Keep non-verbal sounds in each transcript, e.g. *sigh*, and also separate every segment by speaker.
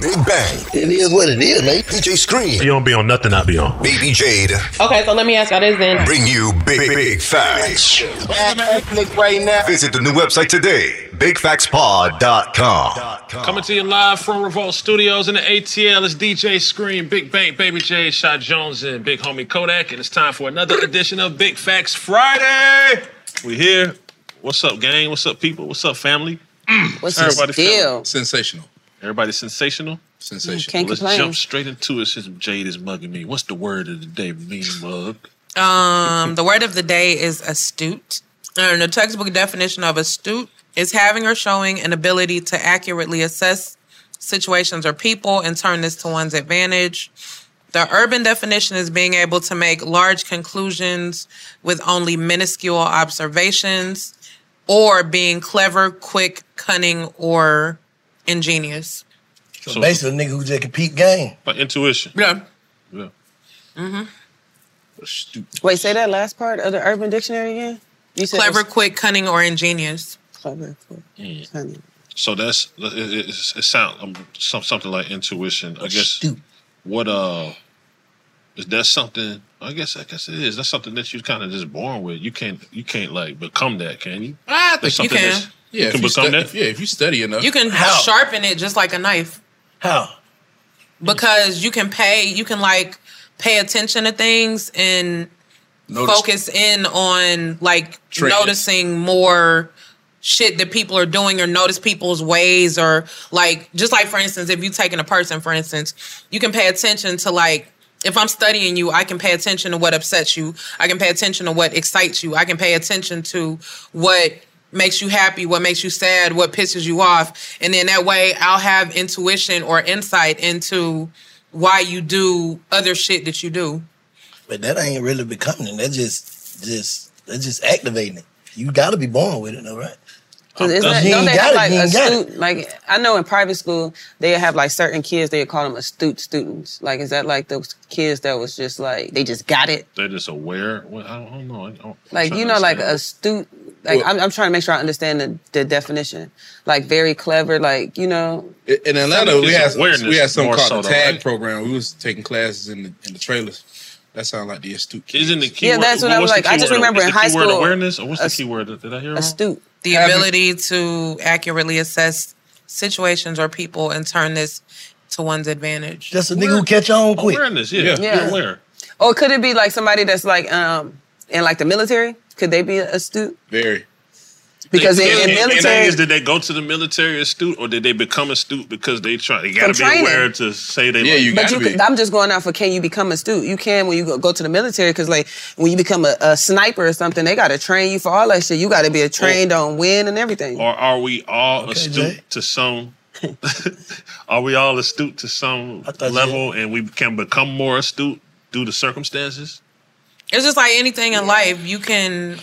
Speaker 1: Big Bang. It is what it is, man. PJ Screen.
Speaker 2: You don't be on nothing, I be on.
Speaker 1: Baby Jade.
Speaker 3: Okay, so let me ask y'all this then.
Speaker 1: Bring you big, big, big facts. Netflix right now. Visit the new website today, bigfactspod.com.
Speaker 4: Coming to you live from Revolt Studios in the ATL. It's DJ Screen, Big Bang, Baby Jade, Shot Jones, and Big Homie Kodak. And it's time for another edition of Big Facts Friday. We here. What's up, gang? What's up, people? What's up, family?
Speaker 5: Mm, What's Everybody the deal? Feeling?
Speaker 6: Sensational.
Speaker 4: Everybody's sensational.
Speaker 6: Sensational.
Speaker 4: Can't Let's complain. jump straight into it since Jade is mugging me. What's the word of the day, mean mug?
Speaker 3: Um, the word of the day is astute. And the textbook definition of astute is having or showing an ability to accurately assess situations or people and turn this to one's advantage. The urban definition is being able to make large conclusions with only minuscule observations or being clever, quick, cunning, or ingenious.
Speaker 1: So, so basically, a nigga who just can peep game.
Speaker 4: Like intuition.
Speaker 3: Yeah.
Speaker 4: Yeah.
Speaker 3: Mm-hmm.
Speaker 4: Stupid.
Speaker 5: Wait, say that last part of the Urban Dictionary again.
Speaker 3: You said clever, quick, cunning, or ingenious.
Speaker 5: Clever, quick, mm. cunning.
Speaker 4: So that's it. It, it sounds um, some, something like intuition. I guess. Stupid. What uh, is that something? I guess I guess it is. That's something that you're kind of just born with. You can't you can't like become that, can you?
Speaker 3: I think you can.
Speaker 6: Yeah,
Speaker 4: you can
Speaker 6: if you
Speaker 4: become
Speaker 6: stu-
Speaker 4: that?
Speaker 6: if- yeah, if you study enough.
Speaker 3: You can
Speaker 1: How?
Speaker 3: sharpen it just like a knife
Speaker 1: How?
Speaker 3: because you can pay, you can like pay attention to things and
Speaker 6: Notice-
Speaker 3: focus in on like
Speaker 6: Trends.
Speaker 3: noticing more shit that people are doing or notice people's ways or like just like for instance if you taking a person for instance you can pay attention to like if i'm studying you i can pay attention to what upsets you i can pay attention to what excites you i can pay attention to what makes you happy, what makes you sad, what pisses you off. And then that way I'll have intuition or insight into why you do other shit that you do.
Speaker 7: But that ain't really becoming. That's just just that's just activating it. You gotta be born with it, though, right?
Speaker 6: 'Cause
Speaker 4: Uh,
Speaker 6: it's not, don't they have like astute? Like I know in private school they have like certain kids they call them astute students. Like is that like those kids that was just like they just got it?
Speaker 4: They're just aware. Well, I don't, I don't know. I don't, I'm
Speaker 6: Like
Speaker 4: trying
Speaker 6: you
Speaker 4: to
Speaker 6: know, like
Speaker 4: understand.
Speaker 6: astute. Like I'm, I'm trying to make sure I understand the, the definition. Like very clever. Like you know.
Speaker 5: In Atlanta,
Speaker 6: Some
Speaker 5: we
Speaker 6: just
Speaker 5: had we
Speaker 6: awareness
Speaker 5: had something
Speaker 6: more
Speaker 5: called
Speaker 6: so
Speaker 5: the
Speaker 6: though,
Speaker 5: tag
Speaker 6: right?
Speaker 5: program. We was taking classes in the in the trailers. That sounds like the astute kids.
Speaker 4: Isn't the key
Speaker 6: Yeah,
Speaker 4: word-
Speaker 6: that's what I
Speaker 4: what's
Speaker 6: was
Speaker 4: the
Speaker 6: like. I
Speaker 4: key
Speaker 6: just
Speaker 4: word?
Speaker 6: remember
Speaker 4: Is
Speaker 6: in
Speaker 4: the
Speaker 6: high
Speaker 4: key word
Speaker 6: school,
Speaker 4: awareness, or what's the key word? Did I hear wrong?
Speaker 6: Astute.
Speaker 3: The ability to accurately assess situations or people and turn this to one's advantage.
Speaker 7: That's a nigga who catch on quick.
Speaker 4: Awareness, yeah.
Speaker 6: Yeah. Yeah.
Speaker 4: aware.
Speaker 6: Or could it be like somebody that's like um in like the military? Could they be astute?
Speaker 5: Very.
Speaker 6: Because in,
Speaker 4: And-
Speaker 6: in
Speaker 4: and- and
Speaker 6: military,
Speaker 4: that is, did they go to the military astute, or did they become astute because they try? They
Speaker 6: From
Speaker 4: gotta be
Speaker 6: training.
Speaker 4: aware to say they. like,
Speaker 6: but you could, I'm just going off of can you become astute? You can when you go, go to the military because like when you become a, a sniper or something, they got to train you for all that shit. You got to be a trained on win and everything.
Speaker 4: or are we all astute
Speaker 6: Jay.
Speaker 4: to some? *laughs* are we all astute to some level, and we can become more astute due to circumstances?
Speaker 3: It's just like anything in life. You can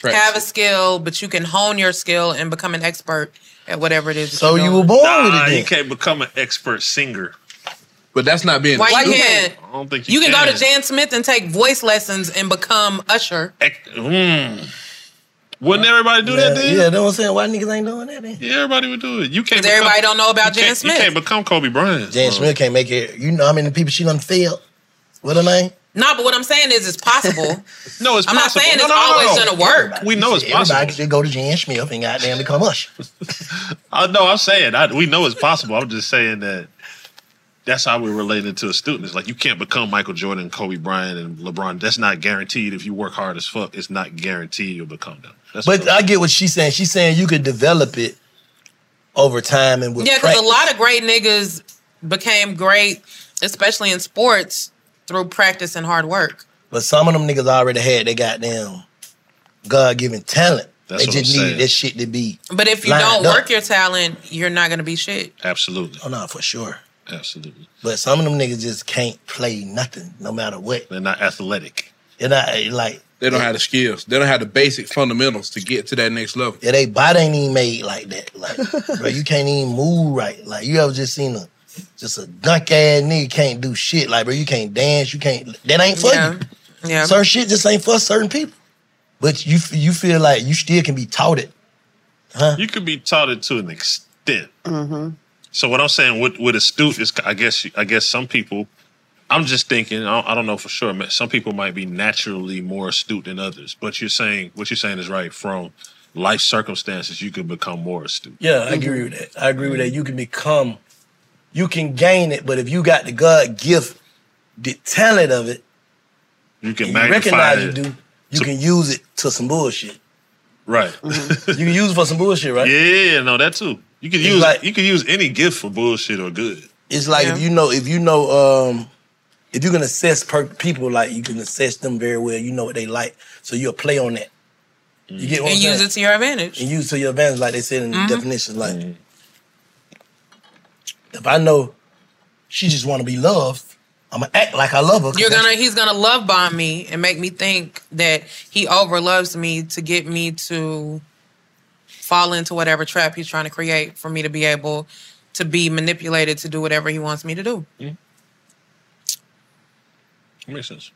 Speaker 4: Practice
Speaker 3: have a skill, but you can hone your skill and become an expert at whatever it is. that you're doing.
Speaker 4: nah, You can't become an expert singer.
Speaker 5: But that's not being.
Speaker 3: Why you can't?
Speaker 4: I don't think you,
Speaker 3: You can, go to Jan Smith and take voice lessons and become Usher.
Speaker 4: hmm. Wouldn't everybody do that? Then?
Speaker 7: Yeah, that's what I'm saying. Why niggas ain't doing that then?
Speaker 4: Yeah, everybody would do it. You can't.
Speaker 3: 'Cause everybody
Speaker 4: become-
Speaker 3: don't know about
Speaker 4: you
Speaker 3: Jan
Speaker 4: can't-
Speaker 3: Smith.
Speaker 4: You can't become Kobe Bryant.
Speaker 7: Jan Smith can't make it. You know how many people she done failed? What her name?
Speaker 3: No, but what I'm saying is it's possible.
Speaker 4: *laughs* no, it's
Speaker 3: I'm
Speaker 4: possible.
Speaker 3: not saying
Speaker 4: No,
Speaker 3: it's
Speaker 4: no, no,
Speaker 3: always
Speaker 4: no.
Speaker 3: gonna work.
Speaker 4: We know it's
Speaker 7: Everybody
Speaker 4: possible.
Speaker 7: could go to Jan Smith and goddamn become Usher.
Speaker 4: I know. I'm saying I, we know it's possible. I'm just saying that that's how we're related to a student. It's like you can't become Michael Jordan, Kobe Bryant, and LeBron. That's not guaranteed. If you work hard as fuck, it's not guaranteed you'll become them. That's
Speaker 7: but I get what she's saying. She's saying you could develop it over time and with
Speaker 3: Yeah, because
Speaker 7: practice.
Speaker 3: a lot of great niggas became great, especially in sports, through practice and hard work.
Speaker 7: But some of them niggas already had their goddamn God given talent.
Speaker 3: That's
Speaker 7: they
Speaker 3: what
Speaker 7: just
Speaker 3: I'm
Speaker 7: needed
Speaker 3: saying.
Speaker 7: that shit to be.
Speaker 3: But if you
Speaker 7: lined
Speaker 3: don't
Speaker 7: up.
Speaker 3: work your talent, you're not gonna be shit.
Speaker 4: Absolutely.
Speaker 7: Oh no, for sure.
Speaker 4: Absolutely.
Speaker 7: But some of them niggas just can't play nothing, no matter what.
Speaker 4: They're not athletic.
Speaker 7: They're not like
Speaker 5: They don't have the skills. They don't have the basic fundamentals to get to that next level.
Speaker 7: yeah, they body ain't even made like that.
Speaker 3: *laughs*
Speaker 7: Like, bro, you can't even move right. Like, you ever just seen a just a gunk ass nigga can't do shit. Like, bro, you can't dance. You can't. That ain't for you.
Speaker 3: Yeah.
Speaker 7: Certain shit just ain't for certain people. But you f- you feel like you still can be taught it.
Speaker 4: You could be taught it to an extent.
Speaker 3: Mm-hmm.
Speaker 4: So what I'm saying with with astute is, I guess I guess some people. I'm just thinking. I don't, I don't know for sure. man, Some people might be naturally more astute than others. But you're saying what you're saying is right. From life circumstances, you could become more astute.
Speaker 7: Yeah, I agree with that. I agree with that. You can become, you can gain it, but if you got the God gift, the talent of it,
Speaker 4: You
Speaker 7: and
Speaker 4: can
Speaker 7: you
Speaker 4: magnify
Speaker 7: recognize
Speaker 4: it.
Speaker 7: you do, you can use it to some bullshit.
Speaker 4: Right. *laughs*
Speaker 7: Mm-hmm. you can use it for some bullshit, right?
Speaker 4: Yeah. No, that too. You can
Speaker 7: It's
Speaker 4: use
Speaker 7: like-
Speaker 4: you can use any gift for bullshit or good.
Speaker 7: It's like if you know, if you know, um, if you can assess per- people, like you can assess them very well. You know what they like, so you'll play on that. You get what
Speaker 3: and
Speaker 7: I'm
Speaker 3: use
Speaker 7: saying?
Speaker 3: it to your advantage.
Speaker 7: and use it to your advantage, like they said in
Speaker 3: Mhm.
Speaker 7: the definition. Like, if I know she just want to be loved, I'm gonna act like I love her. 'cause
Speaker 3: You're
Speaker 7: that's-
Speaker 3: gonna he's gonna love bomb me and make me think that he overloves me to get me to fall into whatever trap he's trying to create for me to be able to be manipulated to do whatever he wants me to do.
Speaker 4: Makes sense.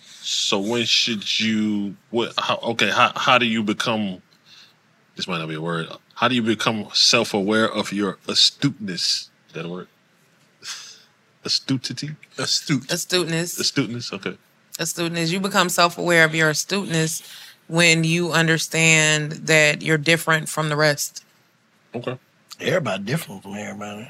Speaker 4: So when should you? What? How, okay. How how do you become? This might not be a word. How do you become self aware of your astuteness? Is that a word? *sighs* Astutity. Astute.
Speaker 3: Astuteness.
Speaker 4: Astuteness. Okay.
Speaker 3: astuteness. You become self aware of your astuteness when you understand that you're different from the rest.
Speaker 4: Okay.
Speaker 7: Everybody different from everybody.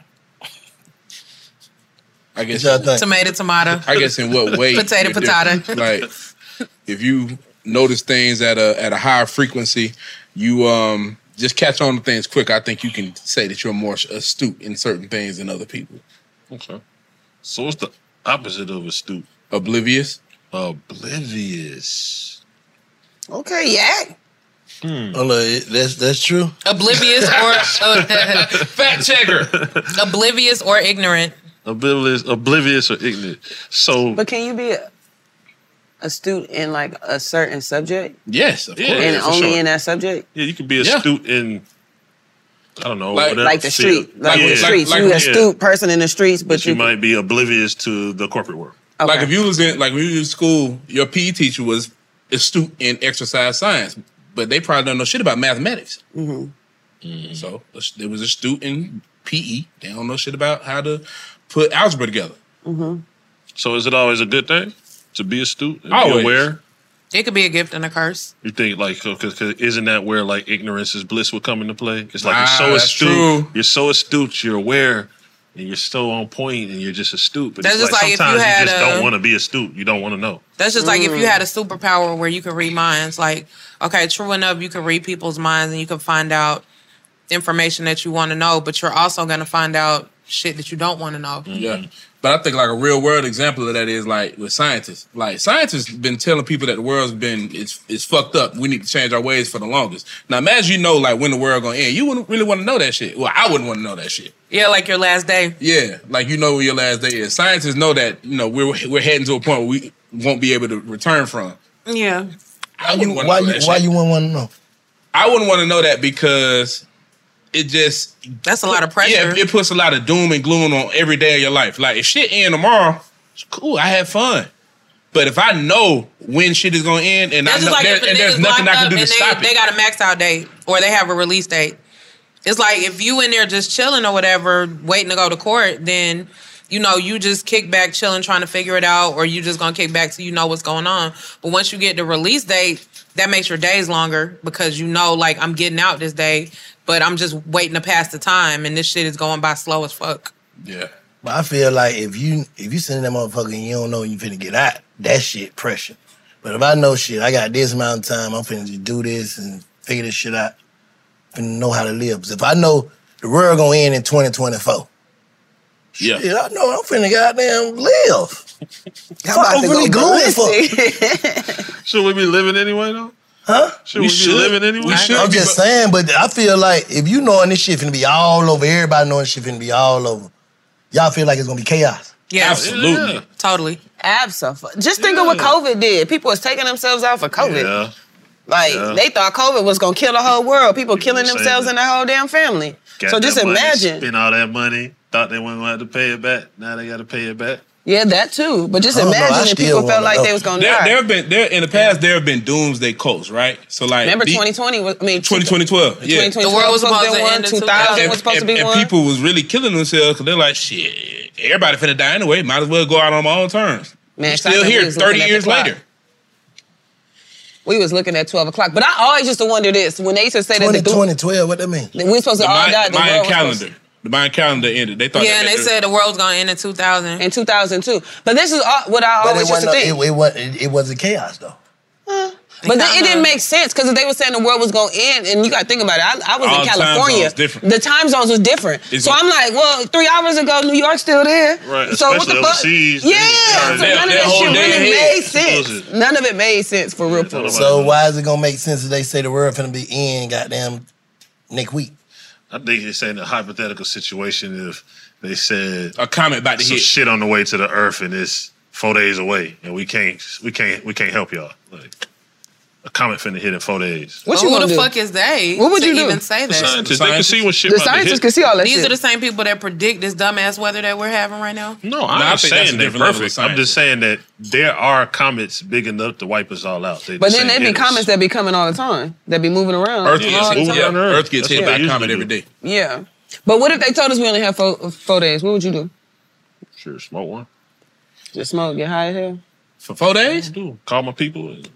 Speaker 5: I guess
Speaker 3: Tomato, tomato.
Speaker 5: I guess in
Speaker 3: *laughs*
Speaker 5: what way?
Speaker 3: Potato,
Speaker 5: you're different?
Speaker 3: potato.
Speaker 5: Like if you notice things at a at a higher frequency, you um just catch on to things quick. I think you can say that you're more astute in certain things than other people.
Speaker 4: Okay. So what's the opposite of astute?
Speaker 5: Oblivious.
Speaker 4: Oblivious. Hmm.
Speaker 6: Okay, yeah.
Speaker 7: Oh, no, it- that's that's true.
Speaker 3: Oblivious or
Speaker 4: *laughs*
Speaker 3: oh, *laughs* fact
Speaker 4: checker.
Speaker 3: Oblivious or ignorant.
Speaker 4: Oblivious, oblivious or ignorant. So
Speaker 6: But can you be astute in like a certain subject?
Speaker 4: Yes, of course,
Speaker 6: And
Speaker 4: for
Speaker 6: only
Speaker 4: sure.
Speaker 6: in that subject?
Speaker 4: yeah, you could be astute in. I don't know,
Speaker 6: Like,
Speaker 4: whatever
Speaker 6: like the
Speaker 4: field.
Speaker 6: street. Like, the streets. you
Speaker 4: yeah.
Speaker 6: a astute person in the streets, but,
Speaker 4: But you
Speaker 6: you,
Speaker 4: might be oblivious to the corporate world.
Speaker 5: Like if you was in like when you was in school, your PE teacher was astute in exercise science, but they probably don't know shit about mathematics.
Speaker 4: Mm-hmm.
Speaker 5: So there was astute in PE. They don't know shit about how to put algebra together.
Speaker 6: mm-hmm.
Speaker 4: So is it always a good thing to be astute and be
Speaker 5: Always.
Speaker 4: aware?
Speaker 3: It could be a gift and a curse.
Speaker 4: You think like because isn't that where like ignorance is bliss would come into play? It's like
Speaker 5: Ah,
Speaker 4: you're so
Speaker 5: that's
Speaker 4: astute,
Speaker 5: true.
Speaker 4: you're so astute, you're aware, and you're so on point, and you're just astute. But
Speaker 3: That's
Speaker 4: it's
Speaker 3: just
Speaker 4: like,
Speaker 3: like if you
Speaker 4: sometimes you,
Speaker 3: had
Speaker 4: just
Speaker 3: a-
Speaker 4: don't want to be astute. You don't want to know.
Speaker 3: That's just like if
Speaker 6: Mm.
Speaker 7: Mm.
Speaker 3: you had a superpower where you could read minds. Like, okay, true enough, you can read people's minds and you can find out information that you want to know, but you're also going to find out shit that you don't want to know.
Speaker 5: Yeah. But I think like a real world example of that is like with scientists. Like scientists been telling people that the world's been it's it's fucked up. We need to change our ways for the longest. Now imagine you know like when the world gonna end. You wouldn't really want to know that shit. Well, I wouldn't want to know that shit.
Speaker 3: Yeah, like your last day.
Speaker 5: Yeah, like you know where your last day is. Scientists know that you know we're we're heading to a point where we won't be able to return from.
Speaker 3: Yeah.
Speaker 5: I wouldn't want
Speaker 7: Why
Speaker 5: to know
Speaker 7: you
Speaker 5: that
Speaker 7: why
Speaker 5: shit.
Speaker 7: you wouldn't want to know?
Speaker 5: I wouldn't want to know that because it just
Speaker 3: that's a lot of pressure.
Speaker 5: Yeah, it puts a lot of doom and gloom on every day of your life. Like if shit end tomorrow, it's cool. I had fun. But if I know when shit is gonna end, and
Speaker 3: That's
Speaker 5: I know
Speaker 3: just like
Speaker 5: there-
Speaker 3: if a
Speaker 5: and there's
Speaker 3: nigga's
Speaker 5: nothing
Speaker 3: locked
Speaker 5: I can
Speaker 3: up
Speaker 5: do to
Speaker 3: and they,
Speaker 5: stop
Speaker 3: they
Speaker 5: it,
Speaker 3: got a max out date or they have a release date. It's like if you in there just chilling or whatever, waiting to go to court, then you know you just kick back, chilling, trying to figure it out, or you just gonna kick back till you know what's going on. But once you get the release date, that makes your days longer because you know like I'm getting out this day, but I'm just waiting to pass the time, and this shit is going by slow as fuck.
Speaker 5: Yeah.
Speaker 7: But I feel like if you if you send that motherfucker and you don't know when you finna get out, that shit pressure. But if I know shit, I got this amount of time, I'm finna just do this and figure this shit out. Finna know how to live. 'Cause if I know the world gonna end in 2024,
Speaker 5: yeah.
Speaker 7: shit, I know I'm finna goddamn live. How
Speaker 4: Fuck
Speaker 7: about
Speaker 4: overly
Speaker 7: overly gloom
Speaker 4: *laughs*
Speaker 7: for?
Speaker 4: Should we be living anyway though?
Speaker 7: Huh?
Speaker 4: Should we, be living anyway?
Speaker 7: I'm just saying, but I feel like if you knowing this shit finna be all over, everybody knowing this shit finna be all over. Y'all feel like it's gonna be chaos.
Speaker 3: Yeah,
Speaker 7: Absolutely. Yeah.
Speaker 3: totally,
Speaker 6: absolutely. Just think of what COVID did. People was taking themselves out for COVID. Like
Speaker 3: Yeah.
Speaker 6: they thought COVID was gonna kill the whole world. People killing
Speaker 4: saying
Speaker 6: themselves
Speaker 4: that.
Speaker 6: and their whole damn family.
Speaker 4: Got
Speaker 6: so
Speaker 4: that
Speaker 6: just
Speaker 4: money,
Speaker 6: imagine.
Speaker 4: spent all that money, thought they weren't gonna have to pay it back. Now they got to pay it back.
Speaker 6: Yeah, that too. But just
Speaker 4: I don't know. I
Speaker 6: imagine if
Speaker 4: still
Speaker 6: people
Speaker 4: wanna
Speaker 6: felt like
Speaker 4: know.
Speaker 6: they was gonna
Speaker 5: there,
Speaker 6: die.
Speaker 5: there have been there in the past there have been doomsday quotes, right? So like
Speaker 6: Remember,
Speaker 5: the-
Speaker 6: 2020 was. I mean,
Speaker 5: 2012. Yeah.
Speaker 6: 2020 The world was supposed to supposed to end end in in 2000 2000 was supposed to
Speaker 5: and,
Speaker 6: be
Speaker 5: and
Speaker 6: one.
Speaker 5: people was really killing themselves because they're like, shit, everybody finna die anyway. Might as well go out on my own terms.
Speaker 6: Man,
Speaker 5: We're
Speaker 6: so I
Speaker 5: still
Speaker 6: think we
Speaker 5: here
Speaker 6: was looking
Speaker 5: 30
Speaker 6: at the
Speaker 5: years
Speaker 6: clock.
Speaker 5: later.
Speaker 6: we was looking at 12 o'clock. But I always used to wonder this when they used to say that the
Speaker 7: 2012, what that mean?
Speaker 6: that we supposed to all
Speaker 5: Mayan-
Speaker 6: die. oh, The
Speaker 5: Mayan
Speaker 6: world was supposed to-
Speaker 5: calendar. The Mayan calendar ended. They thought
Speaker 6: Yeah,
Speaker 5: that
Speaker 6: and
Speaker 5: meant
Speaker 6: they
Speaker 5: the-
Speaker 6: said-
Speaker 3: the world's gonna end in 2000.
Speaker 6: In 2002, but this is all, what I
Speaker 7: But
Speaker 6: always
Speaker 7: it
Speaker 6: used to
Speaker 7: wasn't,
Speaker 6: think.
Speaker 7: no, it, it, wasn't, it, it wasn't chaos though.
Speaker 6: But then it didn't make sense because if they were saying the world was going to end, and you got to think about it, I, I was
Speaker 7: All
Speaker 6: in
Speaker 7: the time zones
Speaker 6: California.
Speaker 7: different.
Speaker 6: The time zones was different.
Speaker 5: It's
Speaker 6: so
Speaker 5: like-
Speaker 6: I'm like, well, three hours ago, New York's still there.
Speaker 5: Right,
Speaker 6: So what
Speaker 5: especially
Speaker 6: the fuck?
Speaker 5: overseas, they-
Speaker 6: yeah.
Speaker 5: they-
Speaker 6: so
Speaker 5: they-
Speaker 6: none of
Speaker 5: they
Speaker 6: that
Speaker 5: hold
Speaker 6: shit
Speaker 5: their
Speaker 6: really
Speaker 5: head.
Speaker 6: made sense.
Speaker 5: Bullshit.
Speaker 6: None of it made sense for real. for real.
Speaker 7: So why is it gonna make sense if they say the world finna be in goddamn next week?
Speaker 4: I think it's in a hypothetical situation if they said
Speaker 5: a comment about
Speaker 4: the shit on the way to the earth and it's four days away and we can't we can't we can't help y'all. Like a comet finna hit in four days.
Speaker 6: What
Speaker 3: But
Speaker 6: you
Speaker 3: who
Speaker 6: gonna
Speaker 3: Oh, the
Speaker 6: do?
Speaker 3: fuck is they?
Speaker 6: What would
Speaker 3: to
Speaker 6: you do?
Speaker 3: even say
Speaker 4: The
Speaker 3: that?
Speaker 4: scientists, they can see when shit
Speaker 6: The
Speaker 4: about to hit.
Speaker 6: scientists can see all that
Speaker 3: These
Speaker 6: shit.
Speaker 3: are the same people that predict this dumbass weather that we're having right now.
Speaker 4: No, I'm not saying they're perfect. I'm just saying that there are comets big enough to wipe us all out. They
Speaker 6: But
Speaker 4: just
Speaker 6: then
Speaker 4: ain't
Speaker 6: there be
Speaker 4: hit us.
Speaker 6: comments that be coming all the time. That be moving around.
Speaker 5: Earth
Speaker 6: all the
Speaker 5: gets,
Speaker 6: time.
Speaker 5: yeah, Earth gets hit
Speaker 4: what
Speaker 5: by
Speaker 4: they
Speaker 5: a
Speaker 4: usually
Speaker 5: comet every day.
Speaker 6: Yeah. But what if they told us we only have four, four days? What would you do?
Speaker 4: Sure, smoke one.
Speaker 6: Just smoke, get high as hell?
Speaker 5: For four days?
Speaker 4: Do call my people, and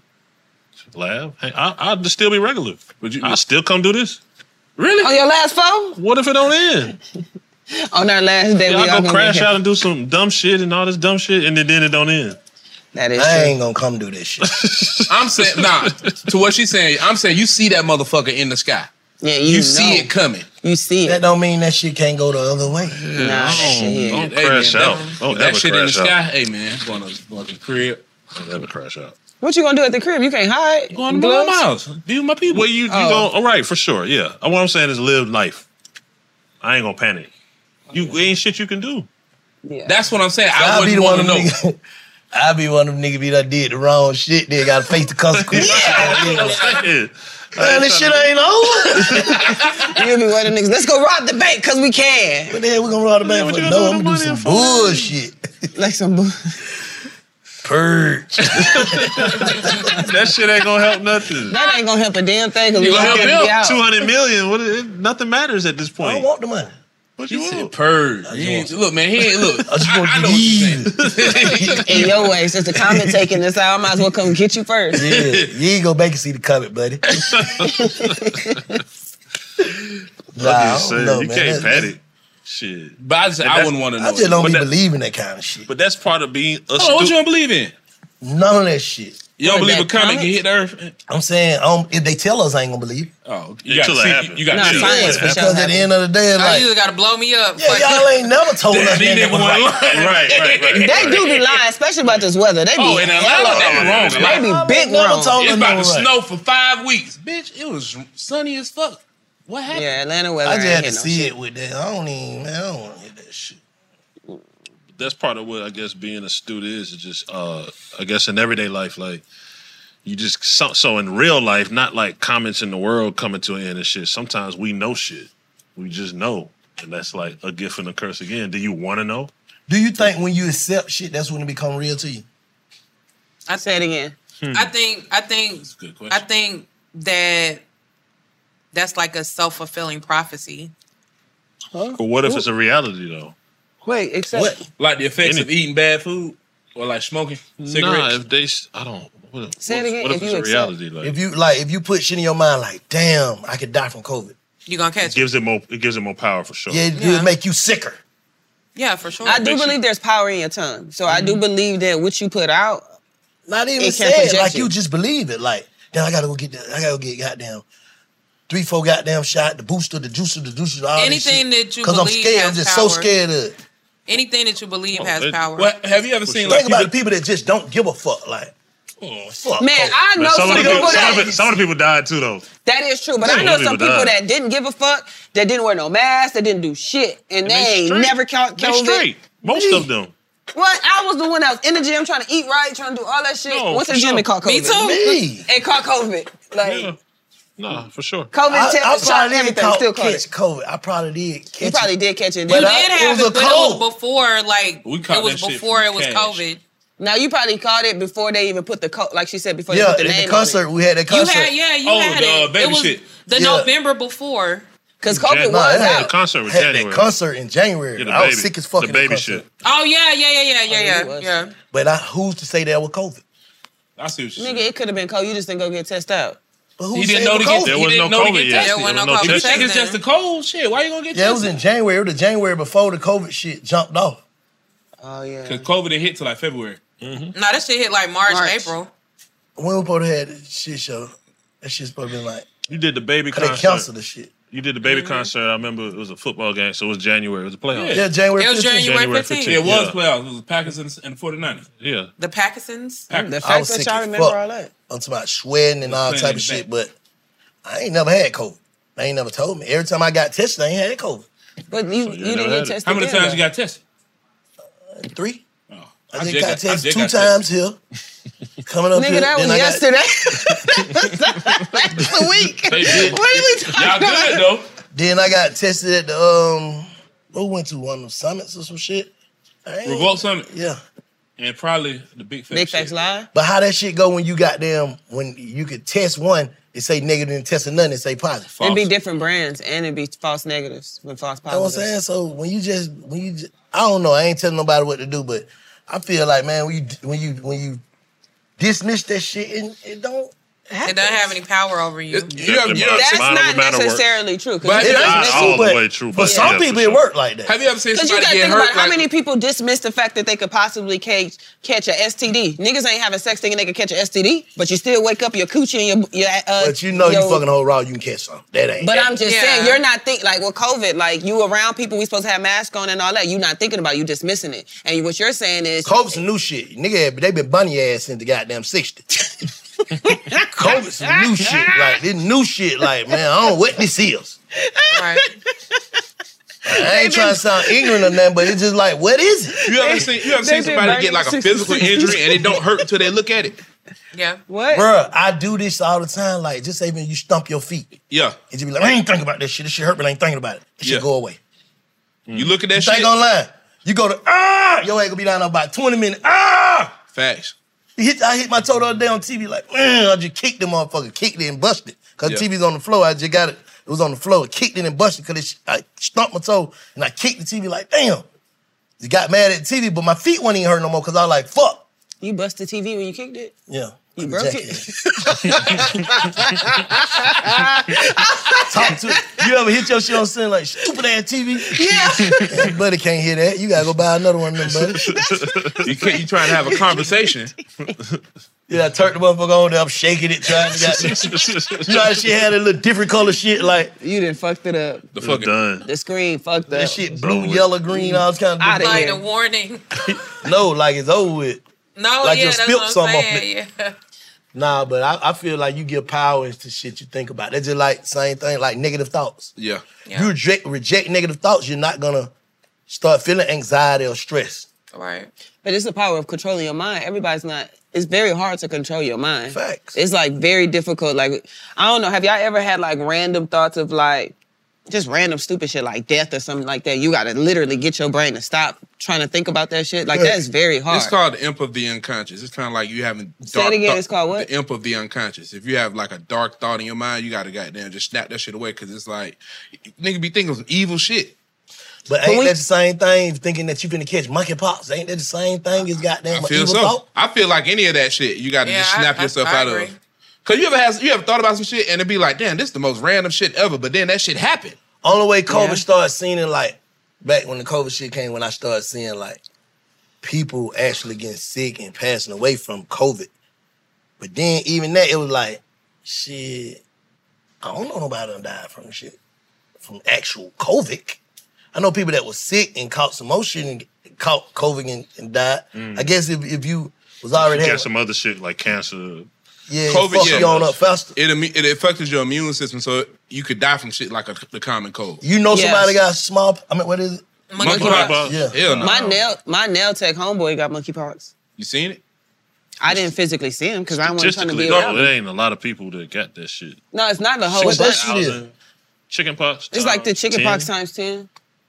Speaker 4: laugh. Hey, I, I'll just still be regular. But you, I still come do this. Really?
Speaker 6: On your last four?
Speaker 4: What if it don't end?
Speaker 6: On our last day,
Speaker 4: Yeah,
Speaker 6: we all
Speaker 4: I go
Speaker 6: gonna
Speaker 4: crash
Speaker 6: get hit.
Speaker 4: out and do some dumb shit and all this dumb shit, and then, then it don't end.
Speaker 6: That is.
Speaker 7: I ain't gonna come do this shit.
Speaker 5: I'm saying, nah, to what she's saying, I'm saying you see that motherfucker in the sky.
Speaker 6: Yeah,
Speaker 5: you see it coming.
Speaker 6: You see it.
Speaker 7: That don't mean that shit can't go the other way.
Speaker 5: Nah,
Speaker 7: shit.
Speaker 5: Don't
Speaker 4: Crash
Speaker 5: man,
Speaker 4: out.
Speaker 5: that-
Speaker 4: Don't
Speaker 5: that
Speaker 4: ever
Speaker 5: shit in the
Speaker 4: crash out.
Speaker 5: sky, hey man, going to, going to the crib.
Speaker 4: Don't ever crash out.
Speaker 6: What you gonna do at the crib? You can't hide. You
Speaker 5: going to my house. Be with my people.
Speaker 4: Well, you you
Speaker 6: Oh.
Speaker 4: going all right for sure. Yeah, Uh, what I'm saying is live life. I ain't gonna panic. You ain't shit you can do.
Speaker 6: Yeah.
Speaker 5: That's what I'm saying.
Speaker 4: I wouldn't
Speaker 7: be the one
Speaker 4: wanna
Speaker 7: of them nigga- *laughs* I be one of them niggas be that did the wrong shit. They gotta face the consequences.
Speaker 4: Man,
Speaker 7: this shit ain't
Speaker 6: *laughs*
Speaker 7: over.
Speaker 6: you be one of them niggas. Let's go rob the bank because we can.
Speaker 7: What the hell we gonna rob the bank for? No, I'm gonna do some bullshit.
Speaker 6: Like some
Speaker 7: *laughs*
Speaker 6: bullshit.
Speaker 4: *laughs*
Speaker 7: Purge.
Speaker 4: that shit ain't gonna help nothing.
Speaker 6: That ain't gonna help a damn thing. 'cause we all gonna be out.
Speaker 4: Two hundred million. What? It, nothing matters at this point.
Speaker 7: I don't want the money.
Speaker 4: What you want?
Speaker 5: Purge. You ain't- Look, man, he ain't
Speaker 7: *laughs*
Speaker 5: look. I
Speaker 7: just want
Speaker 5: I know what you're saying.
Speaker 6: *laughs* In your way, since the comment taking this out, I might as well come get you first.
Speaker 7: Yeah,
Speaker 6: *laughs*
Speaker 7: you ain't go back and see the covet, buddy. nah,
Speaker 4: I'm
Speaker 7: I
Speaker 4: just
Speaker 7: don't
Speaker 4: saying,
Speaker 7: know,
Speaker 4: you
Speaker 7: man.
Speaker 4: can't
Speaker 7: That's-
Speaker 4: panic. Shit.
Speaker 5: But I just,
Speaker 4: And
Speaker 5: I
Speaker 4: that's-
Speaker 5: wouldn't want to know.
Speaker 7: I just
Speaker 5: it.
Speaker 7: don't
Speaker 4: But
Speaker 7: be
Speaker 4: that-
Speaker 7: believing that kind of shit.
Speaker 4: But that's part of being a
Speaker 5: Hold on, what you
Speaker 4: stupid.
Speaker 5: don't believe in?
Speaker 7: None of that shit.
Speaker 5: You don't believe a comet can hit the earth?
Speaker 7: I'm saying, um, if they tell us, I ain't gonna believe.
Speaker 5: Oh,
Speaker 4: Yeah,
Speaker 5: you got
Speaker 4: till it
Speaker 5: to
Speaker 4: happens.
Speaker 5: see. You got
Speaker 4: Nah,
Speaker 5: to see.
Speaker 4: science
Speaker 5: it.
Speaker 4: for sure.
Speaker 7: Because at the end of the day,
Speaker 3: Oh,
Speaker 7: like,
Speaker 3: you either gotta blow me up.
Speaker 7: yeah,
Speaker 3: Fuck
Speaker 7: y'all ain't never told
Speaker 5: These
Speaker 7: us. that
Speaker 5: niggas
Speaker 7: was
Speaker 5: want
Speaker 7: right.
Speaker 5: lying.
Speaker 4: *laughs* Right, right, right.
Speaker 7: *laughs*
Speaker 6: They do be lying, especially about this weather. They be
Speaker 5: Oh, in Atlanta,
Speaker 6: hella-
Speaker 5: that was wrong.
Speaker 6: They be
Speaker 5: Atlanta.
Speaker 6: big
Speaker 7: Never
Speaker 6: wrong.
Speaker 7: told
Speaker 5: It's
Speaker 7: us
Speaker 5: about
Speaker 7: no
Speaker 5: to
Speaker 7: right.
Speaker 5: snow for five weeks, bitch. It was sunny as fuck. What happened?
Speaker 6: Yeah, Atlanta weather.
Speaker 7: I just
Speaker 6: ain't
Speaker 7: had
Speaker 6: hit
Speaker 7: to
Speaker 6: no
Speaker 7: see
Speaker 6: shit.
Speaker 7: it with that. I don't even. Man, I don't want to hear that shit.
Speaker 4: that's part of what I guess being a student is. Is just uh, I guess in everyday life, like you just so, so in real life, not like comments in the world coming to an end and shit. Sometimes we know shit, we just know, and that's like a gift and a curse again. Do you want to know?
Speaker 7: Do you think when you accept shit, that's when it become real to you?
Speaker 6: I say it again.
Speaker 4: Hmm.
Speaker 3: I think I think I think that that's like a self fulfilling prophecy.
Speaker 4: But what if it's a reality though?
Speaker 6: Wait, except
Speaker 5: Like the effects of
Speaker 4: Any-
Speaker 5: eating bad food or like smoking
Speaker 4: Nah,
Speaker 5: cigarettes.
Speaker 4: if they, s- I don't. What if,
Speaker 6: Say it
Speaker 4: what if-
Speaker 6: again,
Speaker 4: what if
Speaker 6: if
Speaker 4: it's
Speaker 6: you
Speaker 4: a
Speaker 6: accept-
Speaker 4: reality? Like
Speaker 7: If you like, if you put shit in your mind, like, damn, I could die from COVID.
Speaker 3: You gonna catch
Speaker 4: it
Speaker 3: it?
Speaker 4: gives it more, it gives it more power for sure.
Speaker 7: Yeah, it will make you sicker.
Speaker 3: Yeah, for sure.
Speaker 6: I do believe there's power in your tongue. So I do believe that what you put out,
Speaker 7: Mm-hmm. Not even
Speaker 6: It can
Speaker 7: say it.
Speaker 6: project
Speaker 7: Like you
Speaker 6: you.
Speaker 7: just believe it. Like, damn, I gotta go get that. I gotta go get goddamn three, four goddamn shot, the booster, the juicer, the juicer, all
Speaker 3: Anything that you
Speaker 7: Because I'm
Speaker 3: believe
Speaker 7: scared. I'm
Speaker 3: has
Speaker 7: just
Speaker 3: power.
Speaker 7: so scared of it.
Speaker 3: anything that you believe
Speaker 4: Oh,
Speaker 3: has power.
Speaker 5: Oh, What, have you ever seen
Speaker 7: Think
Speaker 5: like
Speaker 7: about the people that just don't give a fuck. Like,
Speaker 5: oh,
Speaker 7: fuck.
Speaker 6: man, I
Speaker 4: But
Speaker 6: know
Speaker 4: some,
Speaker 6: some,
Speaker 4: of the
Speaker 6: people,
Speaker 4: people, some, of
Speaker 6: that
Speaker 4: the, some of the people died too though.
Speaker 6: that is true, but
Speaker 4: Some
Speaker 6: I know
Speaker 4: people
Speaker 6: some people
Speaker 4: die.
Speaker 6: that didn't give a fuck, that didn't wear no mask, that didn't do shit, and, they,
Speaker 4: they
Speaker 6: ain't
Speaker 4: straight.
Speaker 6: never caught
Speaker 4: They
Speaker 6: COVID.
Speaker 4: straight. Most of them.
Speaker 6: What? I was the one that was in the gym trying to eat right, trying to do all that shit.
Speaker 4: No,
Speaker 6: Went to
Speaker 4: for
Speaker 6: the gym
Speaker 4: sure.
Speaker 6: and caught COVID.
Speaker 3: Me too.
Speaker 7: Me.
Speaker 6: And caught COVID. Like
Speaker 4: Yeah. Nah, for sure.
Speaker 6: COVID
Speaker 7: I,
Speaker 6: test,
Speaker 7: I
Speaker 6: shot,
Speaker 7: probably didn't
Speaker 6: everything,
Speaker 7: caught,
Speaker 6: still caught
Speaker 7: catch
Speaker 6: it.
Speaker 7: COVID. I probably did catch
Speaker 6: You probably
Speaker 7: it.
Speaker 6: did catch it.
Speaker 7: But
Speaker 6: Didn't
Speaker 3: you
Speaker 6: you?
Speaker 7: I-
Speaker 3: did
Speaker 7: it
Speaker 3: have it,
Speaker 7: was a
Speaker 3: but it
Speaker 7: cold.
Speaker 3: was before like
Speaker 5: We caught
Speaker 3: it was
Speaker 5: that shit
Speaker 3: before
Speaker 5: from
Speaker 3: it was
Speaker 5: cash.
Speaker 3: COVID.
Speaker 6: Now you probably caught it before they even put the co- like she said before
Speaker 7: Yeah,
Speaker 6: they put
Speaker 7: at
Speaker 6: the name
Speaker 7: the concert,
Speaker 6: on
Speaker 7: we had that
Speaker 3: You
Speaker 7: concert.
Speaker 3: had yeah, you
Speaker 5: Oh,
Speaker 3: had
Speaker 5: the,
Speaker 3: it.
Speaker 5: uh, baby
Speaker 3: it was
Speaker 5: shit.
Speaker 3: the
Speaker 7: Yeah.
Speaker 3: November before.
Speaker 6: because COVID
Speaker 4: Jan-
Speaker 7: Nah,
Speaker 6: was
Speaker 7: it had
Speaker 4: The
Speaker 6: out.
Speaker 4: concert was
Speaker 7: Had
Speaker 4: January.
Speaker 7: that concert in January.
Speaker 4: Yeah, the
Speaker 7: I was
Speaker 4: baby-
Speaker 7: sick as fuck
Speaker 4: the
Speaker 7: in
Speaker 4: baby
Speaker 7: concert.
Speaker 4: shit.
Speaker 3: Oh yeah, yeah, yeah, yeah, yeah,
Speaker 6: it
Speaker 3: yeah,
Speaker 6: was.
Speaker 3: yeah.
Speaker 7: But I, who's to say that with COVID?
Speaker 5: I see what you're
Speaker 6: Nigga,
Speaker 5: saying.
Speaker 6: it could have been cold. You just didn't go get tested out.
Speaker 7: But who
Speaker 5: He
Speaker 7: said
Speaker 5: didn't know to
Speaker 7: with
Speaker 5: get
Speaker 7: COVID?
Speaker 4: There was
Speaker 5: didn't
Speaker 4: no
Speaker 5: know to
Speaker 4: COVID
Speaker 5: get
Speaker 4: yet.
Speaker 5: tested.
Speaker 4: There was no
Speaker 5: If you
Speaker 4: COVID
Speaker 5: think it's
Speaker 3: testing.
Speaker 5: just a cold shit, why you gonna get
Speaker 7: Yeah, it was
Speaker 5: tested?
Speaker 7: in January. It was the January before the COVID shit jumped off.
Speaker 6: Oh yeah.
Speaker 5: Because COVID didn't hit till like February.
Speaker 4: Mm-hmm.
Speaker 3: No, that shit hit like March,
Speaker 6: March.
Speaker 3: April.
Speaker 7: When we supposed to had that shit show, that shit's supposed to be like,
Speaker 4: You did the baby
Speaker 7: cause they
Speaker 4: concert.
Speaker 7: canceled the shit.
Speaker 4: You did the baby concert. I remember it was a football game, so it was January. It was a playoff.
Speaker 7: Yeah, January.
Speaker 3: It was
Speaker 7: 15th.
Speaker 3: January.
Speaker 4: January
Speaker 3: 15th.
Speaker 4: 15th.
Speaker 5: Yeah, it was
Speaker 4: Yeah.
Speaker 5: playoffs. It was the Packers and, and the 49ers.
Speaker 4: Yeah.
Speaker 3: The Packisons.
Speaker 6: Mm, The
Speaker 7: I
Speaker 6: fact
Speaker 7: was
Speaker 6: that
Speaker 7: sick
Speaker 6: y'all
Speaker 7: as
Speaker 6: remember
Speaker 7: fuck.
Speaker 6: all that.
Speaker 7: I'm talking about sweating and all
Speaker 5: Playing
Speaker 7: type
Speaker 5: in
Speaker 7: of
Speaker 5: the
Speaker 7: shit, but I ain't never had COVID. They ain't never told me. Every time I got tested, I ain't had COVID.
Speaker 6: But you,
Speaker 4: So you
Speaker 6: you,
Speaker 4: never
Speaker 6: didn't
Speaker 4: had
Speaker 6: get
Speaker 4: it.
Speaker 6: tested.
Speaker 5: How many
Speaker 6: again,
Speaker 5: times
Speaker 6: though?
Speaker 5: you got tested?
Speaker 7: Three.
Speaker 5: Oh,
Speaker 7: I, just
Speaker 5: did
Speaker 7: got
Speaker 5: got- I did
Speaker 7: tested two
Speaker 5: got
Speaker 7: times here. Coming up
Speaker 6: Nigga,
Speaker 7: here,
Speaker 6: that
Speaker 7: then
Speaker 6: was
Speaker 7: I got-
Speaker 6: yesterday. *laughs* That's a week.
Speaker 5: *laughs* They did.
Speaker 6: *laughs* What are we talking
Speaker 5: Y'all
Speaker 6: about?
Speaker 5: good though.
Speaker 7: Then I got tested at the um, we went to one of the summits or some shit. I ain't-
Speaker 5: Revolt Summit
Speaker 7: Yeah,
Speaker 5: and probably the Big Facts.
Speaker 6: Big facts lie.
Speaker 7: but how that shit go when you got them when you could test one, it say negative and test another, it say positive.
Speaker 6: It'd be different brands and it'd be false negatives with false
Speaker 7: You know what I'm
Speaker 6: positives.
Speaker 7: saying? So when you just when you just, I don't know, I ain't telling nobody what to do, but I feel like man, when you when you when you dismiss that shit and it don't
Speaker 8: It doesn't have any power over you.
Speaker 5: yeah, yeah.
Speaker 6: That's
Speaker 5: Mine
Speaker 6: not
Speaker 5: don't matter work.
Speaker 6: necessarily true. 'cause
Speaker 5: But
Speaker 6: you
Speaker 5: it
Speaker 6: just
Speaker 5: ain't
Speaker 6: miss-
Speaker 5: all the
Speaker 6: but-
Speaker 5: way
Speaker 7: true,
Speaker 5: but
Speaker 7: But
Speaker 5: yeah,
Speaker 7: some
Speaker 5: for
Speaker 7: people
Speaker 5: sure.
Speaker 7: it work like that.
Speaker 5: Have you ever seen
Speaker 6: Because you
Speaker 5: somebody
Speaker 6: got to
Speaker 5: get
Speaker 6: think about
Speaker 5: hurt?
Speaker 6: how
Speaker 5: Like,
Speaker 6: many people dismiss the fact that they could possibly catch, catch a STD. Niggas ain't having sex thinking they could catch a STD, but you still wake up your coochie and your. your uh,
Speaker 7: But you know
Speaker 6: your,
Speaker 7: you fucking whole raw, you can catch something. That ain't.
Speaker 6: But I'm just saying, you're not thinking like with COVID, like you around people, we supposed to have masks on and all that. You're not thinking about it, you dismissing it. And what you're saying is,
Speaker 7: COVID's some new shit. Nigga, had- they been bunny ass since the goddamn 60s. COVID's some new shit. Like, this new shit, like, man, I don't know what this is.
Speaker 8: Right.
Speaker 7: I ain't trying to sound ignorant or nothing, but it's just like, what is it?
Speaker 5: you ever seen you ever seen somebody get like a physical injury and it don't hurt until they look
Speaker 4: *laughs*
Speaker 5: at it?
Speaker 8: Yeah.
Speaker 6: What?
Speaker 7: Bruh, I do this all the time. Like, just say when you stomp your feet.
Speaker 5: Yeah.
Speaker 7: And you be like, I ain't thinking about this shit. This shit hurt, but I ain't thinking about it. It should go away.
Speaker 5: You
Speaker 4: Mm.
Speaker 5: look at that
Speaker 7: shit. Think online. You go to, ah, your ass gonna be down there about 20 minutes. Ah! *laughs*
Speaker 5: Facts.
Speaker 7: You Hit, I hit my toe the other day on TV, like, man, I just kicked the motherfucker, kicked it and busted. Cause
Speaker 5: Yeah.
Speaker 7: the TV's on the floor. I just got it. It was on the floor, kicked it and busted because I stomped my toe and I kicked the TV like, damn. Just got mad at the TV, but my feet weren't even hurt no more because I was like, fuck.
Speaker 6: you bust the TV when you kicked it.
Speaker 7: Yeah.
Speaker 6: You broke
Speaker 7: Exactly.
Speaker 6: it.
Speaker 7: Talk to You ever hit your shit on sin like stupid ass TV? Yeah. buddy can't hear that. You gotta go buy another one of them, buddy.
Speaker 5: *laughs* You can't you trying to have a conversation.
Speaker 7: *laughs* Yeah, I turned the motherfucker on there. I'm shaking it, trying
Speaker 5: *laughs*
Speaker 7: to get. *laughs* you know how she had a little different color shit, like.
Speaker 6: You didn't fucked it up.
Speaker 5: The fucking
Speaker 6: The screen fucked up.
Speaker 7: That shit blue, yellow, green, all kinds of
Speaker 6: Outta
Speaker 7: different-
Speaker 6: here.
Speaker 8: Like the warning.
Speaker 3: *laughs*
Speaker 7: No, like it's over with.
Speaker 8: No,
Speaker 7: Like
Speaker 8: yeah,
Speaker 7: you'll
Speaker 8: that's
Speaker 7: spilt
Speaker 8: what I'm
Speaker 7: some off
Speaker 8: saying. Yeah.
Speaker 7: Nah, but I, I feel like you give power to shit you think about. That's just like same thing, like negative thoughts.
Speaker 5: Yeah.
Speaker 7: You reject, reject negative thoughts, you're not gonna start feeling anxiety or stress.
Speaker 8: Right.
Speaker 6: But it's the power of controlling your mind. Everybody's not. It's very hard to control your mind. Facts. It's like very difficult. Like I don't know. Have y'all ever had like random thoughts of like just random stupid shit like death or something like that? You got to literally get your brain to stop trying to think about that shit. Like that's very hard.
Speaker 5: It's called the imp of the unconscious. It's kind of like you having
Speaker 6: Say it again, it's called what?
Speaker 5: The imp of the unconscious. If you have like a dark thought in your mind, you gotta goddamn just snap that shit away because it's like nigga be thinking some evil shit.
Speaker 7: But ain't that the same thing thinking that you finna catch monkeypox? Ain't that the same thing as goddamn
Speaker 5: I
Speaker 7: an
Speaker 5: feel
Speaker 7: evil
Speaker 5: so.
Speaker 7: thought?
Speaker 5: I feel like any of that shit, you got to
Speaker 7: Yeah,
Speaker 5: just
Speaker 7: I-
Speaker 5: snap
Speaker 7: I-
Speaker 5: yourself
Speaker 7: I
Speaker 5: out
Speaker 7: agree.
Speaker 5: of. Cause you ever has you ever thought about some shit and it'd be like, damn, this is the most random shit ever. But then that shit happened.
Speaker 7: Only way COVID
Speaker 5: Yeah.
Speaker 7: started seeing it like back when the COVID shit came, when I started seeing like people actually getting sick and passing away from COVID. But then even that, it was like, shit, I don't know nobody done died from shit. From actual COVID. I know people that was sick and caught some motion and caught COVID and, and died. I guess if, if you was already
Speaker 4: You
Speaker 7: had,
Speaker 4: got some other shit like cancer.
Speaker 7: yeah, COVID, fuck you on up faster.
Speaker 5: It immu- it affects your immune system, so you could die from shit like a, the common cold.
Speaker 7: You know somebody got small. I mean, what is it?
Speaker 5: monkeypox. Yeah. Hell no.
Speaker 6: My nail, my nail tech homeboy got monkeypox.
Speaker 5: You seen it?
Speaker 6: I didn't physically see him because I wasn't trying to
Speaker 4: Statistically,
Speaker 6: be
Speaker 4: no,
Speaker 6: around.
Speaker 4: there
Speaker 6: him.
Speaker 4: ain't a lot of people that got that shit.
Speaker 6: No, it's not the whole.
Speaker 4: What that
Speaker 6: bunch.
Speaker 4: shit is? Chicken pox. uh,
Speaker 6: It's like the
Speaker 4: times
Speaker 6: chicken pox
Speaker 4: 10.
Speaker 6: times ten.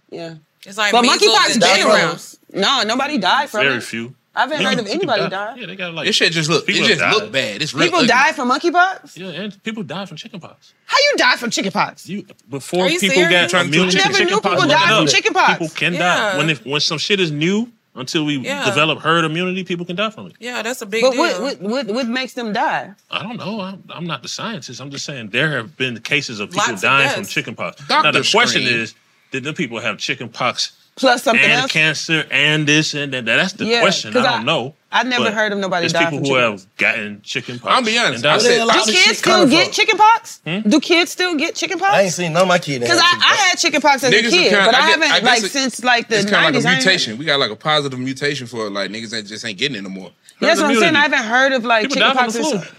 Speaker 6: Yeah.
Speaker 8: It's like
Speaker 6: but
Speaker 8: measles
Speaker 6: monkeypox
Speaker 8: and
Speaker 6: been
Speaker 8: chicken
Speaker 6: around. No, nobody died from
Speaker 4: Very
Speaker 6: it.
Speaker 4: few.
Speaker 6: I haven't heard of
Speaker 4: People
Speaker 6: anybody
Speaker 4: die-
Speaker 6: die.
Speaker 4: Yeah, they got like.
Speaker 5: This shit just look. It
Speaker 4: people
Speaker 5: just
Speaker 4: die.
Speaker 5: look bad. It's real.
Speaker 6: People
Speaker 5: ugly.
Speaker 6: die from monkeypox.
Speaker 4: Yeah, and people die from chicken pox.
Speaker 6: How you die from chickenpox?
Speaker 4: You before
Speaker 6: Are you
Speaker 4: people
Speaker 6: serious?
Speaker 4: got
Speaker 6: Trying to kill
Speaker 4: immune to
Speaker 6: Never
Speaker 4: chicken
Speaker 6: knew
Speaker 4: pox,
Speaker 6: people
Speaker 4: look
Speaker 6: died
Speaker 4: it
Speaker 6: from
Speaker 4: up.
Speaker 6: chicken pox.
Speaker 4: People can
Speaker 6: Yeah.
Speaker 4: die when if, when some shit is new. Until we
Speaker 6: Yeah.
Speaker 4: develop herd immunity, people can die from it.
Speaker 8: Yeah, that's a big
Speaker 6: but
Speaker 8: deal.
Speaker 6: What, what what what makes them die?
Speaker 4: I don't know. I'm, I'm not the scientist. I'm just saying there have been cases of people
Speaker 6: Lots of
Speaker 4: dying
Speaker 6: deaths.
Speaker 4: from chickenpox.
Speaker 6: Doctor
Speaker 4: Now the question
Speaker 6: scream.
Speaker 4: is, did the people have chickenpox
Speaker 6: Plus something
Speaker 4: and
Speaker 6: else.
Speaker 4: cancer and this and that? That's the
Speaker 6: Yeah,
Speaker 4: question.
Speaker 6: 'cause
Speaker 4: I
Speaker 6: I-
Speaker 4: don't know.
Speaker 6: I never
Speaker 4: But
Speaker 6: heard of nobody
Speaker 4: There's
Speaker 6: die
Speaker 4: people
Speaker 6: from
Speaker 4: who
Speaker 6: chickenpox.
Speaker 4: have gotten chickenpox.
Speaker 5: I'll be honest.
Speaker 4: and died
Speaker 5: I
Speaker 4: from it. Hmm?
Speaker 5: said-
Speaker 6: Do kids still get chickenpox? Do kids still get chickenpox?
Speaker 7: I ain't seen none of my kids. that
Speaker 6: Because
Speaker 7: had
Speaker 6: I, I had chickenpox as a
Speaker 5: Niggas is
Speaker 6: kid,
Speaker 5: kinda-
Speaker 6: but I,
Speaker 5: I guess-
Speaker 6: haven't
Speaker 5: I guess
Speaker 6: like
Speaker 5: it-
Speaker 6: since like the
Speaker 5: it's kind of
Speaker 6: nineties.
Speaker 5: like a mutation. We got like a positive mutation for it. Like niggas ain't just ain't getting it no more.
Speaker 6: That's what I'm saying. I haven't heard of like
Speaker 5: People die from
Speaker 6: chickenpox.
Speaker 5: the
Speaker 6: or-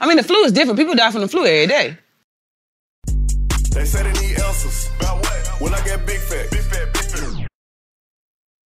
Speaker 6: I mean, the flu is different. People die from the flu every day.
Speaker 9: They say they need answers. About what? When I get big fat. Big fat, big fat.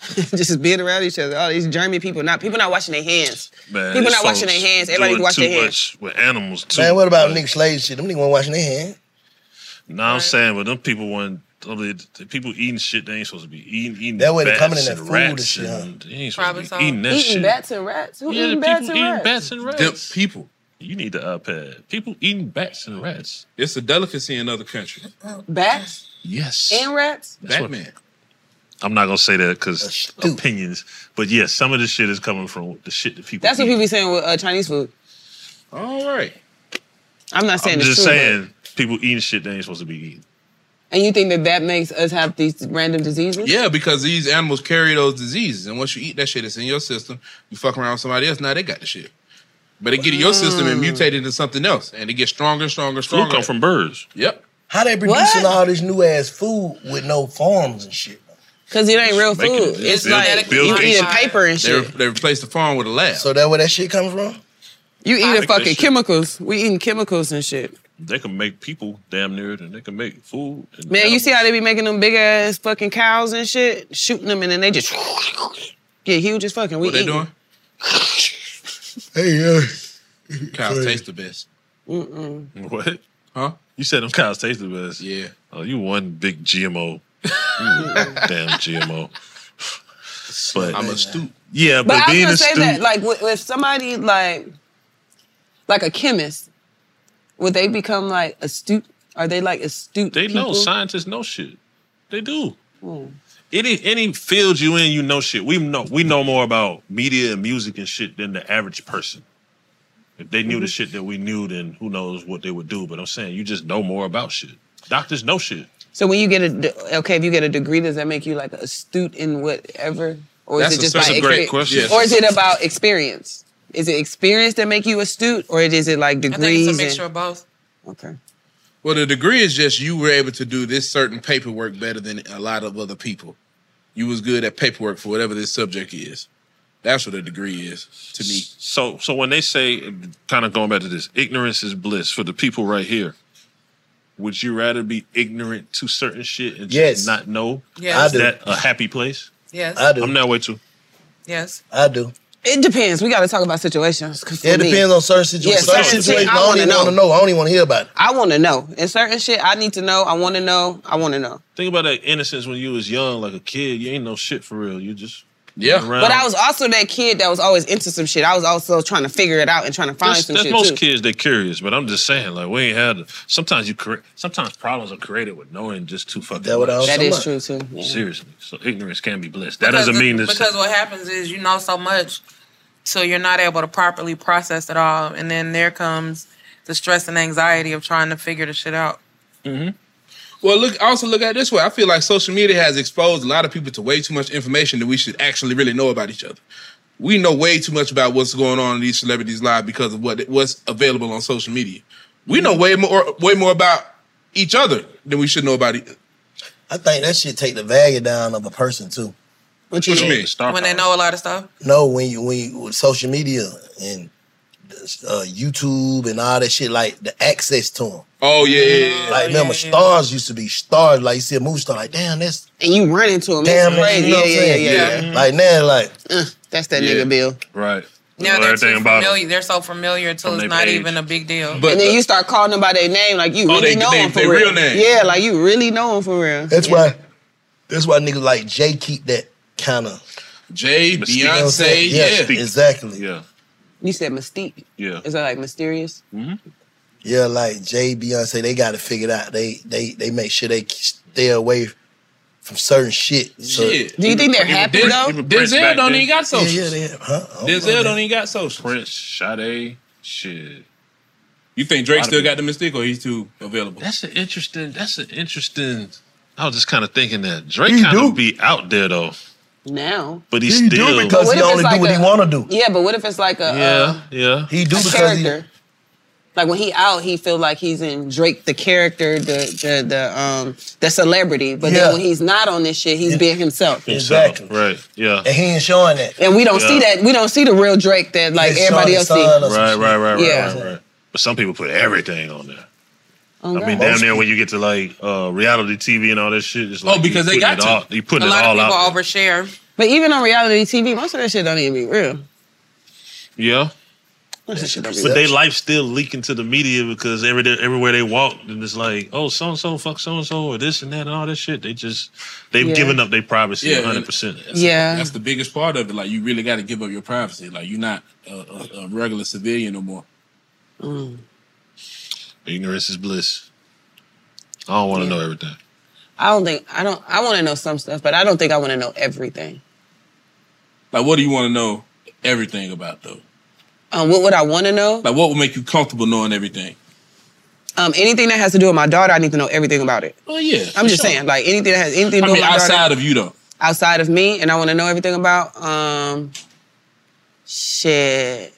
Speaker 6: *laughs* just being around each other. All these German people, not people not washing their hands.
Speaker 10: Man,
Speaker 6: people
Speaker 10: it's
Speaker 6: not washing their
Speaker 10: folks
Speaker 6: hands. Everybody
Speaker 10: doing
Speaker 6: wash
Speaker 10: too
Speaker 6: their hands.
Speaker 10: much with animals too.
Speaker 7: Man, what about Nick Slade shit? Them niggas weren't washing their hands.
Speaker 10: No, I'm saying, but them people want the people eating shit they ain't supposed to be eating. eating
Speaker 7: That way they
Speaker 10: bats
Speaker 7: coming in that
Speaker 10: and
Speaker 7: food and
Speaker 10: rats
Speaker 7: shit, huh?
Speaker 10: And, they ain't supposed
Speaker 6: Probably
Speaker 10: to be eating that
Speaker 6: eating
Speaker 10: shit.
Speaker 6: bats and rats. Who
Speaker 10: Yeah, the
Speaker 6: eating bats
Speaker 10: people
Speaker 6: and
Speaker 10: eating
Speaker 6: rats?
Speaker 10: bats and rats.
Speaker 5: people.
Speaker 4: You need the iPad. People eating bats and rats.
Speaker 5: It's a delicacy in other countries.
Speaker 6: Bats
Speaker 4: Yes.
Speaker 6: and rats.
Speaker 4: That's what-
Speaker 5: Batman.
Speaker 4: I'm not gonna say that because opinions, but yes, some of this shit is coming from the shit that people.
Speaker 6: That's what
Speaker 4: eat.
Speaker 6: people be saying with uh, Chinese food.
Speaker 5: All right.
Speaker 6: I'm not saying
Speaker 4: I'm
Speaker 6: it's
Speaker 4: just
Speaker 6: true,
Speaker 4: saying people eating shit they ain't supposed to be eating.
Speaker 6: but- And you think that that makes us have these random diseases?
Speaker 5: Yeah, because these animals carry those diseases, and once you eat that shit, it's in your system. You fuck around with somebody else, now they got the shit. But it get in your system and
Speaker 6: Mm.
Speaker 5: mutate into something else, and it gets stronger and stronger and
Speaker 7: Flu
Speaker 5: stronger.
Speaker 7: come from
Speaker 4: birds.
Speaker 5: Yep.
Speaker 7: How they producing all this new ass food with no farms and shit?
Speaker 6: Because it ain't real
Speaker 5: Making
Speaker 6: food.
Speaker 5: it
Speaker 6: It's
Speaker 5: Bill
Speaker 6: like
Speaker 5: Gates.
Speaker 6: you
Speaker 5: Bill
Speaker 6: eat a
Speaker 5: Gates.
Speaker 6: paper and
Speaker 5: They, re-
Speaker 6: shit.
Speaker 5: they replaced the farm with a lab.
Speaker 7: So that where that shit comes from?
Speaker 6: You
Speaker 4: I
Speaker 6: eating
Speaker 4: think that
Speaker 6: fucking
Speaker 4: shit-
Speaker 6: chemicals. We eating chemicals and shit.
Speaker 4: They can make people damn near, and they can make food. And
Speaker 6: Man, you see how they be making them big ass fucking cows and shit, shooting them, and then they just get huge as fucking. We
Speaker 5: What they
Speaker 6: eating.
Speaker 5: doing?
Speaker 7: Hey, uh,
Speaker 5: Cows taste the best.
Speaker 6: Mm-mm.
Speaker 4: What?
Speaker 5: Huh?
Speaker 4: You said them cows taste the best.
Speaker 5: Yeah.
Speaker 4: Oh, you one big GMO.
Speaker 5: *laughs*
Speaker 4: You damn GMO. But
Speaker 5: I'm astute.
Speaker 4: Yeah,
Speaker 6: But
Speaker 4: but,
Speaker 6: I was
Speaker 4: being
Speaker 6: gonna
Speaker 4: astute.
Speaker 6: say that, like, with, with somebody like, like a chemist, would they become like astute? Are they like astute?
Speaker 4: they know
Speaker 6: people?
Speaker 4: scientists know shit. They do. Any any field you in, you know shit. We know we know more about media and music and shit than the average person. If they knew
Speaker 6: Mhm.
Speaker 4: the shit that we knew, then who knows what they would do. But I'm saying you just know more about shit. Doctors know shit.
Speaker 6: So when you get a de- okay, if you get a degree, does that make you like astute in whatever, or
Speaker 4: That's
Speaker 6: is
Speaker 4: a-
Speaker 6: it just
Speaker 4: that's
Speaker 6: by
Speaker 4: a great
Speaker 6: exper-
Speaker 4: question. Yes.
Speaker 6: or is it about experience? Is it experience that make you astute, or is it like
Speaker 3: I think it's
Speaker 6: degrees?
Speaker 3: a
Speaker 6: and-
Speaker 3: mixture of both.
Speaker 6: okay.
Speaker 5: Well, the degree is just you were able to do this certain paperwork better than a lot of other people. You was good at paperwork for whatever this subject is. That's what a degree is to me.
Speaker 4: So so when they say kind of going back to this, ignorance is bliss for the people right here. Would you rather be ignorant to certain shit and
Speaker 7: Yes.
Speaker 4: just not know?
Speaker 7: Yes. I
Speaker 4: Is
Speaker 7: do.
Speaker 4: that a happy place?
Speaker 3: Yes.
Speaker 7: I do.
Speaker 4: I'm that way too.
Speaker 3: Yes.
Speaker 7: I do.
Speaker 6: It depends. We got to talk about situations. 'cause for
Speaker 7: Yeah, it
Speaker 6: me-
Speaker 7: depends on certain situations.
Speaker 6: Yeah,
Speaker 7: certain
Speaker 6: certain
Speaker 7: situations,
Speaker 6: shit,
Speaker 7: I
Speaker 6: I
Speaker 7: don't
Speaker 6: wanna
Speaker 7: even want to
Speaker 6: know.
Speaker 7: know. I don't even want to hear about it.
Speaker 6: I want to know. And certain shit, I need to know. I want to know. I want to know.
Speaker 4: Think about that innocence when you was young, like a kid. You ain't no shit for real. You just
Speaker 5: yeah.
Speaker 6: But I was also that kid that was always into some shit. I was also trying to figure it out and trying to find
Speaker 4: That's,
Speaker 6: some
Speaker 4: that's
Speaker 6: shit
Speaker 4: most
Speaker 6: too.
Speaker 4: kids. They're curious, but I'm just saying, like we ain't had. Sometimes you create. Sometimes problems are created with knowing just too fucking.
Speaker 7: That what I
Speaker 4: much.
Speaker 7: was That is
Speaker 6: talking true too. yeah.
Speaker 4: Seriously, so ignorance can be bliss. That doesn't mean this.
Speaker 3: because what happens is you know so much, so you're not able to properly process it all, and then there comes the stress and anxiety of trying to figure the shit out.
Speaker 5: Mm-hmm. Well, look. Also, look at it this way. I feel like social media has exposed a lot of people to way too much information that we should actually really know about each other. We know way too much about what's going on in these celebrities' lives because of what what's available on social media. We know way more way more about each other than we should know about. e-, It.
Speaker 7: I think that shit take the value down of a person too.
Speaker 6: What
Speaker 5: you What you mean? mean?
Speaker 3: when they know a lot of stuff.
Speaker 7: No, when you when you with social media and uh, YouTube and all that shit, like the access to them.
Speaker 5: Oh yeah, yeah, yeah.
Speaker 7: Like remember, stars used to be stars. Like you see a movie star, like damn, that's
Speaker 6: and you run into him.
Speaker 7: Damn,
Speaker 6: It's
Speaker 7: man,
Speaker 6: crazy.
Speaker 7: you
Speaker 6: Yeah,
Speaker 7: know what I'm
Speaker 6: yeah,
Speaker 7: saying?
Speaker 6: yeah, yeah,
Speaker 7: Like now, like
Speaker 6: Uh, that's that
Speaker 7: Yeah.
Speaker 6: nigga Bill.
Speaker 4: Right.
Speaker 3: Now they're too familiar. They're so familiar until
Speaker 6: From
Speaker 3: it's
Speaker 6: their
Speaker 3: not
Speaker 6: page.
Speaker 3: even a big deal.
Speaker 6: and then you start calling them by their name, like you
Speaker 7: Oh,
Speaker 6: really
Speaker 7: they-
Speaker 6: know
Speaker 7: they-
Speaker 6: him for
Speaker 7: they
Speaker 6: real.
Speaker 7: real name.
Speaker 6: Yeah, like you really know him for real.
Speaker 7: that's why. That's why niggas like Jay keep that kind of
Speaker 5: Jay,
Speaker 7: You know what I'm
Speaker 5: Beyonce,
Speaker 7: saying?
Speaker 5: yeah,
Speaker 7: exactly.
Speaker 4: Yeah,
Speaker 6: You said mystique.
Speaker 4: yeah,
Speaker 6: Is that like mysterious? Mm-hmm.
Speaker 7: yeah. Like Jay, Beyonce, they got it figured out. They they they make sure they stay away from certain shit. So,
Speaker 5: Shit. Even Den- Denzel don't even got social.
Speaker 7: Yeah, yeah, they have, huh? I don't know
Speaker 5: Denzel
Speaker 7: that.
Speaker 5: don't even got social.
Speaker 4: Prince, Sade, shit.
Speaker 5: You think
Speaker 4: A
Speaker 5: Drake
Speaker 4: lot of
Speaker 5: still got the mystique, or he's too available?
Speaker 4: That's an interesting. That's an interesting. I was just kind of thinking that Drake
Speaker 5: He
Speaker 4: kind
Speaker 5: do.
Speaker 4: of be out there though,
Speaker 6: Now.
Speaker 4: but he's
Speaker 7: He do
Speaker 4: still
Speaker 7: because
Speaker 6: But what if
Speaker 7: he only
Speaker 6: it's
Speaker 7: do what
Speaker 6: like
Speaker 7: he
Speaker 6: a-
Speaker 7: want to do.
Speaker 6: Yeah, but what if it's like a, uh,
Speaker 4: Yeah, yeah.
Speaker 7: He do
Speaker 6: a
Speaker 7: because
Speaker 6: character? Like when he out, he feel like he's in Drake the character, the the the um the celebrity. But
Speaker 7: Yeah.
Speaker 6: then when he's not on this shit, he's being himself.
Speaker 7: Exactly.
Speaker 4: right. Yeah.
Speaker 7: and he ain't showing that.
Speaker 6: And we don't see that. We don't see the real Drake that like
Speaker 7: His
Speaker 6: everybody else
Speaker 7: shortest
Speaker 6: see.
Speaker 7: son or
Speaker 4: Right, right, right, right,
Speaker 6: Yeah.
Speaker 4: right, right. But some people put everything on there.
Speaker 6: Oh,
Speaker 4: I mean,
Speaker 6: God.
Speaker 4: damn near when you get to like uh, reality TV and all that shit. It's like
Speaker 5: Oh, because
Speaker 4: you
Speaker 5: they
Speaker 4: putting
Speaker 5: got
Speaker 4: it
Speaker 5: to.
Speaker 4: All, you putting
Speaker 3: a
Speaker 4: it
Speaker 3: lot
Speaker 4: all
Speaker 3: of people
Speaker 4: out.
Speaker 3: overshare.
Speaker 6: But even on reality TV, most of that shit don't even be real.
Speaker 4: Yeah.
Speaker 6: Most of that shit don't be
Speaker 4: But
Speaker 6: real.
Speaker 4: they life still leaking to the media because every day, everywhere they walk, and it's like, oh, so and so fuck so and so or this and that and all that shit. They just they've
Speaker 6: Yeah.
Speaker 4: given up their privacy
Speaker 5: Yeah,
Speaker 4: one hundred percent.
Speaker 5: That's
Speaker 6: Yeah.
Speaker 5: that's the biggest part of it. Like you really got to give up your privacy. Like you're not a, a, a regular civilian no more.
Speaker 4: Ignorance is bliss. I don't want to know everything.
Speaker 6: I don't think I don't. I want to know some stuff, but I don't think I want to know everything.
Speaker 11: Like, what do you want to know everything about though?
Speaker 6: Um, what would I want to know?
Speaker 11: Like, what would make you comfortable knowing everything?
Speaker 6: Um, anything that has to do with my daughter, I need to know everything about it.
Speaker 11: Oh yeah,
Speaker 6: I'm
Speaker 11: for
Speaker 6: just
Speaker 11: sure.
Speaker 6: saying, like anything that has anything to
Speaker 11: I mean,
Speaker 6: do with my daughter
Speaker 11: outside of you though.
Speaker 6: outside of me and I want to know everything about um shit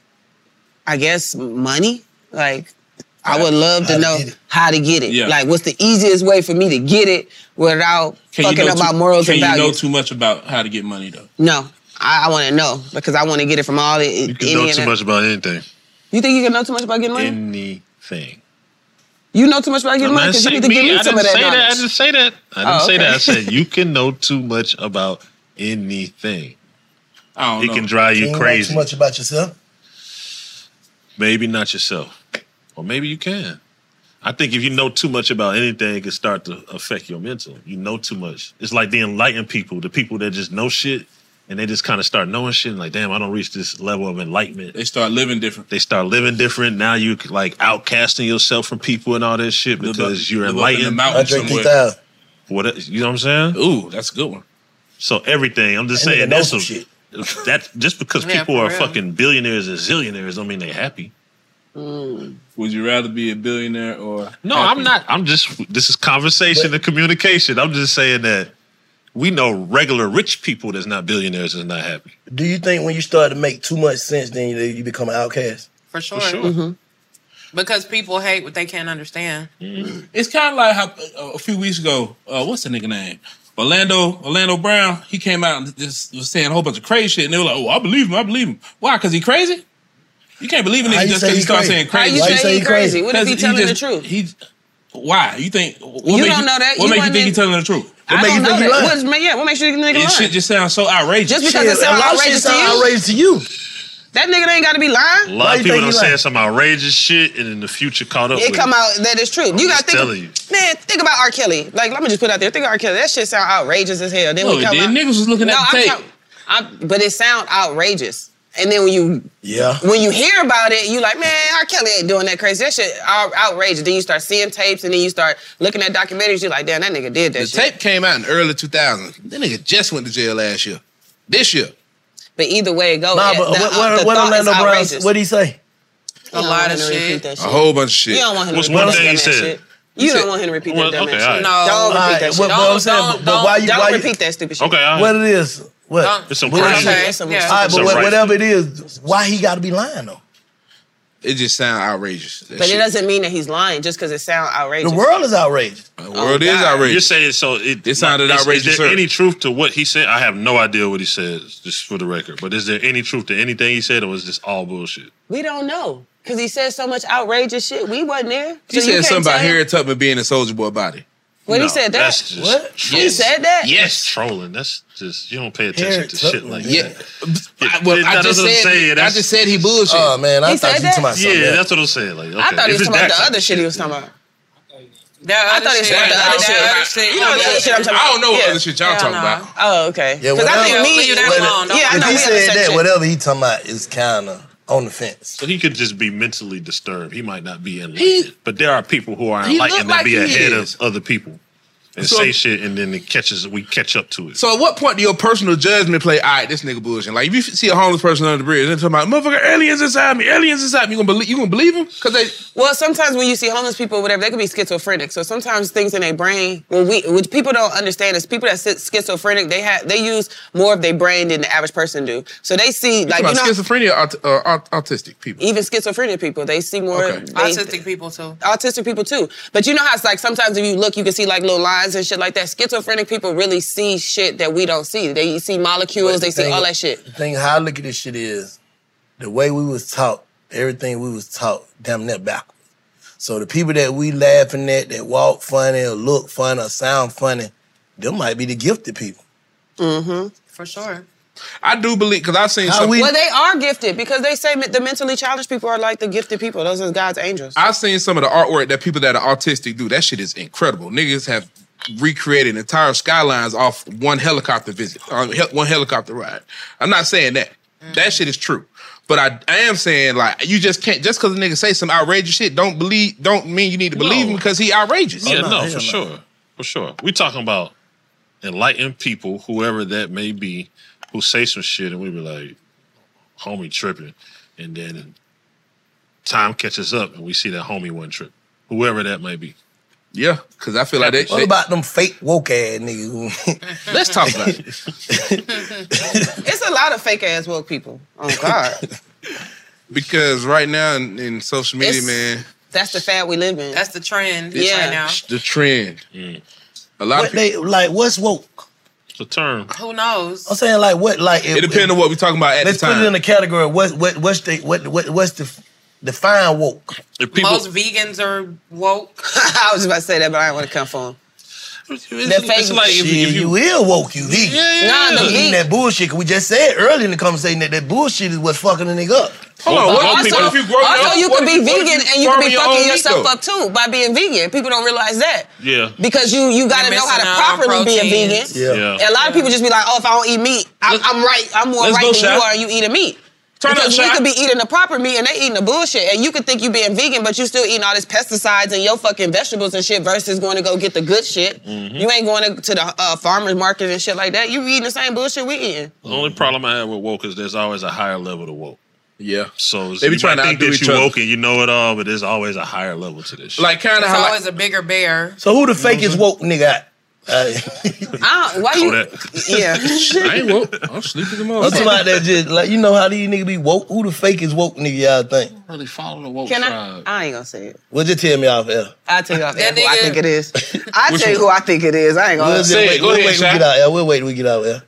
Speaker 6: I guess money like I would love to know how to get it.
Speaker 11: Yeah.
Speaker 6: Like what's the easiest way for me to get it without
Speaker 11: Can you
Speaker 6: fucking
Speaker 11: know
Speaker 6: up my
Speaker 11: too-
Speaker 6: morals
Speaker 11: Can
Speaker 6: and
Speaker 11: you know
Speaker 6: values?
Speaker 11: too much about how to get money though?
Speaker 6: no. I, I want to know because I want to get it from all the You
Speaker 11: about anything.
Speaker 6: You think you can know too much about getting money?
Speaker 4: Anything.
Speaker 6: you know too much about getting
Speaker 4: I'm
Speaker 6: money
Speaker 4: not
Speaker 6: because you
Speaker 4: saying
Speaker 6: need to give
Speaker 4: me.
Speaker 6: me
Speaker 4: I
Speaker 6: some
Speaker 4: didn't
Speaker 6: of that
Speaker 4: say
Speaker 6: knowledge.
Speaker 4: that. I didn't say that. I didn't
Speaker 6: Oh,
Speaker 4: say that. I
Speaker 6: okay.
Speaker 4: said you can know too much about anything.
Speaker 11: I
Speaker 4: it can drive you
Speaker 7: Can't know
Speaker 4: crazy.
Speaker 7: Too much about yourself.
Speaker 4: Maybe not yourself, or maybe you can. I think if you know too much about anything, it can start to affect your mental. You know too much. It's like the enlightened people, the people that just know shit, and they just kind of start knowing shit. And like, damn, I don't reach this level of enlightenment.
Speaker 11: They start living different.
Speaker 4: They start living different. Now you like outcasting yourself from people and all that shit
Speaker 11: Live up-
Speaker 4: because
Speaker 11: live
Speaker 4: you're
Speaker 11: up in the
Speaker 4: enlightened.
Speaker 11: mountains Andre somewhere. 3000.
Speaker 4: What you know what I'm saying?
Speaker 11: Ooh, that's a good one.
Speaker 4: So everything. I'm just
Speaker 11: That nigga
Speaker 4: saying
Speaker 11: know
Speaker 4: that's
Speaker 11: some
Speaker 4: a,
Speaker 11: shit.
Speaker 4: *laughs* That just because
Speaker 11: Yeah,
Speaker 4: people
Speaker 11: for
Speaker 4: are
Speaker 11: real.
Speaker 4: fucking billionaires and zillionaires don't mean they happy.
Speaker 6: Mm.
Speaker 11: Would you rather be a billionaire or
Speaker 4: No, I'm not. I'm just. This is conversation and communication. I'm just saying that we know regular rich people that's not billionaires is not happy.
Speaker 7: Do you think when you start to make too much sense, then you, you become an outcast?
Speaker 3: For sure.
Speaker 7: Mm-hmm.
Speaker 3: Because people hate what they can't understand.
Speaker 11: Mm-hmm. It's kind of like how uh, a few weeks ago, uh, what's the nigga name? Orlando Orlando Brown. He came out and just was saying a whole bunch of crazy shit, and they were like, "Oh, I believe him. I believe him. Why? Because he crazy." You can't believe a
Speaker 7: How
Speaker 11: nigga
Speaker 7: you
Speaker 11: just
Speaker 7: say
Speaker 11: because
Speaker 7: he
Speaker 11: he starts
Speaker 7: crazy?
Speaker 11: saying
Speaker 7: How
Speaker 11: crazy.
Speaker 7: you say he crazy? What if he
Speaker 11: 'Cause
Speaker 6: telling the
Speaker 11: just-
Speaker 6: truth?
Speaker 11: He, why? You think? What
Speaker 6: You
Speaker 11: make
Speaker 6: don't know that.
Speaker 11: What
Speaker 6: You
Speaker 11: make you
Speaker 6: wasn't
Speaker 11: think
Speaker 6: in-
Speaker 11: he's telling the truth?
Speaker 6: I don't know
Speaker 11: lying?
Speaker 6: that. What, yeah, what makes you think the nigga
Speaker 11: This shit
Speaker 6: lying?
Speaker 11: just sounds so outrageous.
Speaker 6: Just because it Shit, sounds a lot of shit outrageous to sound you? outrageous
Speaker 7: to you.
Speaker 6: That nigga ain't got to be
Speaker 4: A
Speaker 6: lying.
Speaker 4: lot of people don't say some outrageous shit, and in the future caught up.
Speaker 6: It
Speaker 4: with
Speaker 6: come out that it's true. you
Speaker 4: just
Speaker 6: gotta think,
Speaker 4: telling you.
Speaker 6: man. Think about R. Kelly. Like, let me just put it out there. Think of R. Kelly. That shit sound outrageous as hell. Then
Speaker 11: No,
Speaker 6: we
Speaker 11: it
Speaker 6: come
Speaker 11: didn't.
Speaker 6: out.
Speaker 11: Niggas was looking
Speaker 6: no,
Speaker 11: at the
Speaker 6: I'm
Speaker 11: tape.
Speaker 6: talking- I'm- but it sound outrageous. And then when you
Speaker 7: Yeah.
Speaker 6: when you hear about it, you like, man, R. Kelly ain't doing that crazy. That shit out- outrageous. Then you start seeing tapes, and then you start looking at documentaries. You're like, damn, that nigga did that
Speaker 5: The
Speaker 6: shit.
Speaker 5: tape came out in early 2000s. That nigga just went to jail last year. This year.
Speaker 6: But either way it goes,
Speaker 7: Nah,
Speaker 6: it-
Speaker 7: but
Speaker 6: the, uh,
Speaker 7: what, what,
Speaker 6: the
Speaker 7: what
Speaker 6: thought is
Speaker 7: Orlando Brown?
Speaker 6: outrageous.
Speaker 7: What did he say?
Speaker 6: A lot of shit.
Speaker 5: A whole bunch of shit.
Speaker 6: You don't want him to
Speaker 7: What's
Speaker 6: repeat
Speaker 7: one
Speaker 6: that
Speaker 7: thing he
Speaker 6: dumb ass
Speaker 7: said?
Speaker 6: shit. You don't want him to repeat that dumb ass shit.
Speaker 7: All
Speaker 6: Don't
Speaker 7: right,
Speaker 6: repeat that shit.
Speaker 7: What, what I'm saying, but- but why you
Speaker 6: don't
Speaker 7: why you-
Speaker 6: repeat that stupid shit.
Speaker 7: What it is? What?
Speaker 6: Don't- It's some
Speaker 7: What it
Speaker 6: crazy-
Speaker 7: is?
Speaker 6: Okay, it's some
Speaker 7: All right,
Speaker 6: stupid
Speaker 7: but
Speaker 6: shit.
Speaker 7: what- whatever it is, why he got to be lying though?
Speaker 5: It just sounds outrageous. That
Speaker 6: But
Speaker 5: shit.
Speaker 6: it doesn't mean that he's lying just because it sounds outrageous.
Speaker 7: The world is outrageous.
Speaker 6: Oh,
Speaker 5: The world is outrageous.
Speaker 4: Oh, You're saying so. It,
Speaker 5: It sounded
Speaker 4: is-
Speaker 5: outrageous,
Speaker 4: Is there
Speaker 5: sir.
Speaker 4: any truth to what he said? I have no idea what he said, just for the record. But is there any truth to anything he said, or was this all bullshit?
Speaker 6: We don't know because he said so much outrageous shit. We wasn't there. so
Speaker 5: He
Speaker 6: you
Speaker 5: said
Speaker 6: can't
Speaker 5: something about
Speaker 6: tell him.
Speaker 5: Harriet Tubman being a soldier boy body.
Speaker 6: What he
Speaker 5: No,
Speaker 6: said that?
Speaker 5: that's just
Speaker 6: what
Speaker 5: trolling.
Speaker 6: he said that?
Speaker 4: Yes, trolling. That's just you don't pay attention
Speaker 5: Harriet
Speaker 4: to
Speaker 5: Tubman,
Speaker 4: shit like
Speaker 5: yeah.
Speaker 4: that.
Speaker 5: I, well,
Speaker 4: That-
Speaker 5: I
Speaker 4: that's
Speaker 5: just
Speaker 4: what I'm
Speaker 5: said.
Speaker 4: saying,
Speaker 5: he- I
Speaker 4: that's-
Speaker 5: just said he bullshit.
Speaker 7: Oh, man, I He thought said you that? talking about something
Speaker 4: Yeah,
Speaker 7: else.
Speaker 4: that's what I'm saying. Like,
Speaker 6: I
Speaker 4: okay,
Speaker 6: thought he
Speaker 4: if
Speaker 6: was
Speaker 4: it's
Speaker 6: talking about
Speaker 4: that
Speaker 6: the
Speaker 4: type
Speaker 6: other
Speaker 4: of
Speaker 6: shit he was talking about. I thought he was
Speaker 3: shit.
Speaker 6: talking about the
Speaker 3: That
Speaker 6: other shit.
Speaker 3: other shit.
Speaker 6: You know the other shit I'm talking about.
Speaker 5: I don't know what
Speaker 6: Yeah.
Speaker 5: other shit y'all
Speaker 6: Hell
Speaker 5: talking
Speaker 6: no.
Speaker 5: about.
Speaker 6: Oh, okay.
Speaker 7: Yeah,
Speaker 6: Because I
Speaker 7: whatever-
Speaker 6: think me,
Speaker 7: whatever-
Speaker 6: yeah, I
Speaker 7: if
Speaker 6: know
Speaker 7: he
Speaker 6: we
Speaker 7: said
Speaker 6: said
Speaker 7: that,
Speaker 6: shit.
Speaker 7: whatever he talking about is kind of on the fence.
Speaker 4: So he could just be mentally disturbed. He might not be enlightened, but there are people who are
Speaker 5: He look
Speaker 4: enlightened that be
Speaker 5: like he
Speaker 4: ahead
Speaker 5: is.
Speaker 4: of other people and
Speaker 5: So-
Speaker 4: say shit, and then it catches. We catch up to it.
Speaker 5: So at what point do your personal judgment play? All right, this nigga bullshit. Like if you see a homeless person under the bridge, they're talking about motherfucker aliens inside me, aliens inside me. You gonna believe? You gonna believe them? Because they
Speaker 6: Well, sometimes when you see homeless people, or whatever, they could be schizophrenic. So sometimes things in their brain, well, we, which people don't understand is people that sit schizophrenic, they have they use more of their brain than the average person do. So they see like
Speaker 5: like,
Speaker 6: you
Speaker 5: about
Speaker 6: know,
Speaker 5: schizophrenia, aut- uh, aut- autistic people.
Speaker 6: even schizophrenic people, they see more
Speaker 5: Okay.
Speaker 6: they-
Speaker 3: Autistic people too.
Speaker 6: autistic people too. But you know how it's like sometimes if you look, you can see like little lines and shit like that. Schizophrenic people really see shit that we don't see. They see molecules,
Speaker 7: But
Speaker 6: they
Speaker 7: the
Speaker 6: see
Speaker 7: thing-
Speaker 6: all that shit.
Speaker 7: The thing how I look at this shit is the way we was taught, everything we was taught, damn near backwards. So the people that we laughing at, that walk funny or look funny or sound funny, them might be the gifted people.
Speaker 6: Mm-hmm.
Speaker 3: For sure.
Speaker 5: I do believe because I've seen
Speaker 7: How
Speaker 5: some.
Speaker 7: we-
Speaker 6: well, they are gifted because they say the mentally challenged people are like the gifted people. Those are God's
Speaker 5: *laughs*
Speaker 6: angels.
Speaker 5: I've seen some of the artwork that people that are autistic do. That shit is incredible. Niggas have recreated entire skylines off
Speaker 12: uh, Mm.
Speaker 5: one helicopter visit, um, hel- one helicopter ride. I'm not saying that. That shit is true.
Speaker 12: But I, I am saying like you just can't just because a nigga say some outrageous shit don't believe don't mean you need to believe him because he outrageous.
Speaker 7: Oh,
Speaker 4: Yeah, Oh, no, for sure. For sure. We talking about enlightened people, whoever that may be, who say some shit and we be like, homie tripping. And then time catches up and we see that homie one trip. Whoever that may be.
Speaker 12: Yeah, because I feel like they-
Speaker 7: What about them fake woke ass niggas?
Speaker 12: Let's talk about it.
Speaker 6: It's a lot of fake ass woke people. Oh God,
Speaker 12: *laughs* Because right now in, in social media,
Speaker 6: It's-
Speaker 12: man,
Speaker 6: that's the fad we live in.
Speaker 8: That's the trend
Speaker 12: it's
Speaker 6: yeah.
Speaker 12: the trend. A lot
Speaker 7: Mm. What
Speaker 12: of people,
Speaker 7: they like? What's woke?
Speaker 4: It's a term.
Speaker 8: Who knows?
Speaker 7: *laughs* I'm saying like what? Like
Speaker 12: It depends on what we're talking about at the
Speaker 7: let's put
Speaker 12: time.
Speaker 7: it in the category. of What? What? What's the? What? What? What's the? Define woke.
Speaker 4: If
Speaker 8: Most vegans are woke.
Speaker 6: *laughs* I was about to say that, but I didn't want to come for him.
Speaker 7: That fake shit, you, will woke you vegan.
Speaker 6: Yeah, yeah, Nah, yeah. the
Speaker 7: Eating that bullshit. 'cause We just said earlier in the conversation that that bullshit is what's fucking a nigga up.
Speaker 12: Hold on, what-
Speaker 6: also,
Speaker 12: what if you grow
Speaker 6: also you
Speaker 12: your- what
Speaker 6: could
Speaker 12: if
Speaker 6: be
Speaker 12: you- what if
Speaker 6: vegan
Speaker 12: you
Speaker 6: and you could
Speaker 12: farm
Speaker 6: be
Speaker 12: your
Speaker 6: fucking
Speaker 12: own meat,
Speaker 6: yourself
Speaker 12: though?
Speaker 6: up too by being vegan. People don't realize that
Speaker 4: Yeah.
Speaker 6: because you you got to
Speaker 8: You're
Speaker 6: know how
Speaker 8: missing out
Speaker 6: to
Speaker 8: on
Speaker 6: properly be a vegan.
Speaker 8: proteins.
Speaker 4: Yeah. Yeah.
Speaker 6: And a lot of people just be like, oh, if I don't eat meat, I'm, I'm right. I'm more
Speaker 4: Let's
Speaker 6: right
Speaker 4: go,
Speaker 6: than
Speaker 4: Shaq.
Speaker 6: you are. You eating meat.
Speaker 4: Turn up,
Speaker 6: because we
Speaker 4: Shaq.
Speaker 6: could be eating the proper meat and they eating the bullshit, and you could think you being vegan, but you still eating all this pesticides and your fucking vegetables and shit. Versus going to go get the good shit.
Speaker 4: Mhm.
Speaker 6: You ain't going to, to the uh, farmers market and shit like that. You eating the same bullshit we eating.
Speaker 4: The
Speaker 12: Mhm.
Speaker 4: only problem I have with woke is there's always a higher level to woke.
Speaker 12: Yeah.
Speaker 4: So
Speaker 12: They be
Speaker 4: you
Speaker 12: trying
Speaker 4: might
Speaker 12: to
Speaker 4: think
Speaker 12: outdo
Speaker 4: that
Speaker 12: each
Speaker 4: you
Speaker 12: other.
Speaker 4: woke and you know it all, but there's always a higher level to this. Shit.
Speaker 12: Like kind
Speaker 8: It's
Speaker 12: of how like,
Speaker 8: always a bigger bear.
Speaker 7: So who the fakest woke nigga? At?
Speaker 6: *laughs* I don't, why you?
Speaker 3: *laughs*
Speaker 6: Yeah.
Speaker 12: I ain't woke. I'm sleeping tomorrow.
Speaker 7: I'm talking about that just like you know how these niggas be woke. Who the fakest woke nigga y'all think?
Speaker 4: Really follow the woke
Speaker 6: Can I? I ain't gonna say it.
Speaker 7: Well, just tell me off air.
Speaker 6: I'll tell you off air
Speaker 7: That
Speaker 6: who I
Speaker 7: nigga-
Speaker 6: think it is. I'll
Speaker 7: Which
Speaker 6: tell you who
Speaker 7: one?
Speaker 6: I think it is. I ain't
Speaker 7: We'll
Speaker 6: gonna
Speaker 7: just wait. We'll wait. till We get out air. We'll wait. till We get out air.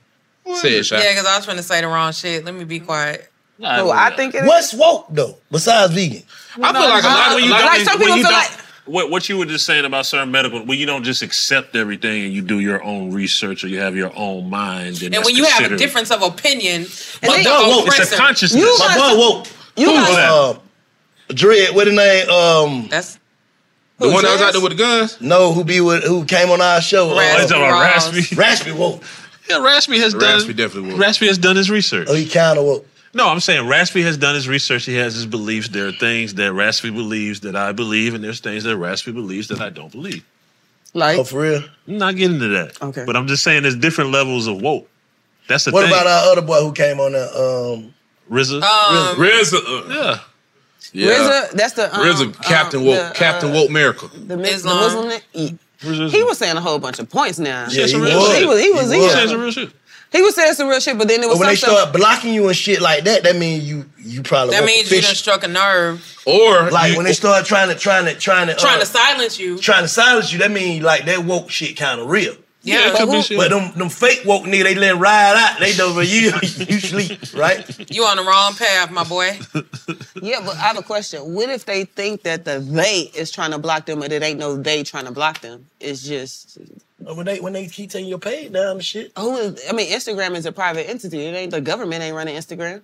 Speaker 12: Say it,
Speaker 8: Yeah, because I was trying to say the wrong shit. Let me be quiet.
Speaker 6: Who I think it is.
Speaker 7: What's woke though? Besides vegan,
Speaker 4: I feel like a
Speaker 8: When
Speaker 4: lot, when
Speaker 8: you
Speaker 4: you
Speaker 8: don't-
Speaker 4: don't,
Speaker 8: like, some
Speaker 4: when
Speaker 8: people
Speaker 4: you
Speaker 8: feel
Speaker 4: don't
Speaker 8: like-
Speaker 4: what what you were just saying about certain medical, when you don't just accept everything and you do your own research or you have your own mind, then
Speaker 8: And
Speaker 4: that's
Speaker 8: when you have a
Speaker 4: considered-
Speaker 8: difference of opinion,
Speaker 4: My
Speaker 8: with the
Speaker 4: God, whoa, it's a
Speaker 8: oppressor-
Speaker 4: consciousness.
Speaker 7: You my boy woke.
Speaker 6: You
Speaker 7: Who
Speaker 8: guys-
Speaker 7: was, um, Dread. What the name? Um,
Speaker 8: that's
Speaker 12: The one that was out there with the guns.
Speaker 7: No, who be with who came on our show? uh,
Speaker 4: Raspy talking about Ross. Raspy?
Speaker 7: *laughs* Raspy woke.
Speaker 4: Yeah, Raspy has done.
Speaker 7: Raspy
Speaker 4: definitely Raspy has done his research.
Speaker 7: Oh, he kind of woke.
Speaker 4: No, I'm saying Raspy has done his research. He has his beliefs. There are things that Raspy believes that I believe, and there's things that Raspy believes that I don't believe.
Speaker 6: Like,
Speaker 7: oh, for real.
Speaker 4: I'm not getting into that.
Speaker 6: Okay.
Speaker 4: But I'm just saying there's different levels of woke. That's the
Speaker 7: What
Speaker 4: thing.
Speaker 7: about uh, our other boy who came on that? Um,
Speaker 4: RZA?
Speaker 7: Um,
Speaker 12: RZA.
Speaker 4: Yeah.
Speaker 6: RZA, that's the um,
Speaker 12: RZA, Captain
Speaker 6: um,
Speaker 12: Woke,
Speaker 6: the,
Speaker 12: Captain
Speaker 6: uh,
Speaker 12: Woke Miracle.
Speaker 6: the, mi- the
Speaker 8: Islam.
Speaker 6: Muslim. ni- He, he was saying a whole bunch of points now.
Speaker 7: Yeah, he was.
Speaker 6: uh, He was. He was. He
Speaker 7: He was.
Speaker 6: was,
Speaker 7: Saying some
Speaker 4: real shit.
Speaker 6: He was saying some real shit, but then there
Speaker 7: but
Speaker 6: was
Speaker 7: when they
Speaker 6: some
Speaker 7: start
Speaker 6: stuff.
Speaker 7: blocking you and shit like that, that means you you probably
Speaker 8: that
Speaker 7: woke
Speaker 8: means you done
Speaker 7: official.
Speaker 8: struck a nerve.
Speaker 12: Or
Speaker 7: like when they start trying to trying to trying to
Speaker 8: Trying
Speaker 7: uh,
Speaker 8: to silence you.
Speaker 7: trying to silence you, that mean like that woke shit kind of real.
Speaker 8: Yeah, Yeah, it
Speaker 7: but,
Speaker 8: could be
Speaker 7: who-
Speaker 8: shit.
Speaker 7: but them them fake woke nigga, they let it ride out. They know where *laughs* you you sleep, right?
Speaker 8: You on the wrong path, my
Speaker 4: *laughs*
Speaker 8: boy.
Speaker 6: Yeah, but I have a question. What if they think that the they is trying to block them, but it ain't no they trying to block them? It's just
Speaker 7: But When they when they keep taking your page down and shit.
Speaker 6: who is? I mean, Instagram is a private entity. It ain't the government ain't running Instagram.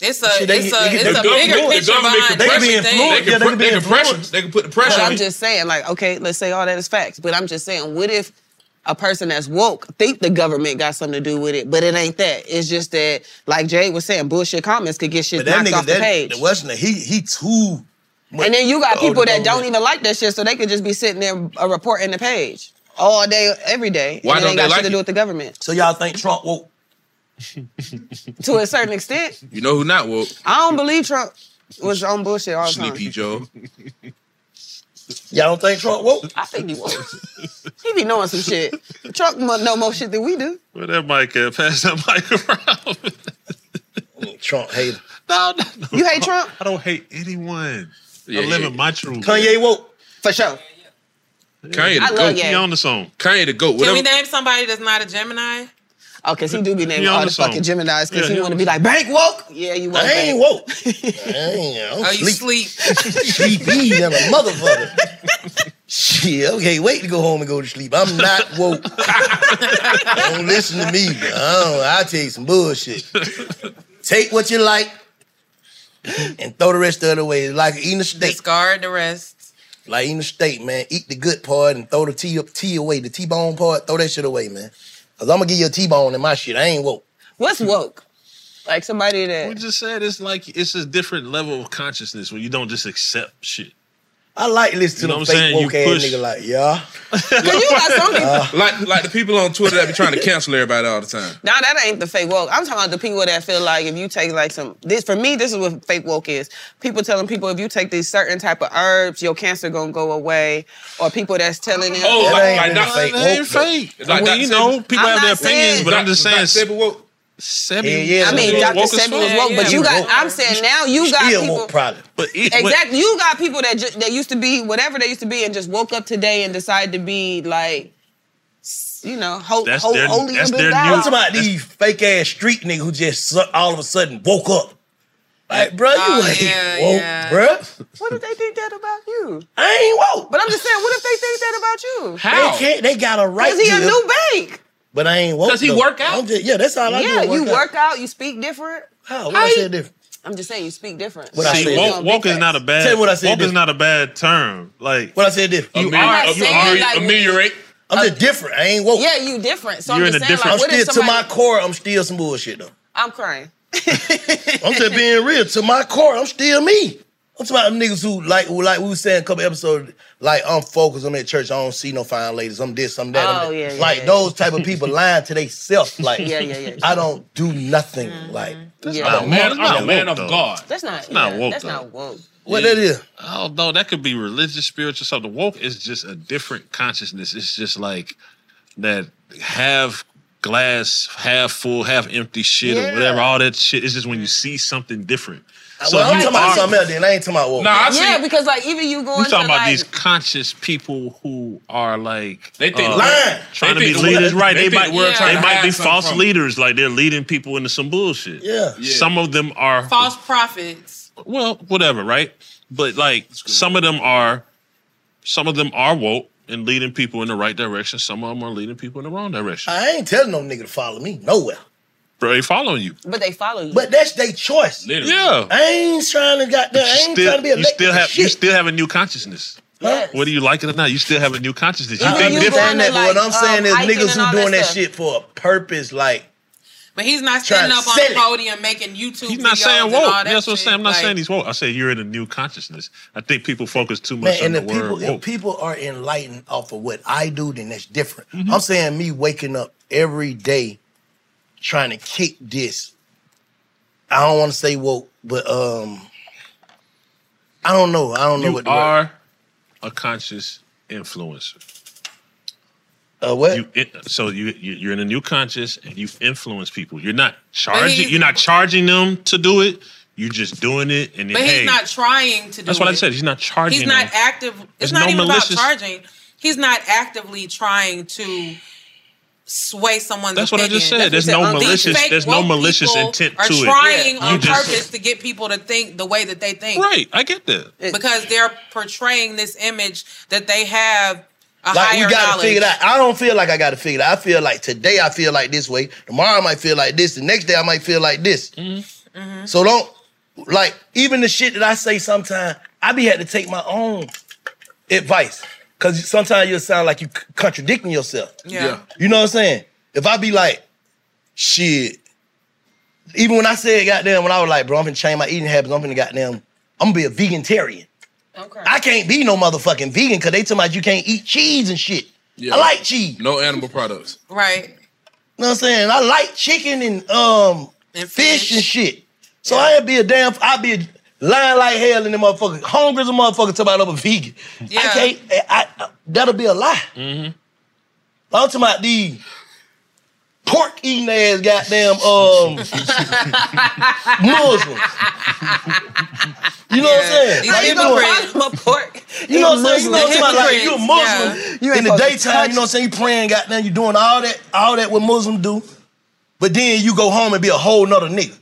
Speaker 8: It's a
Speaker 6: Shit, they
Speaker 8: it's
Speaker 6: get-
Speaker 8: a
Speaker 6: they get
Speaker 8: it's
Speaker 6: the
Speaker 8: a
Speaker 6: government-
Speaker 8: bigger
Speaker 6: the
Speaker 8: picture
Speaker 6: government
Speaker 8: behind
Speaker 6: can- they can be
Speaker 8: everything.
Speaker 6: influenced. Yeah, they can be influenced.
Speaker 12: They can put the
Speaker 6: But
Speaker 12: pressure.
Speaker 6: I'm
Speaker 12: on you.
Speaker 6: just saying, like, okay, let's say all that is facts, but I'm just saying, what if a person that's woke think the government got something to do with it, but it ain't that. It's just that, like Jay was saying, bullshit comments could get shit
Speaker 7: But that
Speaker 6: knocked
Speaker 7: nigga,
Speaker 6: off the
Speaker 7: that
Speaker 6: page.
Speaker 7: the Westerner, he he too.
Speaker 6: and then you got
Speaker 7: Oh, the
Speaker 6: people that don't
Speaker 7: government.
Speaker 6: even like that shit, so they could just be sitting there uh, reporting the page all day, every day.
Speaker 7: Why
Speaker 6: and it
Speaker 7: don't
Speaker 6: ain't
Speaker 7: they
Speaker 6: got
Speaker 7: like
Speaker 6: shit to
Speaker 7: it?
Speaker 6: do with the government
Speaker 7: So y'all think Trump woke?
Speaker 6: to a certain extent.
Speaker 12: You know who not woke?
Speaker 6: I don't believe Trump was on bullshit all the time.
Speaker 12: Sleepy Joe.
Speaker 7: Y'all don't think Trump woke?
Speaker 6: I think he woke. *laughs* he be knowing some shit. Trump mu- know more shit than we do.
Speaker 4: Where that mic at? *laughs* Pass that mic around.
Speaker 7: Trump hater.
Speaker 4: No,
Speaker 6: You hate Trump?
Speaker 4: I don't hate anyone.
Speaker 12: Yeah,
Speaker 4: I'm living
Speaker 12: yeah.
Speaker 4: my truth.
Speaker 7: Kanye woke.
Speaker 6: For sure.
Speaker 12: Kanye the
Speaker 8: I love
Speaker 12: goat.
Speaker 8: Ye. He on
Speaker 4: the song.
Speaker 12: Kanye the goat.
Speaker 8: Can we
Speaker 12: Whatever.
Speaker 8: name somebody that's not a Gemini?
Speaker 6: Oh, cause he do be naming
Speaker 12: He on
Speaker 6: all
Speaker 12: the
Speaker 6: the fucking
Speaker 12: song.
Speaker 6: Gemini's
Speaker 12: Yeah,
Speaker 6: because
Speaker 12: he
Speaker 6: he
Speaker 12: on
Speaker 6: want to be like bank woke. Yeah, you woke.
Speaker 7: I ain't
Speaker 6: bank.
Speaker 7: woke. Damn,
Speaker 8: Oh, you sleep.
Speaker 7: sleepy than a motherfucker. Shit, okay, wait to go home and go to sleep. I'm not woke. don't listen to me. Bro. I will tell you some bullshit. Take what you like and throw the rest of it away. It's Like eating a steak.
Speaker 8: Discard the rest.
Speaker 7: Like eating a steak, man. Eat the good part and throw the tea up tea away. The T-bone part, throw that shit away, man. Cause I'm gonna give you a T-bone in my shit. I ain't woke.
Speaker 6: What's woke? Like somebody that
Speaker 4: We just said it's like it's a different level of consciousness when you don't just accept shit.
Speaker 7: I like listening
Speaker 4: You know what
Speaker 7: to
Speaker 4: I'm
Speaker 7: them fake
Speaker 4: saying? You
Speaker 7: woke ass
Speaker 4: push-
Speaker 7: nigga like, yeah.
Speaker 6: *laughs*
Speaker 5: like like the people on Twitter that be trying to cancel everybody all the time.
Speaker 6: No, that ain't the fake woke. I'm talking about the people that feel like if you take like some this for me, this is what fake woke is. People telling people if you take these certain type of herbs, your cancer gonna go away, or people that's telling them.
Speaker 5: Oh, like, like not fake.
Speaker 4: that ain't fake. Like, Well, Dr. you know, Sebi- people have their opinions, but I'm just saying-
Speaker 5: Sebi woke.
Speaker 4: Sebi,
Speaker 6: I mean, Dr. Sebi was woke, but you got. I'm saying now you got people.
Speaker 4: But
Speaker 6: e-
Speaker 4: it, but-
Speaker 6: Exactly, you got people that ju- that used to be whatever they used to be and just woke up today and decided to be like, s- you know, ho-
Speaker 7: That's
Speaker 6: ho-
Speaker 7: their,
Speaker 6: holy
Speaker 7: that's
Speaker 6: and
Speaker 7: their new.
Speaker 6: devout.
Speaker 7: I'm talking about these fake ass street niggas who just su- all of a sudden woke up. Like, bro, you
Speaker 6: Oh,
Speaker 7: ain't
Speaker 6: yeah,
Speaker 7: woke,
Speaker 6: yeah.
Speaker 7: bruh.
Speaker 6: What if they think that about you?
Speaker 7: I ain't woke.
Speaker 6: But I'm just saying, what if they think that about you?
Speaker 7: They can't. They got a right.
Speaker 6: Because he
Speaker 7: to
Speaker 6: a
Speaker 7: it,
Speaker 6: new bank.
Speaker 7: But I ain't woke.
Speaker 6: Does he
Speaker 7: though.
Speaker 6: work out?
Speaker 7: I'm just- yeah, that's all I do.
Speaker 6: yeah,
Speaker 7: is
Speaker 6: you
Speaker 7: out.
Speaker 6: work out, you speak different.
Speaker 7: How? What I said different?
Speaker 6: I'm just saying, you speak different.
Speaker 7: What I
Speaker 4: See,
Speaker 7: said
Speaker 4: woke,
Speaker 7: different.
Speaker 4: woke is not a bad.
Speaker 7: Tell me what I said
Speaker 4: Woke is
Speaker 7: different.
Speaker 4: not a bad term. Like
Speaker 7: what I said different.
Speaker 4: You
Speaker 7: I'm
Speaker 4: are,
Speaker 7: not
Speaker 4: you
Speaker 7: saying
Speaker 4: are
Speaker 7: like-
Speaker 4: ameliorate.
Speaker 7: I'm just different. I ain't woke.
Speaker 6: Yeah, you different. So
Speaker 7: You're
Speaker 6: I'm
Speaker 7: in a
Speaker 6: just saying,
Speaker 7: different.
Speaker 6: like, what
Speaker 7: I'm
Speaker 6: if
Speaker 7: still to
Speaker 6: somebody?
Speaker 7: my core. I'm still some bullshit though.
Speaker 6: I'm crying.
Speaker 7: I'm just being real. To my core, I'm still me. I'm talking about them niggas who like who like we was saying a couple episodes, like I'm focused, I'm at church, I don't see no fine ladies, I'm this, I'm that. I'm
Speaker 6: Oh,
Speaker 7: that.
Speaker 6: yeah, yeah,
Speaker 7: like
Speaker 6: yeah.
Speaker 7: those type of people lying
Speaker 6: *laughs*
Speaker 7: to themselves. Like
Speaker 6: Yeah, yeah, yeah.
Speaker 7: I don't do nothing. Like
Speaker 6: Yeah.
Speaker 7: I'm a man,
Speaker 4: That's not
Speaker 7: I'm a man
Speaker 4: woke,
Speaker 7: of
Speaker 4: though.
Speaker 7: God.
Speaker 6: That's not.
Speaker 4: That's not
Speaker 6: yeah,
Speaker 4: woke,
Speaker 6: That's
Speaker 4: though.
Speaker 6: not woke.
Speaker 7: What
Speaker 4: Yeah.
Speaker 7: that is?
Speaker 4: Although that could be religious, spiritual, something. Woke is just a different consciousness. It's just like that half glass, half full, half empty shit
Speaker 7: Yeah.
Speaker 4: or whatever. All that shit. It's just when you
Speaker 6: Mm-hmm.
Speaker 4: see something different. So
Speaker 7: Uh, well, I'm
Speaker 4: you
Speaker 7: talking about
Speaker 4: are-
Speaker 7: something else then. I ain't talking about woke.
Speaker 6: yeah, because like even you
Speaker 4: We're
Speaker 6: going
Speaker 4: talking
Speaker 6: to
Speaker 4: about
Speaker 6: like,
Speaker 4: these conscious people who are like
Speaker 5: They think
Speaker 4: uh,
Speaker 5: lying.
Speaker 4: trying
Speaker 5: They
Speaker 4: to be
Speaker 5: think the
Speaker 4: leaders,
Speaker 5: world-
Speaker 4: right?
Speaker 5: they
Speaker 4: They,
Speaker 5: think
Speaker 4: might
Speaker 5: the world trying
Speaker 4: they
Speaker 5: to
Speaker 4: might be
Speaker 5: hide something
Speaker 4: false
Speaker 5: from
Speaker 4: leaders, like they're leading people into some bullshit.
Speaker 7: Yeah.
Speaker 4: some of them are
Speaker 8: False prophets.
Speaker 4: well, whatever, right? But like some of them are, some of them are woke and leading people in the right direction. Some of them are leading people in the wrong direction.
Speaker 8: Uh,
Speaker 7: I ain't telling no nigga to follow me nowhere.
Speaker 4: Bro, they following you.
Speaker 6: but they follow you.
Speaker 7: But that's their choice.
Speaker 4: Literally. Yeah.
Speaker 7: I ain't trying to got that. I ain't trying to
Speaker 4: Still,
Speaker 7: be
Speaker 4: you
Speaker 7: elected.
Speaker 4: still have you still have a new consciousness.
Speaker 7: Yes.
Speaker 4: Whether you like it or not, you still have a new consciousness. You
Speaker 7: I
Speaker 4: think
Speaker 7: understand
Speaker 4: different.
Speaker 7: that, but what I'm
Speaker 8: Uh, like,
Speaker 7: saying
Speaker 8: um,
Speaker 7: is
Speaker 8: hiking
Speaker 7: niggas
Speaker 8: and all
Speaker 7: who doing
Speaker 8: that
Speaker 7: that
Speaker 8: stuff.
Speaker 7: shit for a purpose, like
Speaker 8: But he's not
Speaker 7: Trying
Speaker 8: standing
Speaker 7: to
Speaker 8: up on
Speaker 7: sell
Speaker 8: the
Speaker 7: it.
Speaker 8: podium making YouTube
Speaker 4: He's not
Speaker 8: videos
Speaker 4: saying
Speaker 8: and
Speaker 4: woke.
Speaker 8: all
Speaker 4: Yeah,
Speaker 8: that
Speaker 4: That's what I'm
Speaker 8: shit.
Speaker 4: saying. I'm not
Speaker 8: Like,
Speaker 4: saying he's woke. I say you're in a new consciousness. I think people focus too
Speaker 7: Man,
Speaker 4: much
Speaker 7: and
Speaker 4: on
Speaker 7: if
Speaker 4: the word Oh.
Speaker 7: people if
Speaker 4: woke.
Speaker 7: people are enlightened off of what I do, then that's different.
Speaker 4: Mm-hmm.
Speaker 7: I'm saying me waking up every day trying to kick this. I don't want to say woke, but um, I don't know. I don't know
Speaker 4: You
Speaker 7: what the word.
Speaker 4: are a conscious influencer.
Speaker 7: Uh, what?
Speaker 4: You in, so you you- you're in a new conscious and you influence people. You're not charging.
Speaker 8: he's-
Speaker 4: You're not charging them to do it. You're just doing it. And then,
Speaker 8: But he's
Speaker 4: hey,
Speaker 8: not trying to do
Speaker 4: that's what
Speaker 8: it.
Speaker 4: I said. He's not charging.
Speaker 8: He's not
Speaker 4: them.
Speaker 8: active. It's
Speaker 4: There's
Speaker 8: not
Speaker 4: no
Speaker 8: even
Speaker 4: malicious-
Speaker 8: about charging. He's not actively trying to sway someone's.
Speaker 4: That's what I just
Speaker 8: opinion.
Speaker 4: said. There's no
Speaker 8: These
Speaker 4: malicious-
Speaker 8: fake
Speaker 4: there's no
Speaker 8: woke
Speaker 4: malicious
Speaker 8: people
Speaker 4: intent
Speaker 8: are
Speaker 4: to it.
Speaker 8: Trying
Speaker 4: Yeah.
Speaker 8: on
Speaker 4: You just-
Speaker 8: purpose to get people to think the way that they think.
Speaker 4: Right. I get that.
Speaker 8: Because they're portraying this image that they have a
Speaker 7: Like
Speaker 8: higher
Speaker 7: we gotta
Speaker 8: knowledge.
Speaker 7: figure it out. I don't feel like I gotta figure it out. I feel like today I feel like this way. Tomorrow I might feel like this. The next day I might feel like this.
Speaker 4: Mm-hmm.
Speaker 8: Mm-hmm.
Speaker 3: Mm-hmm.
Speaker 7: So don't like even the shit that I say sometimes, I be had to take my own advice. Cause sometimes you'll sound like you c- contradicting yourself.
Speaker 8: Yeah. Yeah.
Speaker 7: You know what I'm saying? If I be like, shit, even when I said goddamn, when I was like, bro, I'm gonna change my eating habits, I'm gonna goddamn, I'm gonna be a vegetarian. Okay. I can't be no motherfucking vegan because they tell me you can't eat cheese and shit. I like cheese.
Speaker 5: No animal products.
Speaker 8: Right.
Speaker 7: You know what I'm saying? I like chicken and um fish. and shit. So I ain't be a damn I be lying like hell in the motherfucker. Hungry as a motherfucker talking about I'm a vegan. I can't I, I- that'll be a lie. I'm talking about the pork eating ass goddamn um Muslims. You know what I'm saying?
Speaker 6: These
Speaker 7: Like, you
Speaker 6: people
Speaker 7: know
Speaker 6: call them a pork.
Speaker 7: you know what I'm saying? You know what I'm saying? Like
Speaker 6: Hypocrites.
Speaker 7: you're a Muslim
Speaker 6: Yeah. You ain't
Speaker 7: in the
Speaker 6: supposed to
Speaker 7: daytime. You know what I'm saying? You praying, goddamn, you doing all that, all that what Muslims do. But then you go home and be a whole nother nigga.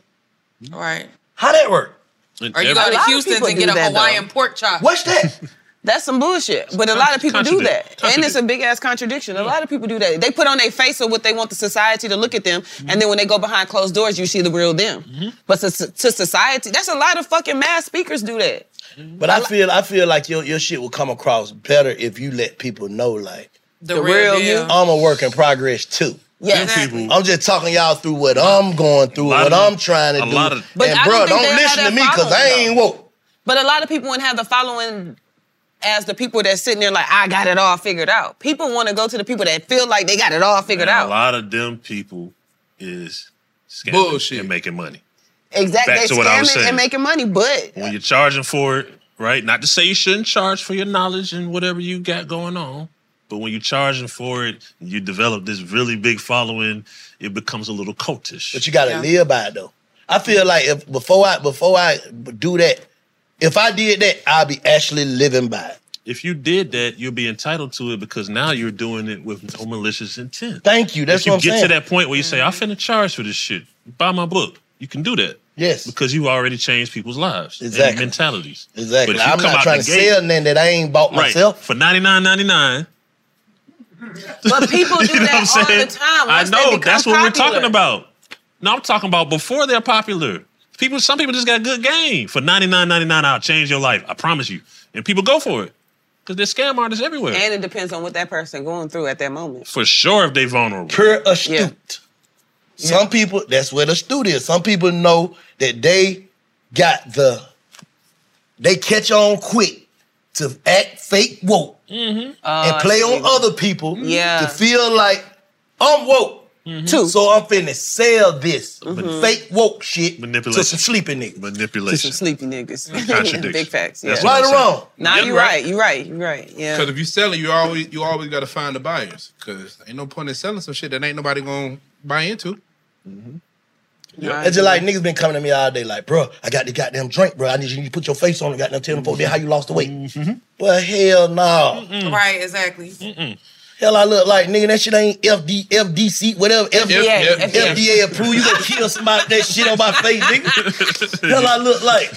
Speaker 8: Right.
Speaker 7: How that work?
Speaker 8: Or you go to Houston's and get a Hawaiian pork chop.
Speaker 7: What's that?
Speaker 6: *laughs* That's some bullshit. But a lot of people do
Speaker 8: contradict-
Speaker 6: that. And it's a big ass contradiction. A lot of people do that. They put on their face of what they want the society to look at them.
Speaker 4: Mm-hmm.
Speaker 6: And then when they go behind closed doors, you see the real them. But to, to society, that's a lot of fucking mass speakers do that.
Speaker 4: Mm-hmm.
Speaker 7: But I feel, I feel like your your shit will come across better if you let people know, like
Speaker 6: The The real real you. you.
Speaker 7: I'm a work in progress too. Yeah,
Speaker 5: Exactly.
Speaker 7: I'm just talking y'all through what I'm going through,
Speaker 5: lot
Speaker 7: what
Speaker 5: of-
Speaker 7: I'm trying to
Speaker 5: a
Speaker 7: do.
Speaker 5: lot of-
Speaker 6: But
Speaker 7: and
Speaker 6: I don't
Speaker 7: bro,
Speaker 6: think
Speaker 7: don't,
Speaker 6: they have
Speaker 7: listen to
Speaker 6: that
Speaker 7: me because I
Speaker 6: following,
Speaker 7: ain't woke.
Speaker 6: But a lot of people wouldn't have the following as the people that's sitting there like, I got it all figured out. People want to go to the people that feel like they got it all figured
Speaker 4: And
Speaker 6: out.
Speaker 4: A lot of them people is scamming Bullshit. and making money.
Speaker 6: Exactly.
Speaker 4: Back
Speaker 6: They
Speaker 4: to what I was
Speaker 6: scamming
Speaker 4: saying.
Speaker 6: and making money, but
Speaker 4: When you're charging for it, right? Not to say you shouldn't charge for your knowledge and whatever you got going on, but when you're charging for it, you develop this really big following. It becomes a little cultish.
Speaker 7: But you gotta live by it though. I feel like if before I before I do that, if I did that, I'd be actually living by it.
Speaker 4: If you did that, you'll be entitled to it because now you're doing it with no malicious intent.
Speaker 7: Thank you. That's
Speaker 4: if you
Speaker 7: what I'm
Speaker 4: get
Speaker 7: saying.
Speaker 4: to that point where you say, "I'm finna charge for this shit," buy my book. You can do that.
Speaker 7: Yes.
Speaker 4: Because you already changed people's lives and
Speaker 7: Exactly.
Speaker 4: mentalities.
Speaker 7: Exactly.
Speaker 4: But if you
Speaker 7: I'm
Speaker 4: come
Speaker 7: not
Speaker 4: out
Speaker 7: trying
Speaker 4: the
Speaker 7: to
Speaker 4: gate-
Speaker 7: sell nothing that I ain't bought
Speaker 4: Right.
Speaker 7: myself.
Speaker 4: For ninety nine ninety nine.
Speaker 6: But people do
Speaker 4: *laughs* You
Speaker 6: that
Speaker 4: know what I'm
Speaker 6: all
Speaker 4: saying?
Speaker 6: the time.
Speaker 4: I
Speaker 6: Once they
Speaker 4: know
Speaker 6: become
Speaker 4: that's what we're
Speaker 6: popular.
Speaker 4: talking about. No, I'm talking about before they're popular. People, some people just got good game. For 99.99, I'll change your life. I promise you. And people go for it because there's scam artists everywhere.
Speaker 6: And it depends on what that person going through at that moment.
Speaker 4: for sure, if they vulnerable,
Speaker 7: Pure astute. Some people, that's where the astute is. Some people know that they got the, they catch on quick to act fake woke
Speaker 6: Mm-hmm.
Speaker 12: Uh,
Speaker 7: and play on other people
Speaker 6: Yeah.
Speaker 7: to feel like I'm woke.
Speaker 4: Mm-hmm.
Speaker 6: Too.
Speaker 7: So I'm finna sell this
Speaker 6: Mhm.
Speaker 7: fake woke shit to
Speaker 4: Manipulation.
Speaker 7: some sleepy niggas.
Speaker 6: To
Speaker 4: Manipulation.
Speaker 6: some sleepy
Speaker 4: *laughs*
Speaker 6: niggas. *laughs*
Speaker 5: Contradiction.
Speaker 6: Big facts. Yeah.
Speaker 5: That's what Right I'm or saying. wrong?
Speaker 6: Nah,
Speaker 5: Yeah,
Speaker 6: you're
Speaker 5: right.
Speaker 6: right. You're right. You're right. Yeah.
Speaker 5: Because if you sell it, you always you always got to find the buyers. Because ain't no point in selling some shit that ain't nobody gonna buy into.
Speaker 7: It's just like niggas been coming to me all day, Mm-hmm. like, bro, I got the goddamn drink, bro. I need you to put your face on it, goddamn tell them folk there how you lost the weight.
Speaker 4: Mm-hmm.
Speaker 7: Well, hell no.
Speaker 8: Right, exactly.
Speaker 7: Hell, I look like nigga. That shit ain't FD, FDC, whatever. FDA,
Speaker 8: FDA.
Speaker 7: FDA, approved. You gonna kill somebody with that shit on my face, nigga? Hell, I look like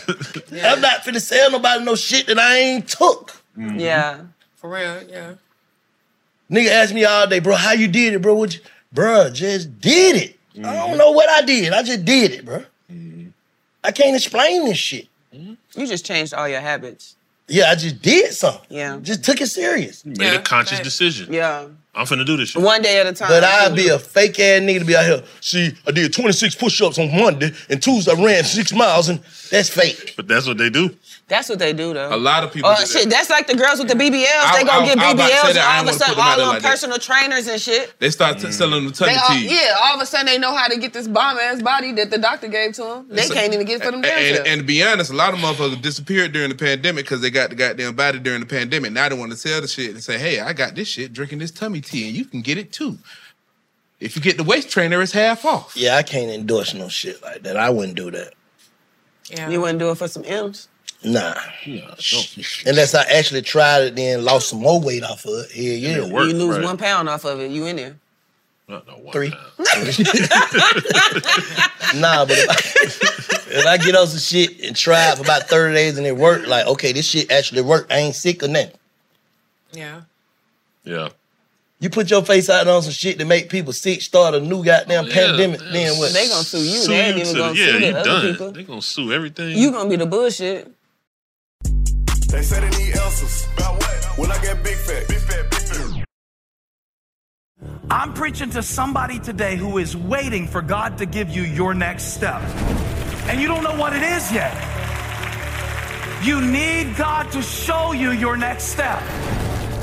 Speaker 7: I'm not finna sell nobody no shit that I ain't took.
Speaker 3: Mm-hmm.
Speaker 6: Yeah.
Speaker 8: For real, yeah.
Speaker 7: Nigga asked me all day, bro, how you did it, bro? What you, bro, just did it. I don't know what I did. I just did it, bro. I can't explain this shit.
Speaker 6: You just changed all your habits.
Speaker 7: Yeah, I just did something.
Speaker 6: Yeah.
Speaker 7: Just took it serious.
Speaker 4: made a conscious decision.
Speaker 6: Yeah.
Speaker 4: I'm finna do this shit.
Speaker 6: One day at a time.
Speaker 7: But I'd be a fake ass nigga to be out here. See, I did 26 push ups on Monday, and Tuesday I ran six miles, and that's fake.
Speaker 4: But that's what they do.
Speaker 6: That's what they do though.
Speaker 7: A lot of people
Speaker 6: Oh
Speaker 7: do that.
Speaker 6: shit, that's like the girls with the BBLs.
Speaker 5: I-
Speaker 6: they gonna
Speaker 5: I-
Speaker 6: get
Speaker 5: I about to say
Speaker 6: BBLs and
Speaker 5: that. I
Speaker 6: all
Speaker 5: ain't
Speaker 6: of a
Speaker 5: wanna
Speaker 6: sudden
Speaker 5: put 'em out
Speaker 6: all
Speaker 5: there
Speaker 6: on
Speaker 5: like that.
Speaker 6: personal trainers and shit.
Speaker 5: They start t- selling them
Speaker 6: They
Speaker 5: tongue
Speaker 6: all-
Speaker 5: tea.
Speaker 13: Yeah, all of a sudden they know how to get this bomb ass body that the doctor gave to them. They can't even get for them
Speaker 5: and, and,
Speaker 13: themselves.
Speaker 5: and to be honest, a lot of motherfuckers disappeared during the pandemic because they got the goddamn body during the pandemic. Now they want to sell the shit and say, "Hey, I got this shit drinking this tummy tea, and you can get it too. If you get the waist trainer, it's half off."
Speaker 7: Yeah, I can't endorse no shit like that. I wouldn't do that.
Speaker 6: You wouldn't do it for some M's.
Speaker 7: Nah. Unless I actually tried it, then lost some more weight off of it. Yeah, yeah.
Speaker 6: you lose one pound off of it, you in there.
Speaker 7: Three. *laughs*
Speaker 4: *laughs*
Speaker 7: nah, but if I, if I *laughs* get on some shit and try it for about 30 days and it worked, like, okay, this shit actually worked. I ain't sick or nothing.
Speaker 8: Yeah.
Speaker 4: Yeah.
Speaker 7: You put your face out on some shit to make people sick, start a new goddamn
Speaker 4: Oh, Yeah,
Speaker 7: pandemic,
Speaker 4: yeah.
Speaker 7: then what?
Speaker 6: They gonna sue you. They ain't even
Speaker 4: to-
Speaker 6: gonna
Speaker 4: yeah,
Speaker 6: sue the
Speaker 4: you
Speaker 6: other
Speaker 4: done.
Speaker 6: people.
Speaker 4: They gonna sue everything.
Speaker 6: You gonna be the bullshit.
Speaker 9: They say they need answers. About what? When I get big fat. Big fat, big fat.
Speaker 14: I'm preaching to somebody today who is waiting for God to give you your next step. And you don't know what it is yet. You need God to show you your next step.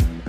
Speaker 15: Mm-hmm.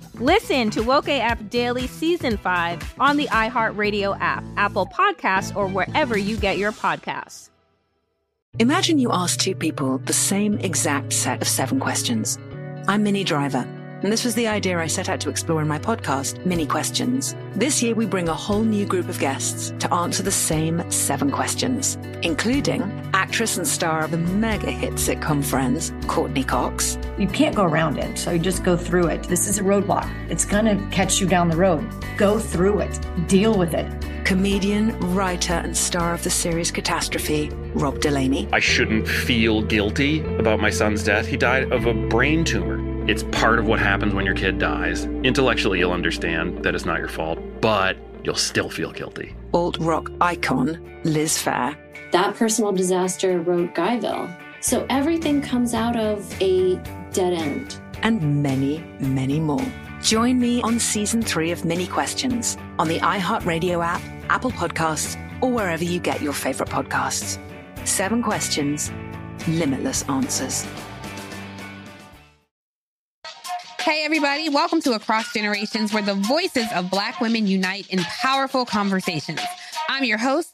Speaker 15: Listen to Woke AF Daily Season 5 on the iHeartRadio app, Apple Podcasts, or wherever you get your podcasts.
Speaker 16: Imagine you ask two people the same exact set of seven questions. I'm Minnie Driver, and this was the idea I set out to explore in my podcast, Mini Questions. This year, we bring a whole new group of guests to answer the same seven questions, including actress and star of the mega hit sitcom Friends, Courtney Cox.
Speaker 17: You can't go around it, so you just go through it. This is a roadblock. It's going to catch you down the road. Go through it, deal with it.
Speaker 16: Comedian, writer, and star of the series Catastrophe, Rob Delaney.
Speaker 18: I shouldn't feel guilty about my son's death. He died of a brain tumor. It's part of what happens when your kid dies. Intellectually, you'll understand that it's not your fault, but you'll still feel guilty.
Speaker 16: Alt rock icon, Liz Fair.
Speaker 19: That personal disaster wrote Guyville. So everything comes out of a dead end.
Speaker 16: and many, many more. Join me on season three of Mini Questions on the iHeartRadio app, Apple Podcasts, or wherever you get your favorite podcasts. Seven questions, limitless answers.
Speaker 20: Hey, everybody, welcome to Across Generations, where the voices of Black women unite in powerful conversations. I'm your host,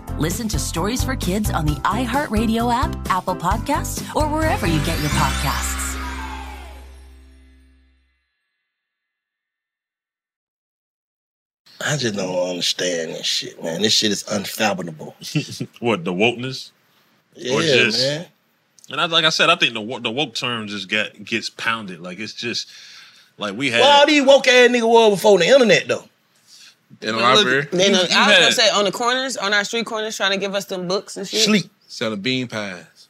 Speaker 21: Listen to Stories for Kids on the iHeartRadio app, Apple Podcasts, or wherever you get your podcasts.
Speaker 7: I just don't understand this shit, man. This shit is unfathomable.
Speaker 4: *laughs* what the wokeness?
Speaker 7: Yeah, man.
Speaker 4: And I, like I said, I think the wo- the woke term just got gets pounded. Like it's just like we had.
Speaker 7: Why all these woke ass nigga was before the internet though?
Speaker 5: In
Speaker 4: a library.
Speaker 6: They done- uh,
Speaker 5: You
Speaker 6: I was gonna
Speaker 5: had-
Speaker 6: say on the corners, on our street corners, trying to give us them books and shit.
Speaker 7: Sleep.
Speaker 5: Selling bean pies.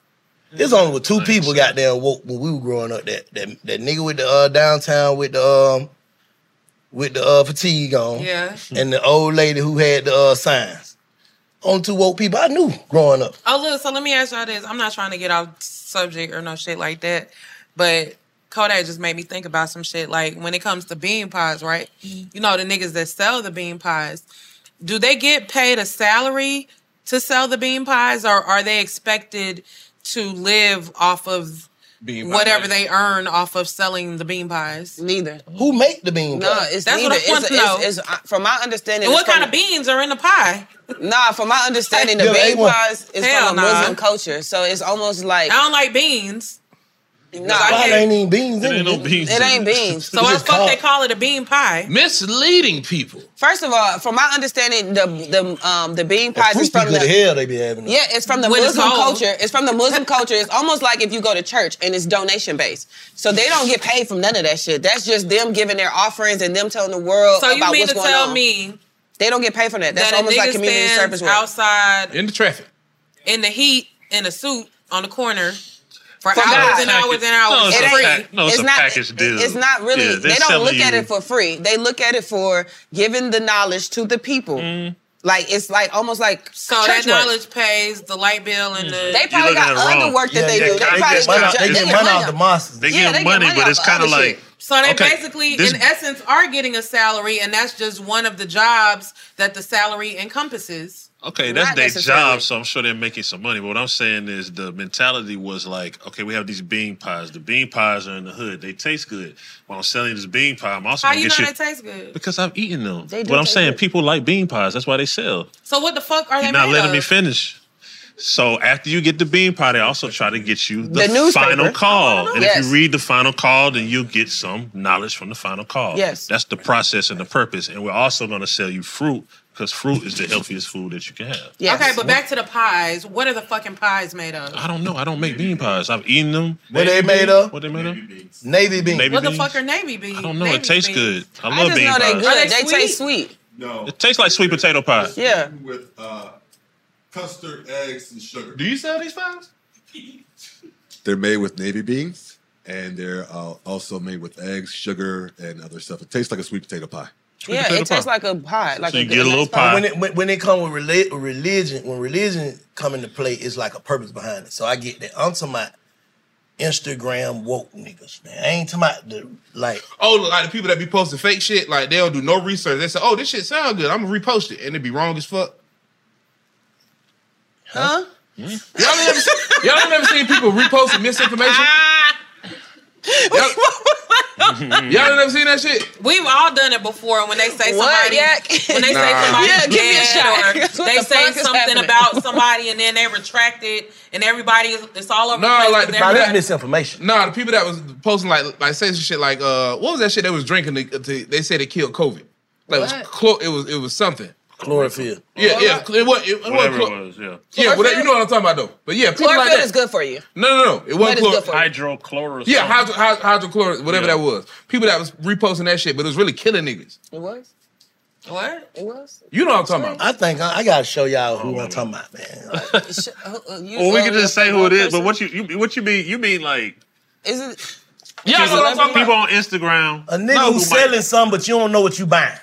Speaker 7: There's only with two people got there woke when we were growing up. That that, that nigga with the uh, downtown with the um with the uh, fatigue on.
Speaker 3: Yeah.
Speaker 7: Hmm. And the old lady who had the uh, signs. Only two woke people I knew growing up.
Speaker 22: Oh,
Speaker 3: look, so let me ask y'all this. I'm not trying to get off subject or no shit like that, but Kodak just made me think about some shit. Like when it comes to bean pies, right?
Speaker 6: Mm-hmm.
Speaker 3: You know, the niggas that sell the bean pies, do they get paid a salary to sell the bean pies or are they expected to live off of
Speaker 5: Bean pie
Speaker 3: whatever
Speaker 5: money.
Speaker 3: they earn off of selling the bean pies?
Speaker 6: Neither.
Speaker 7: Who make the bean
Speaker 6: No, it's
Speaker 3: That's
Speaker 6: neither.
Speaker 3: what I want
Speaker 6: it's,
Speaker 3: to know.
Speaker 6: It's, it's, uh, from my understanding,
Speaker 3: And
Speaker 6: it's
Speaker 3: what kind
Speaker 6: from-
Speaker 3: of beans are in the pie?
Speaker 6: Nah, from my understanding, the
Speaker 3: You ever
Speaker 6: bean
Speaker 3: ate one?
Speaker 6: pies is
Speaker 3: Hell
Speaker 6: from a
Speaker 3: nah.
Speaker 6: Muslim culture, so it's almost like
Speaker 3: I don't like beans. No,
Speaker 7: Why
Speaker 3: I
Speaker 7: there
Speaker 3: can't.
Speaker 7: ain't even beans in it?
Speaker 3: It ain't beans.
Speaker 7: *laughs*
Speaker 3: So why the
Speaker 7: It's
Speaker 3: fuck they
Speaker 7: called-
Speaker 3: call it a bean pie?
Speaker 12: Misleading people.
Speaker 6: First of all, from my understanding, the the um the bean pies is
Speaker 7: Fruit
Speaker 6: from
Speaker 7: people
Speaker 6: the
Speaker 7: the hell they be having.
Speaker 6: Yeah, it's from the
Speaker 3: When it's
Speaker 6: Muslim
Speaker 3: cold.
Speaker 6: culture. It's from
Speaker 3: *laughs*
Speaker 6: the Muslim culture. It's almost like if you go to church and it's donation based. So they don't get paid from none of that shit. That's just them giving their offerings and them telling the world
Speaker 3: So you
Speaker 6: about
Speaker 3: mean
Speaker 6: what's
Speaker 3: to
Speaker 6: going
Speaker 3: tell
Speaker 6: on.
Speaker 3: me
Speaker 6: they don't get paid from that. That's
Speaker 3: that a
Speaker 6: almost
Speaker 3: nigga
Speaker 6: like community
Speaker 3: stands
Speaker 6: service work.
Speaker 3: outside
Speaker 12: in the traffic,
Speaker 3: in the heat, in a suit on the corner for,
Speaker 6: For
Speaker 3: hours
Speaker 6: God.
Speaker 3: and hours and hours.
Speaker 4: No, it's
Speaker 3: It
Speaker 4: a
Speaker 3: ain't-
Speaker 4: pack- no, it's a package deal.
Speaker 6: It's not really.
Speaker 4: Yeah,
Speaker 6: they don't
Speaker 4: selling
Speaker 6: look at
Speaker 4: you-
Speaker 6: it for free. They look at it for giving the knowledge to the people.
Speaker 4: Mm-hmm.
Speaker 6: Like it's like almost like
Speaker 3: So that
Speaker 6: church work.
Speaker 3: knowledge pays the light bill and the.
Speaker 6: They probably got other work that they do. They, probably
Speaker 7: get money out- they get money out the monsters.
Speaker 4: They get money, but it's kind of like
Speaker 3: So they
Speaker 4: okay,
Speaker 3: basically,
Speaker 4: this-
Speaker 3: in essence, are getting a salary, and that's just one of the jobs that the salary encompasses.
Speaker 4: Okay,
Speaker 3: Not
Speaker 4: that's their
Speaker 3: necessarily.
Speaker 4: job, so I'm sure they're making some money. But what I'm saying is the mentality was like, okay, we have these bean pies. The bean pies are in the hood. They taste good. When I'm selling this bean pie, I'm also
Speaker 3: How
Speaker 4: gonna
Speaker 3: you know
Speaker 4: get you
Speaker 3: they taste good?
Speaker 4: because I've eaten them.
Speaker 3: They do
Speaker 4: But I'm
Speaker 3: taste
Speaker 4: saying
Speaker 3: good.
Speaker 4: people like bean pies. That's why they sell.
Speaker 3: So what the fuck are
Speaker 4: You're
Speaker 3: they
Speaker 4: not
Speaker 3: made
Speaker 4: letting
Speaker 3: of?
Speaker 4: me finish. So after you get the bean pie, they also try to get you the,
Speaker 6: The newspaper. Oh,
Speaker 4: final call. And if
Speaker 6: Yes.
Speaker 4: you read the final call, then you'll get some knowledge from the final call.
Speaker 6: Yes.
Speaker 4: That's the process and the purpose. And we're also going to sell you fruit because fruit is the healthiest food that you can have.
Speaker 3: Okay, but back to the pies. What are the fucking pies made of?
Speaker 4: I don't know. I don't make bean pies. I've eaten them.
Speaker 7: What they
Speaker 4: Navy
Speaker 7: made
Speaker 4: beans?
Speaker 7: of?
Speaker 4: What they made of?
Speaker 7: Navy beans.
Speaker 4: Navy
Speaker 3: what the
Speaker 4: beans?
Speaker 3: fuck are navy beans?
Speaker 4: I don't know. It tastes good. I love
Speaker 6: just
Speaker 4: bean
Speaker 6: know they
Speaker 4: pies.
Speaker 6: good. They
Speaker 3: *laughs*
Speaker 6: taste sweet.
Speaker 9: No.
Speaker 4: It tastes like sweet potato pie.
Speaker 6: Yeah.
Speaker 9: With uh, custard, eggs, and sugar.
Speaker 12: Do you sell these pies?
Speaker 13: They're made with navy beans, and they're uh, also made with eggs, sugar, and other stuff. It tastes like a sweet potato pie.
Speaker 6: Yeah, it tastes like a pie. Like a good nice
Speaker 7: When it, when, when it come with rela- with religion, when religion come into play, it's like a purpose behind it. So I get that. I'm talking about Instagram woke niggas, man. I ain't talking about the like.
Speaker 12: Oh, like the people that be posting fake shit, like they don't do no research. They say, "Oh, this shit sound good. I'm gonna repost it," and it be wrong as fuck.
Speaker 6: Huh?
Speaker 12: Y'all ain't never seen, y'all ain't never seen people reposting misinformation. y'all, y'all ain't never seen that shit.
Speaker 3: We've all done it before when they say
Speaker 6: What?
Speaker 3: somebody
Speaker 6: Yeah.
Speaker 3: when they say
Speaker 12: Nah.
Speaker 3: somebody
Speaker 12: Yeah, give me a
Speaker 6: shot. *laughs* What
Speaker 3: or they
Speaker 6: the
Speaker 3: say
Speaker 6: fuck is
Speaker 3: something
Speaker 6: happening?
Speaker 3: about somebody and then they retract it and everybody is it's all over
Speaker 12: Nah,
Speaker 3: the
Speaker 12: like
Speaker 3: place. 'cause
Speaker 12: the- nah,
Speaker 3: everybody-
Speaker 12: that
Speaker 7: misinformation.
Speaker 12: Nah, the people that was posting like like say some shit like uh, what was that shit they was drinking? To, to, they said it killed COVID. Like it was
Speaker 7: What?
Speaker 12: clo- it was it was something.
Speaker 7: Chlorophyll.
Speaker 12: Yeah, yeah. It, wa- it, it wasn't
Speaker 4: Whatever
Speaker 12: chlor-
Speaker 4: it was, yeah.
Speaker 12: Yeah, whatever, you know what I'm talking about though. But yeah, people like
Speaker 6: Chlorophyll
Speaker 12: that.
Speaker 6: is good for you.
Speaker 12: No, no, no. It wasn't chlor-
Speaker 4: hydrochlorous.
Speaker 12: Yeah, hydro, hydro, hydrochloric, whatever
Speaker 4: Yeah.
Speaker 12: that was. People that was reposting that shit, but it was really killing niggas.
Speaker 6: It was.
Speaker 3: What?
Speaker 6: It
Speaker 4: *laughs*
Speaker 6: was.
Speaker 12: You know what I'm talking about.
Speaker 7: I think I, I gotta show y'all who
Speaker 4: Oh,
Speaker 7: I'm talking about, man.
Speaker 6: uh,
Speaker 4: Well, we can just say who it is. But what you, you what you mean? You mean like
Speaker 6: is it?
Speaker 7: Yeah, I know what I'm talking
Speaker 4: people on Instagram.
Speaker 7: A nigga
Speaker 4: know who
Speaker 7: who's
Speaker 4: might-
Speaker 7: selling something, but you don't know what you buying.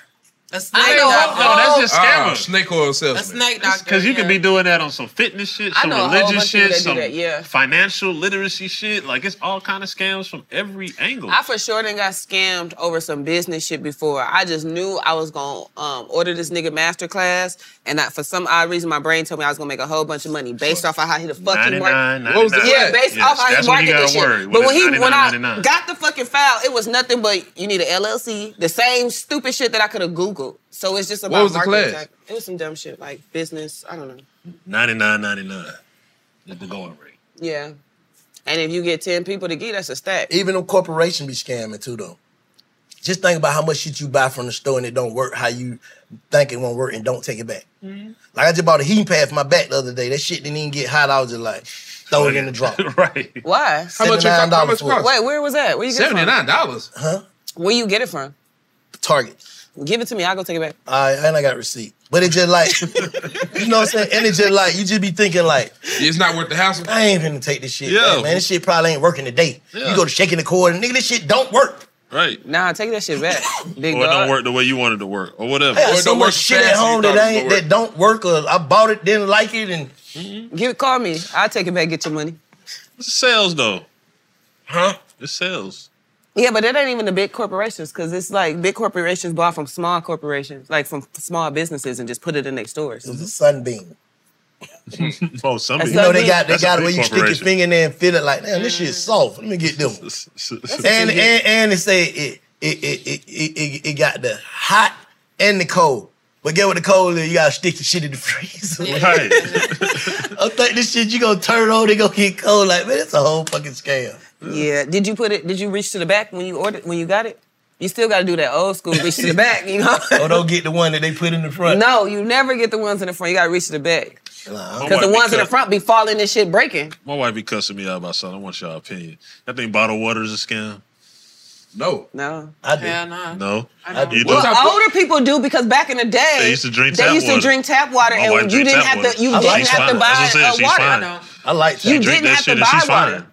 Speaker 4: I know.
Speaker 12: Oh,
Speaker 4: No, that's just scammers.
Speaker 12: snake oil salesman.
Speaker 3: snake
Speaker 4: doctor. Because you
Speaker 12: yeah.
Speaker 4: can be doing that on some fitness shit,
Speaker 12: I
Speaker 4: some
Speaker 12: know a whole bunch
Speaker 4: religious
Speaker 12: of people
Speaker 4: shit,
Speaker 12: that do
Speaker 4: some
Speaker 12: that, yeah.
Speaker 4: financial literacy shit. Like it's all kind of scams from every angle.
Speaker 6: I for sure done got scammed over some business shit before. I just knew I was gonna um, order this nigga masterclass, and I, for some odd reason, my brain told me I was gonna make a whole bunch of money based off of how he the fucking market.
Speaker 4: 99.99. What was the
Speaker 6: yeah,
Speaker 4: flag?
Speaker 6: based
Speaker 4: Yes,
Speaker 6: off how
Speaker 4: that's
Speaker 6: he
Speaker 4: when you
Speaker 6: marketed this
Speaker 4: gotta worry,
Speaker 6: shit.
Speaker 4: when
Speaker 6: But when
Speaker 4: it's
Speaker 6: he when I
Speaker 4: 99.99.
Speaker 6: got the fucking file, it was nothing but you need an LLC, the same stupid shit that I could have googled. So it's just
Speaker 4: What
Speaker 6: about
Speaker 4: was the
Speaker 6: marketing
Speaker 4: class?
Speaker 6: tech. It was some dumb shit like business. I don't know.
Speaker 4: Ninety nine ninety nine. The going rate.
Speaker 6: Yeah. And if you get 10 people to get, that's a stack.
Speaker 7: Even them corporation be scamming too, though. Just think about how much shit you buy from the store and it don't work. How you think it won't work and don't take it back. Like I just bought a heating pad for my back the other day. That shit didn't even get hot. I was just like, throw it in the drawer.
Speaker 4: right.
Speaker 6: Why?
Speaker 7: How much it- how much $79 for it. cost?
Speaker 6: Wait, where was that? Where you get it from?
Speaker 12: dollars.
Speaker 7: Huh?
Speaker 6: Where you get it from?
Speaker 7: Target.
Speaker 6: Give it to me. I'll go take it back.
Speaker 7: I and I got receipt. But it just like, *laughs* you know what I'm saying? And it just like, you just be thinking like,
Speaker 12: it's not worth the hassle.
Speaker 7: I ain't finna take this shit.
Speaker 12: Yeah.
Speaker 7: back, man, this shit probably ain't working today.
Speaker 4: Yeah.
Speaker 7: You go to shaking the cord, and nigga, this shit don't work.
Speaker 4: Right.
Speaker 6: Nah, take that shit
Speaker 4: *laughs*
Speaker 6: back. Big
Speaker 4: or it
Speaker 6: dog.
Speaker 4: don't work the way you want it to work, or whatever.
Speaker 7: I got so much shit at home that I ain't, that don't work, or I bought it, didn't like it, and
Speaker 6: Mm-hmm. Give it, call me. I'll take it back, get your money.
Speaker 4: It's sales though. Huh? It's sales.
Speaker 6: Yeah, but it ain't even the big corporations because it's like big corporations bought from small corporations, like from small businesses, and just put it in their stores.
Speaker 7: It was a sunbeam.
Speaker 4: oh, some
Speaker 7: you
Speaker 4: people-
Speaker 7: know they got they
Speaker 4: That's a
Speaker 7: got
Speaker 4: big
Speaker 7: it where you stick your
Speaker 4: corporation.
Speaker 7: finger in there and feel it like damn this
Speaker 6: Mm.
Speaker 7: shit's soft. Let me
Speaker 4: *laughs*
Speaker 7: get them.
Speaker 4: a
Speaker 7: and,
Speaker 4: good-
Speaker 7: and and they say it it it it, it, it it got the hot and the cold. But get with the cold is, you gotta stick your shit in the *laughs* freezer.
Speaker 4: Right.
Speaker 7: *laughs* I think this shit you gonna turn on, they gonna get cold. Like man, it's a whole fucking scam.
Speaker 6: Yeah. Did you put it? Did you reach to the back when you ordered? When you got it? You still got to do that old school reach to the back. You
Speaker 4: *laughs*
Speaker 6: know.
Speaker 7: oh, don't get the one that they put in the front.
Speaker 6: No, you never get the ones in the front. You got to reach to the back.
Speaker 7: Nah,
Speaker 6: Because the ones in the front be falling and shit breaking.
Speaker 4: My wife be cussing me out about something. I want y'all opinion. I think bottled water is a scam.
Speaker 23: No.
Speaker 6: No.
Speaker 7: I
Speaker 6: do. Hell no.
Speaker 4: No.
Speaker 6: I
Speaker 4: You do.
Speaker 6: Well, older people do because back in the day
Speaker 4: They used to drink
Speaker 6: they
Speaker 4: tap
Speaker 6: used to
Speaker 4: water.
Speaker 6: drink tap water,
Speaker 4: My wife
Speaker 6: and you
Speaker 4: drink
Speaker 6: didn't have
Speaker 4: tap
Speaker 6: to.
Speaker 4: water.
Speaker 6: You
Speaker 4: I
Speaker 6: didn't
Speaker 4: like
Speaker 6: have to
Speaker 4: tap water.
Speaker 6: buy
Speaker 4: That's what I'm saying,
Speaker 6: uh,
Speaker 4: she's
Speaker 6: water.
Speaker 4: fine.
Speaker 7: I like
Speaker 6: You didn't have to buy water.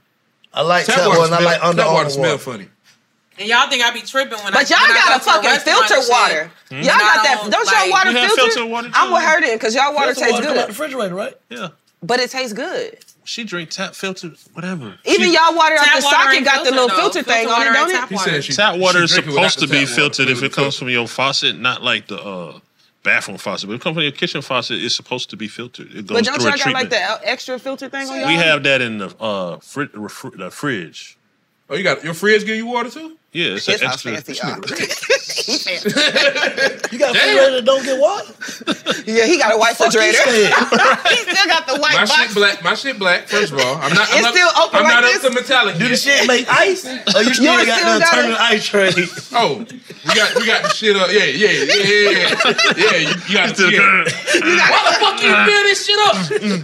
Speaker 7: I like
Speaker 5: Tap
Speaker 7: tap
Speaker 5: water
Speaker 7: water. and I
Speaker 5: smell-
Speaker 7: like under
Speaker 5: tap water
Speaker 7: Armour
Speaker 5: smell
Speaker 23: funny.
Speaker 3: And y'all think I be tripping when I
Speaker 6: But y'all
Speaker 3: when I
Speaker 6: got a
Speaker 3: go to
Speaker 6: fucking
Speaker 3: restaurant and
Speaker 6: filter
Speaker 3: shit.
Speaker 6: water.
Speaker 3: Hmm?
Speaker 4: Mm-hmm.
Speaker 6: Y'all got that.
Speaker 3: No,
Speaker 6: Don't
Speaker 3: like-
Speaker 6: y'all water
Speaker 3: You have
Speaker 6: filter?
Speaker 3: filter water,
Speaker 6: I'm with
Speaker 4: too.
Speaker 6: her then because y'all water
Speaker 4: Filter
Speaker 6: tastes
Speaker 4: water come
Speaker 6: good.
Speaker 4: out the refrigerator, right? Yeah.
Speaker 6: But it tastes good.
Speaker 4: She drink tap filtered whatever.
Speaker 6: Even
Speaker 4: She-
Speaker 6: y'all water out
Speaker 3: Tap
Speaker 6: the
Speaker 3: water
Speaker 6: socket
Speaker 3: and
Speaker 6: got
Speaker 3: filter,
Speaker 6: the little
Speaker 3: though.
Speaker 6: filter
Speaker 3: Filter
Speaker 6: thing on
Speaker 3: water
Speaker 6: it,
Speaker 3: and
Speaker 6: don't
Speaker 3: tap
Speaker 6: it?
Speaker 3: He said she-
Speaker 4: tap
Speaker 3: she
Speaker 4: water is
Speaker 3: drink it without
Speaker 4: supposed
Speaker 3: the
Speaker 4: to be
Speaker 3: tap water,
Speaker 4: filtered if
Speaker 3: including
Speaker 4: it comes from your faucet, not like the uh, bathroom faucet. But if it comes from your kitchen faucet, it's supposed to be filtered. It goes
Speaker 6: But don't
Speaker 4: through a
Speaker 6: y'all got
Speaker 4: treatment.
Speaker 6: like the el- extra filter thing on y'all?
Speaker 4: we have that in the uh, fri- refri- the fridge.
Speaker 5: Oh, you got your fridge give you water too?
Speaker 4: Yeah, it's
Speaker 5: Yes,
Speaker 4: an
Speaker 5: I
Speaker 4: extra. *laughs*
Speaker 7: *laughs* You got a refrigerator that don't get water?
Speaker 6: yeah, he got a white
Speaker 7: Fuck you
Speaker 6: refrigerator.
Speaker 7: said.
Speaker 6: *laughs* he still got the white
Speaker 5: my
Speaker 6: box.
Speaker 5: shit black. My shit black. First of all, I'm not. I'm
Speaker 6: *laughs* It's
Speaker 5: not,
Speaker 6: still open
Speaker 5: I'm
Speaker 6: like
Speaker 5: not
Speaker 6: this?
Speaker 5: up to metallic.
Speaker 7: Do the
Speaker 5: yet.
Speaker 7: shit make ice? Oh,
Speaker 6: *laughs*
Speaker 7: you still
Speaker 5: Yours
Speaker 7: got
Speaker 5: still
Speaker 7: the
Speaker 5: got
Speaker 7: eternal
Speaker 5: it.
Speaker 7: ice tray.
Speaker 5: *laughs* Oh, we got we got the shit up. Yeah, yeah, yeah, yeah, yeah. yeah you, you got the yeah. Why the fuck you
Speaker 4: Uh,
Speaker 5: fill this shit
Speaker 12: Mm,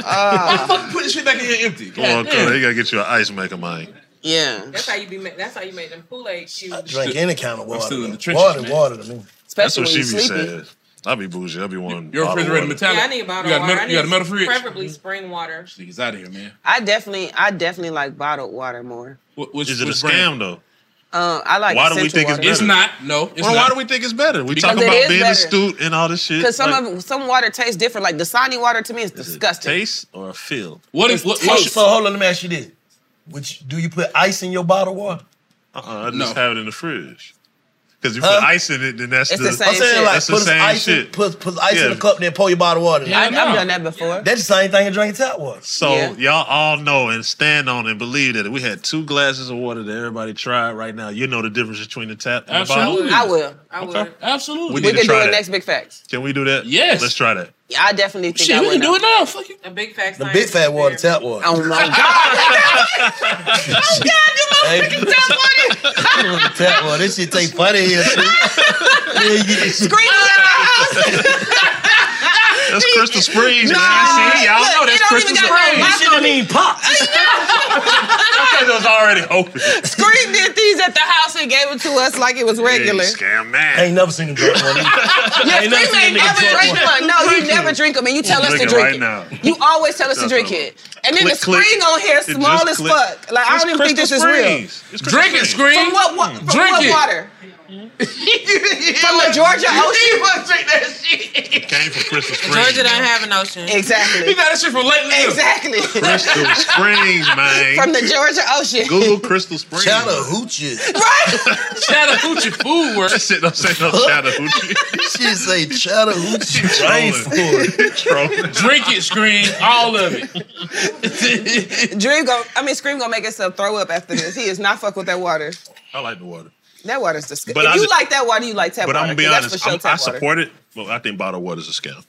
Speaker 5: up? Why the fuck you put this shit back in here empty?
Speaker 4: Come on,
Speaker 5: God
Speaker 4: Cody,
Speaker 5: damn.
Speaker 4: you gotta get you an ice maker, mine.
Speaker 6: Yeah.
Speaker 3: That's how you be. ma- That's how you make them Kool Aid cubes.
Speaker 7: Drink any kind of water.
Speaker 4: still in the
Speaker 7: though.
Speaker 4: trenches,
Speaker 7: water,
Speaker 4: man.
Speaker 7: water to me.
Speaker 4: That's what she be
Speaker 5: Especially when you
Speaker 4: saying. I be bougie. I be one.
Speaker 5: Your refrigerator metallic.
Speaker 3: Yeah, I need bottled
Speaker 5: you got
Speaker 3: water. I
Speaker 5: A metal,
Speaker 3: need
Speaker 5: you got a metal fridge.
Speaker 3: preferably spring water.
Speaker 5: Niggas out of here, man.
Speaker 6: I definitely, I definitely like bottled water more.
Speaker 5: What, which,
Speaker 4: Is it a
Speaker 5: which
Speaker 4: scam
Speaker 5: brand?
Speaker 4: though?
Speaker 6: Uh, I like.
Speaker 4: Why do we think it's better?
Speaker 5: It's not. No. It's
Speaker 4: Well,
Speaker 5: not.
Speaker 4: why do we think it's better? We
Speaker 6: Because
Speaker 4: talk
Speaker 6: it
Speaker 4: about
Speaker 6: is
Speaker 4: being
Speaker 6: better.
Speaker 4: astute and all this shit.
Speaker 6: Because some
Speaker 4: like,
Speaker 6: of some water tastes different. Like Dasani water to me is disgusting.
Speaker 4: taste or feel.
Speaker 5: What
Speaker 6: is- what-
Speaker 7: so,
Speaker 6: what-
Speaker 7: so hold on, let me ask you this. Would you, do you put ice in your bottled water?
Speaker 4: Uh-uh, I just
Speaker 7: No.
Speaker 4: have it in the fridge. Because you
Speaker 7: Huh?
Speaker 4: put ice in it, then that's
Speaker 7: It's
Speaker 4: the,
Speaker 7: the same I'm saying, shit. like,
Speaker 4: that's the
Speaker 7: put
Speaker 4: same
Speaker 7: ice in-
Speaker 4: shit.
Speaker 7: put- put ice in
Speaker 4: Yeah.
Speaker 7: the cup, then pour your bottled water in.
Speaker 4: Yeah, I- I've no. done
Speaker 6: that before.
Speaker 7: That's the same thing as drinking tap water.
Speaker 4: So y'all all know and stand on and believe that if we had two glasses of water that everybody tried right now, you know the difference between the tap and the
Speaker 6: I
Speaker 4: bottle.
Speaker 6: will. I will.
Speaker 5: Absolutely.
Speaker 4: We
Speaker 6: We,
Speaker 4: need to
Speaker 6: can do
Speaker 4: try
Speaker 6: it
Speaker 4: that.
Speaker 6: next big facts.
Speaker 4: Can we do that? Yes. Let's try that.
Speaker 6: Yeah, I definitely think I
Speaker 5: Shit, we can
Speaker 6: would
Speaker 5: do it now. Fuck
Speaker 3: A
Speaker 6: *laughs*
Speaker 3: big fact.
Speaker 7: The big fat water, tap water.
Speaker 6: Oh
Speaker 7: *laughs*
Speaker 6: my god.
Speaker 7: oh God, you
Speaker 4: *laughs*
Speaker 7: tap water. tap water. This shit take funny here.
Speaker 6: Screaming at our house.
Speaker 4: That's Crystal Springs,
Speaker 6: Nah,
Speaker 4: man. See, y'all know
Speaker 6: look, it
Speaker 4: that's
Speaker 6: don't
Speaker 4: Crystal
Speaker 6: even got no
Speaker 4: Springs.
Speaker 6: lock on it.
Speaker 7: pop.
Speaker 4: Because it was already open.
Speaker 6: Scream did these at the house and gave it to us like it was regular.
Speaker 4: Scam that.
Speaker 7: ain't never seen him drink one.
Speaker 5: *laughs*
Speaker 6: Yeah,
Speaker 7: I ain't
Speaker 6: Scream
Speaker 7: never seen
Speaker 6: ain't
Speaker 7: a nigga
Speaker 6: never
Speaker 7: drink
Speaker 6: drink
Speaker 7: one.
Speaker 6: one. No, you never drink them, and you tell us to
Speaker 4: Drink it
Speaker 6: drink
Speaker 4: right
Speaker 6: it.
Speaker 4: now.
Speaker 6: You always tell us to
Speaker 4: That's
Speaker 6: drink
Speaker 4: all.
Speaker 6: it. And then the
Speaker 4: Click,
Speaker 6: spring
Speaker 4: click.
Speaker 6: on here
Speaker 4: It
Speaker 6: small as
Speaker 4: just click.
Speaker 6: fuck. Like I
Speaker 4: It's
Speaker 6: don't even think this
Speaker 4: Crystal
Speaker 6: is real.
Speaker 4: Springs. It's
Speaker 5: Drink it,
Speaker 4: Crystal Springs.
Speaker 6: From what? what from
Speaker 5: Drink
Speaker 6: what
Speaker 5: it.
Speaker 4: *laughs*
Speaker 6: water?
Speaker 5: From
Speaker 6: the Georgia
Speaker 5: You
Speaker 6: Ocean.
Speaker 5: must drink that shit.
Speaker 4: It came from Crystal Springs.
Speaker 3: Georgia don't have an ocean.
Speaker 6: Exactly.
Speaker 5: You got that shit from Lake Lee.
Speaker 6: Exactly.
Speaker 4: Crystal Springs, man.
Speaker 6: From the Georgia Ocean.
Speaker 4: Google Crystal Springs.
Speaker 7: Chattahoochee.
Speaker 6: *laughs*
Speaker 4: *laughs*
Speaker 6: Right?
Speaker 5: Chattahoochee food word.
Speaker 4: That shit don't say no
Speaker 7: *laughs*
Speaker 4: Chattahoochee.
Speaker 7: she
Speaker 6: *laughs*
Speaker 7: say Chattahoochee.
Speaker 4: Trolling. *laughs* Trolling.
Speaker 5: Drink it, scream. All of it.
Speaker 6: Dream go. I mean, Scream gonna make himself throw up after this. He is not fuck with that water.
Speaker 4: I like the water.
Speaker 6: That water's disgusting.
Speaker 4: But
Speaker 6: if
Speaker 4: I
Speaker 6: you
Speaker 4: just-
Speaker 6: like that water, you like tap
Speaker 4: but
Speaker 6: water.
Speaker 4: I'm gonna be
Speaker 6: 'cause that's
Speaker 4: honest.
Speaker 6: for sure
Speaker 4: I'm-
Speaker 6: tap
Speaker 4: I
Speaker 6: water.
Speaker 4: support it. Well, I think bottled water is a scam,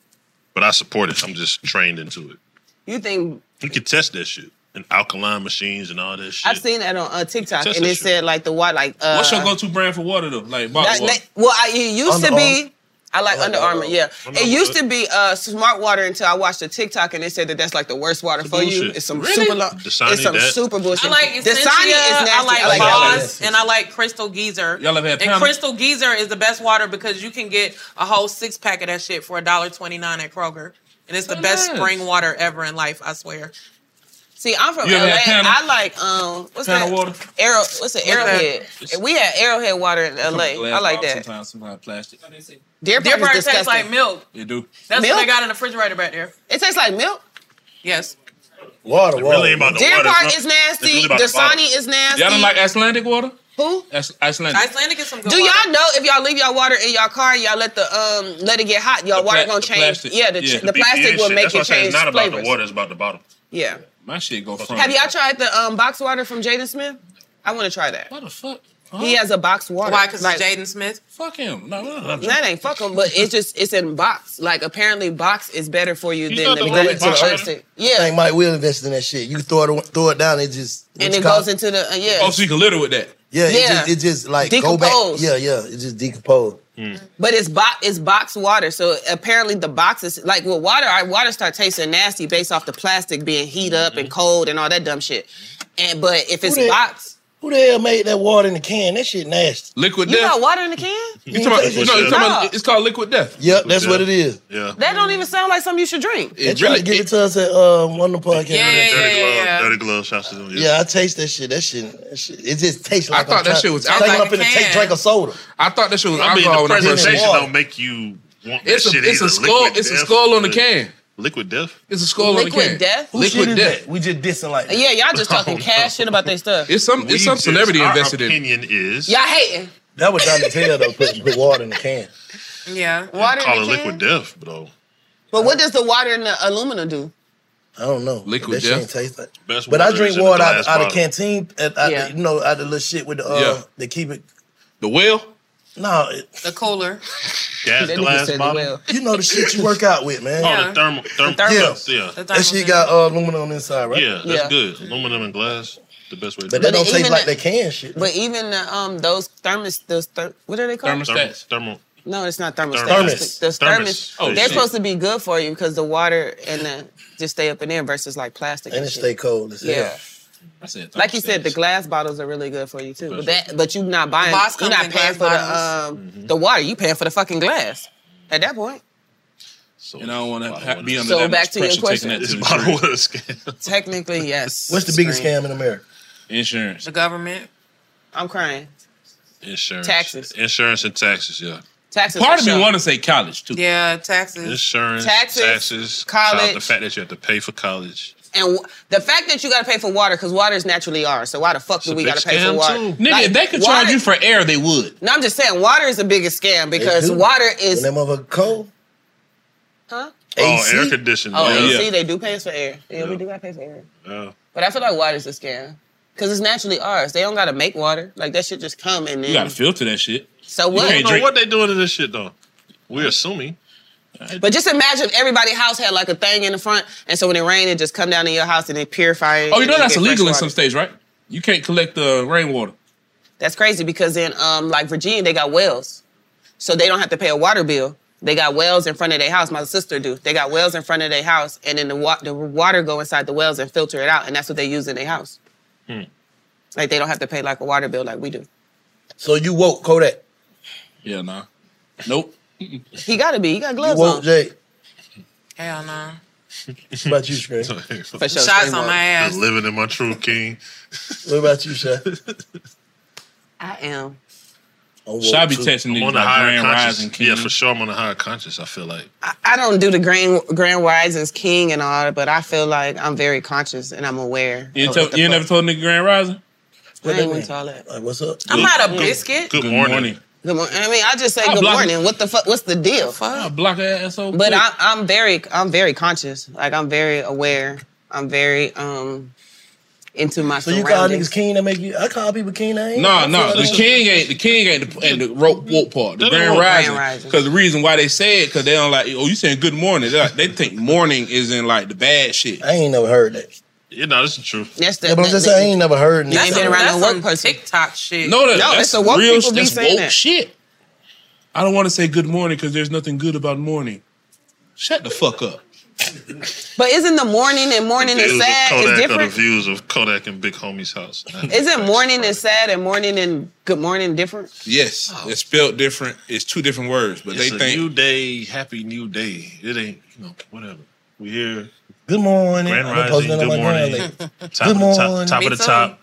Speaker 4: but I support it. I'm just trained into it.
Speaker 6: You think
Speaker 4: You can test that shit and alkaline machines and all that shit.
Speaker 6: I've seen that on uh, TikTok,
Speaker 4: Test
Speaker 6: and
Speaker 4: that
Speaker 6: it
Speaker 4: shit.
Speaker 6: said like the water, like uh,
Speaker 5: What's your go-to brand for water though? Like
Speaker 6: that-
Speaker 5: bottled water.
Speaker 6: that- well, I, it used to
Speaker 5: Under
Speaker 6: be. I like Under Armour, yeah.
Speaker 5: Under
Speaker 6: It
Speaker 5: Armour
Speaker 6: used
Speaker 5: good.
Speaker 6: to be uh, Smart Water until I watched a TikTok and they said that that's like the worst water for you.
Speaker 4: bullshit.
Speaker 6: It's some
Speaker 4: Really?
Speaker 6: super long,
Speaker 4: Dasani,
Speaker 6: it's some
Speaker 4: that-
Speaker 6: super bullshit.
Speaker 3: I like
Speaker 6: Dasani
Speaker 3: Essentia.
Speaker 6: is nasty.
Speaker 3: I like,
Speaker 6: I like that.
Speaker 3: Boss, and I like Crystal Geezer.
Speaker 5: Y'all ever had
Speaker 3: and
Speaker 5: Pammy?
Speaker 3: Crystal Geezer is the best water because you can get a whole six pack of that shit for $1.29 at Kroger, and it's the best
Speaker 6: nice.
Speaker 3: spring water ever in life. I swear.
Speaker 6: See, I'm from
Speaker 3: You
Speaker 6: LA.
Speaker 3: ever had Panama?
Speaker 6: I like um, what's
Speaker 5: Panama
Speaker 6: that?
Speaker 5: water?
Speaker 6: Arrow. What's it?
Speaker 5: What's that?
Speaker 6: Arrowhead. We had Arrowhead water in
Speaker 5: Come
Speaker 6: LA.
Speaker 5: in glass
Speaker 6: I like
Speaker 5: bottles
Speaker 6: that.
Speaker 5: Sometimes, sometimes plastic.
Speaker 6: Deer
Speaker 3: Deer
Speaker 6: Park is
Speaker 3: Park tastes
Speaker 6: disgusting.
Speaker 3: like milk.
Speaker 5: You do.
Speaker 3: That's
Speaker 6: Milk?
Speaker 3: what they got in the refrigerator back there.
Speaker 6: It tastes like milk.
Speaker 3: Yes.
Speaker 7: Water,
Speaker 5: water.
Speaker 4: really ain't about the
Speaker 6: Deer
Speaker 4: water.
Speaker 6: Park
Speaker 4: it's
Speaker 6: is
Speaker 4: not-
Speaker 6: nasty.
Speaker 4: it's really about the bottle.
Speaker 6: Dasani is nasty.
Speaker 5: Y'all don't like Icelandic water?
Speaker 6: Who?
Speaker 5: That's Icelandic.
Speaker 3: Icelandic is some good
Speaker 6: Do y'all know if y'all leave y'all water in y'all car, and y'all let the um let it get hot, y'all water
Speaker 5: pla-
Speaker 6: gonna
Speaker 5: the
Speaker 6: change.
Speaker 5: plastic.
Speaker 6: Yeah, the,
Speaker 5: Yeah.
Speaker 6: the plastic
Speaker 4: BPA
Speaker 6: will
Speaker 4: shit.
Speaker 6: make
Speaker 4: That's why I
Speaker 6: it
Speaker 4: say
Speaker 6: change
Speaker 4: It's not about
Speaker 6: flavors.
Speaker 4: the water. It's about the bottle.
Speaker 6: Yeah.
Speaker 5: My shit go from.
Speaker 6: Have y'all tried the um box water from Jaden Smith? I want to try that.
Speaker 5: What the fuck?
Speaker 6: He has a box water.
Speaker 3: Why? Because
Speaker 6: Like-
Speaker 3: it's Jaden Smith.
Speaker 12: Fuck him. No, no, no.
Speaker 6: That ain't fuck 'em, but it's just it's in box. Like apparently, box is better for you, than
Speaker 7: thought
Speaker 6: the
Speaker 7: the
Speaker 6: ability
Speaker 7: box
Speaker 6: to
Speaker 7: was
Speaker 6: adjust
Speaker 7: better?
Speaker 6: it. Yeah,
Speaker 7: Like Mike Will invested in that shit. You throw it throw it down, it just
Speaker 6: and
Speaker 7: what you
Speaker 6: it
Speaker 7: call
Speaker 6: goes into the uh, yeah.
Speaker 12: Oh, so you can litter with that.
Speaker 6: Yeah.
Speaker 7: Yeah, It, just, it just like go back.
Speaker 6: Decompose.
Speaker 7: Yeah, yeah, it just decomposed.
Speaker 4: Hmm.
Speaker 6: But it's box it's box water. So apparently the box is like with water, our water start tasting nasty based off the plastic being heat up
Speaker 12: Mm-hmm.
Speaker 6: and cold and all that dumb shit. And but if it's
Speaker 7: Who the-
Speaker 6: box,
Speaker 7: Who the hell made that water in the can? That shit nasty.
Speaker 12: Liquid
Speaker 6: you got water in the can?
Speaker 12: You talking about,
Speaker 7: Yeah.
Speaker 12: no, you talking about, it's called liquid death.
Speaker 7: Yep, that's what it is.
Speaker 4: Yeah.
Speaker 6: That don't even sound like something you should drink.
Speaker 7: They tried to give it, to us at uh, one of the podcasts.
Speaker 4: dirty glove, dirty glove shots to them. Yeah.
Speaker 7: Yeah, I taste that shit. That shit, that shit it just tastes like
Speaker 4: I thought
Speaker 7: I'm
Speaker 4: that
Speaker 7: trying-
Speaker 4: shit was
Speaker 7: taking
Speaker 4: outside
Speaker 7: up in
Speaker 4: the
Speaker 7: a take
Speaker 4: can.
Speaker 7: drink of soda.
Speaker 12: I thought that shit was
Speaker 4: I mean,
Speaker 12: alcohol
Speaker 4: the
Speaker 12: Oh, when I first
Speaker 4: presentation
Speaker 12: seen it.
Speaker 4: don't make you want
Speaker 12: It's
Speaker 4: that
Speaker 12: a-
Speaker 4: shit
Speaker 12: it's a
Speaker 4: either.
Speaker 12: skull-
Speaker 4: Liquid
Speaker 12: it's a
Speaker 4: death,
Speaker 12: skull on the
Speaker 4: liquid-
Speaker 12: can.
Speaker 4: Liquid death.
Speaker 12: It's a skull on the
Speaker 6: Liquid
Speaker 12: can.
Speaker 6: death? Who
Speaker 12: Liquid
Speaker 6: shit is
Speaker 12: death. Oh,
Speaker 7: We just dissing like
Speaker 6: Yeah, y'all
Speaker 12: *laughs*
Speaker 6: just talking cash shit about their stuff.
Speaker 12: It's some
Speaker 6: We
Speaker 12: it's some
Speaker 6: just-
Speaker 12: celebrity
Speaker 6: our
Speaker 12: invested in.
Speaker 4: Opinion is
Speaker 6: Y'all hating.
Speaker 7: That was Donald Taylor though, put, put water in the can.
Speaker 6: Yeah. *laughs* Water
Speaker 4: call
Speaker 6: in
Speaker 4: it
Speaker 6: the can.
Speaker 4: liquid death, bro.
Speaker 6: But what does the water in the aluminum do?
Speaker 7: I don't know.
Speaker 4: Liquid
Speaker 7: that shit
Speaker 4: death.
Speaker 7: ain't taste like.
Speaker 4: Best
Speaker 7: but I
Speaker 4: water
Speaker 7: drink
Speaker 4: is in
Speaker 7: water
Speaker 4: the
Speaker 7: out,
Speaker 4: glass
Speaker 7: out of
Speaker 4: bottle.
Speaker 7: canteen. At, out the-
Speaker 6: Yeah.
Speaker 7: you know, out the little shit with the uh,
Speaker 4: Yeah.
Speaker 7: they keep it.
Speaker 12: The well.
Speaker 7: No, it,
Speaker 3: The cooler.
Speaker 4: Gas
Speaker 7: That nigga
Speaker 4: glass
Speaker 7: said the
Speaker 4: bottle.
Speaker 7: well. You know the shit you work out with, man.
Speaker 4: Oh, the thermal, thermal,
Speaker 7: Yeah.
Speaker 4: yeah.
Speaker 7: That shit got uh, aluminum inside, right?
Speaker 4: Yeah, that's good. Aluminum and glass, the best way. to
Speaker 7: But
Speaker 4: do
Speaker 7: that
Speaker 4: it.
Speaker 7: don't taste
Speaker 6: even
Speaker 7: like
Speaker 6: the-
Speaker 7: they can shit.
Speaker 6: But even the, um those thermos those ther- what are they called?
Speaker 4: Thermal.
Speaker 6: No, it's not thermostats.
Speaker 4: Thermos.
Speaker 6: The, the
Speaker 4: Thermos.
Speaker 6: thermos.
Speaker 4: Oh,
Speaker 6: they're
Speaker 4: shit.
Speaker 6: supposed to be good for you because the water and the just stay up in there versus like plastic.
Speaker 7: And it
Speaker 6: shit.
Speaker 7: stay cold as hell.
Speaker 6: Yeah.
Speaker 12: I said,
Speaker 6: Like you said, the glass bottles are really good for you too. But
Speaker 7: That's
Speaker 6: that, but you're not buying.
Speaker 3: Boss
Speaker 6: You're
Speaker 3: comes
Speaker 6: not
Speaker 3: in
Speaker 6: paying for
Speaker 3: glass
Speaker 6: the um
Speaker 3: bottles.
Speaker 12: Mm-hmm.
Speaker 6: the water. You paying for the fucking glass. At that
Speaker 12: *laughs*
Speaker 6: point,
Speaker 12: and I don't want to be under
Speaker 6: So
Speaker 12: that
Speaker 6: back
Speaker 12: much
Speaker 6: to your
Speaker 12: pressure
Speaker 6: question.
Speaker 12: taking that
Speaker 6: It's
Speaker 12: to the
Speaker 6: bottle
Speaker 12: crib.
Speaker 6: technically yes.
Speaker 7: What's the biggest scam in America?
Speaker 12: Insurance.
Speaker 6: The government. I'm crying.
Speaker 4: Insurance.
Speaker 6: Taxes.
Speaker 4: Insurance and taxes, yeah.
Speaker 6: Taxes.
Speaker 12: Part
Speaker 6: for
Speaker 12: of me
Speaker 6: sure.
Speaker 12: want to say college too.
Speaker 3: Yeah, taxes.
Speaker 4: Insurance,
Speaker 6: Taxes,
Speaker 4: taxes,
Speaker 6: college.
Speaker 4: The fact that you have to pay for college.
Speaker 6: And w- the fact that you got to pay for water because water is naturally ours. So why the fuck do
Speaker 4: a
Speaker 6: we
Speaker 4: big
Speaker 6: got to pay
Speaker 4: scam,
Speaker 6: for water?
Speaker 4: too.
Speaker 12: Nigga,
Speaker 6: Like,
Speaker 12: if they could
Speaker 6: water-
Speaker 12: charge you for air, they would.
Speaker 6: No, I'm just saying, water is the biggest scam because
Speaker 12: do.
Speaker 6: water is.
Speaker 7: When that motherfucker cold.
Speaker 6: Huh?
Speaker 4: Oh, air conditioning.
Speaker 6: Oh,
Speaker 4: yeah.
Speaker 6: AC, they do pay us for air. Yeah, we do got to pay for air.
Speaker 4: Yeah.
Speaker 6: But I feel like water is a scam because it's naturally ours. They don't got to make water. Like that shit just come and
Speaker 12: You got
Speaker 6: then.
Speaker 12: to filter that shit.
Speaker 6: So
Speaker 4: I
Speaker 6: what?
Speaker 4: don't know what they doing to this shit though. We're assuming.
Speaker 6: But just imagine if everybody's house had like a thing in the front, and so when it rained, it just come down to your house and it purify it.
Speaker 12: Oh, you know
Speaker 6: and get
Speaker 12: that's
Speaker 6: fresh
Speaker 12: illegal in
Speaker 6: water.
Speaker 12: some states, right? You can't collect the rainwater.
Speaker 6: That's crazy because in um like Virginia they got wells, so they don't have to pay a water bill. They got wells in front of their house. My sister do. They got wells in front of their house, and then the, wa- the water go inside the wells and filter it out, and that's what they use in their house.
Speaker 4: Hmm.
Speaker 6: Like they don't have to pay like a water bill like we do.
Speaker 7: So you woke Kodak.
Speaker 12: Yeah, nah. Nope.
Speaker 6: He gotta be. He got
Speaker 7: You
Speaker 6: gloves
Speaker 7: woke
Speaker 6: on.
Speaker 7: Jay.
Speaker 3: Hell no.
Speaker 7: What about
Speaker 4: *laughs*
Speaker 7: you, Scream?
Speaker 6: sure, Shots Scream on woke. my ass.
Speaker 4: Just living in my true king.
Speaker 7: What about
Speaker 4: *laughs*
Speaker 7: you, Shay?
Speaker 6: I am.
Speaker 12: Shy be texting
Speaker 4: I'm
Speaker 12: niggas
Speaker 4: on the
Speaker 12: like
Speaker 4: higher
Speaker 12: Grand Rising
Speaker 4: conscious.
Speaker 12: King.
Speaker 4: Yeah, for sure. I'm on the higher conscious. I feel like
Speaker 6: I, I don't do the grand grand risings king and all, but I feel like I'm very conscious and I'm aware.
Speaker 12: You,
Speaker 6: of
Speaker 12: ain't tell-
Speaker 6: what the
Speaker 12: you ain't
Speaker 6: fuck-
Speaker 12: never told nigga Grand Rising?
Speaker 6: I ain't went to all that.
Speaker 7: Like, what's up?
Speaker 6: I'm not a biscuit.
Speaker 12: Good, morning.
Speaker 6: Good morning. I mean, I just say
Speaker 12: I'll
Speaker 6: good
Speaker 12: block
Speaker 6: morning. What the fuck? What's the deal?
Speaker 12: I'll block her ass so
Speaker 6: But
Speaker 12: quick.
Speaker 6: I, I'm very, I'm very conscious. Like I'm very aware. I'm very um into my
Speaker 7: So you call
Speaker 6: surroundings.
Speaker 7: niggas king that make you? I call people king. They ain't.
Speaker 12: No,
Speaker 7: I
Speaker 12: no,
Speaker 7: feel
Speaker 12: the
Speaker 7: like-
Speaker 12: king ain't the king ain't the, and the rope woke part, the
Speaker 7: They don't
Speaker 12: grand
Speaker 7: want
Speaker 12: rising.
Speaker 7: Grand Rising.
Speaker 12: Because the reason why they say it, because they don't like, oh, you saying good morning? They, like, they think morning is in like the bad shit.
Speaker 7: I ain't never heard that.
Speaker 4: you know this is true.
Speaker 6: That's
Speaker 7: Yeah, but I'm just saying, I ain't never heard.
Speaker 6: You ain't
Speaker 7: niggas.
Speaker 6: been around
Speaker 3: That's
Speaker 6: no woke
Speaker 3: some
Speaker 6: person.
Speaker 3: TikTok shit.
Speaker 12: No, that, that's
Speaker 6: it's the woke
Speaker 12: real.
Speaker 6: people be
Speaker 12: that's
Speaker 6: saying
Speaker 12: woke
Speaker 6: that.
Speaker 12: shit. I don't want to say good morning because there's nothing good about morning. Shut the fuck up.
Speaker 6: But isn't the morning and morning
Speaker 4: views
Speaker 6: and
Speaker 4: of
Speaker 6: sad is
Speaker 4: Kodak are the
Speaker 6: different?
Speaker 4: views of Kodak and Big Homie's
Speaker 12: *laughs*
Speaker 4: house.
Speaker 6: Isn't morning and sad and morning and good morning different?
Speaker 12: Yes, it's spelled different. It's two different words, but
Speaker 4: It's
Speaker 12: they
Speaker 4: a
Speaker 12: think
Speaker 4: new day, happy new day. It ain't you know whatever. We here.
Speaker 7: Good morning.
Speaker 4: Grand
Speaker 7: I'm gonna post
Speaker 4: rising.
Speaker 7: that on
Speaker 4: Good
Speaker 7: my
Speaker 4: morning.
Speaker 7: gram
Speaker 4: *laughs* Top of
Speaker 7: later. Good
Speaker 4: the top.
Speaker 7: morning.
Speaker 4: Top
Speaker 7: Me
Speaker 4: of the
Speaker 7: too.
Speaker 4: top.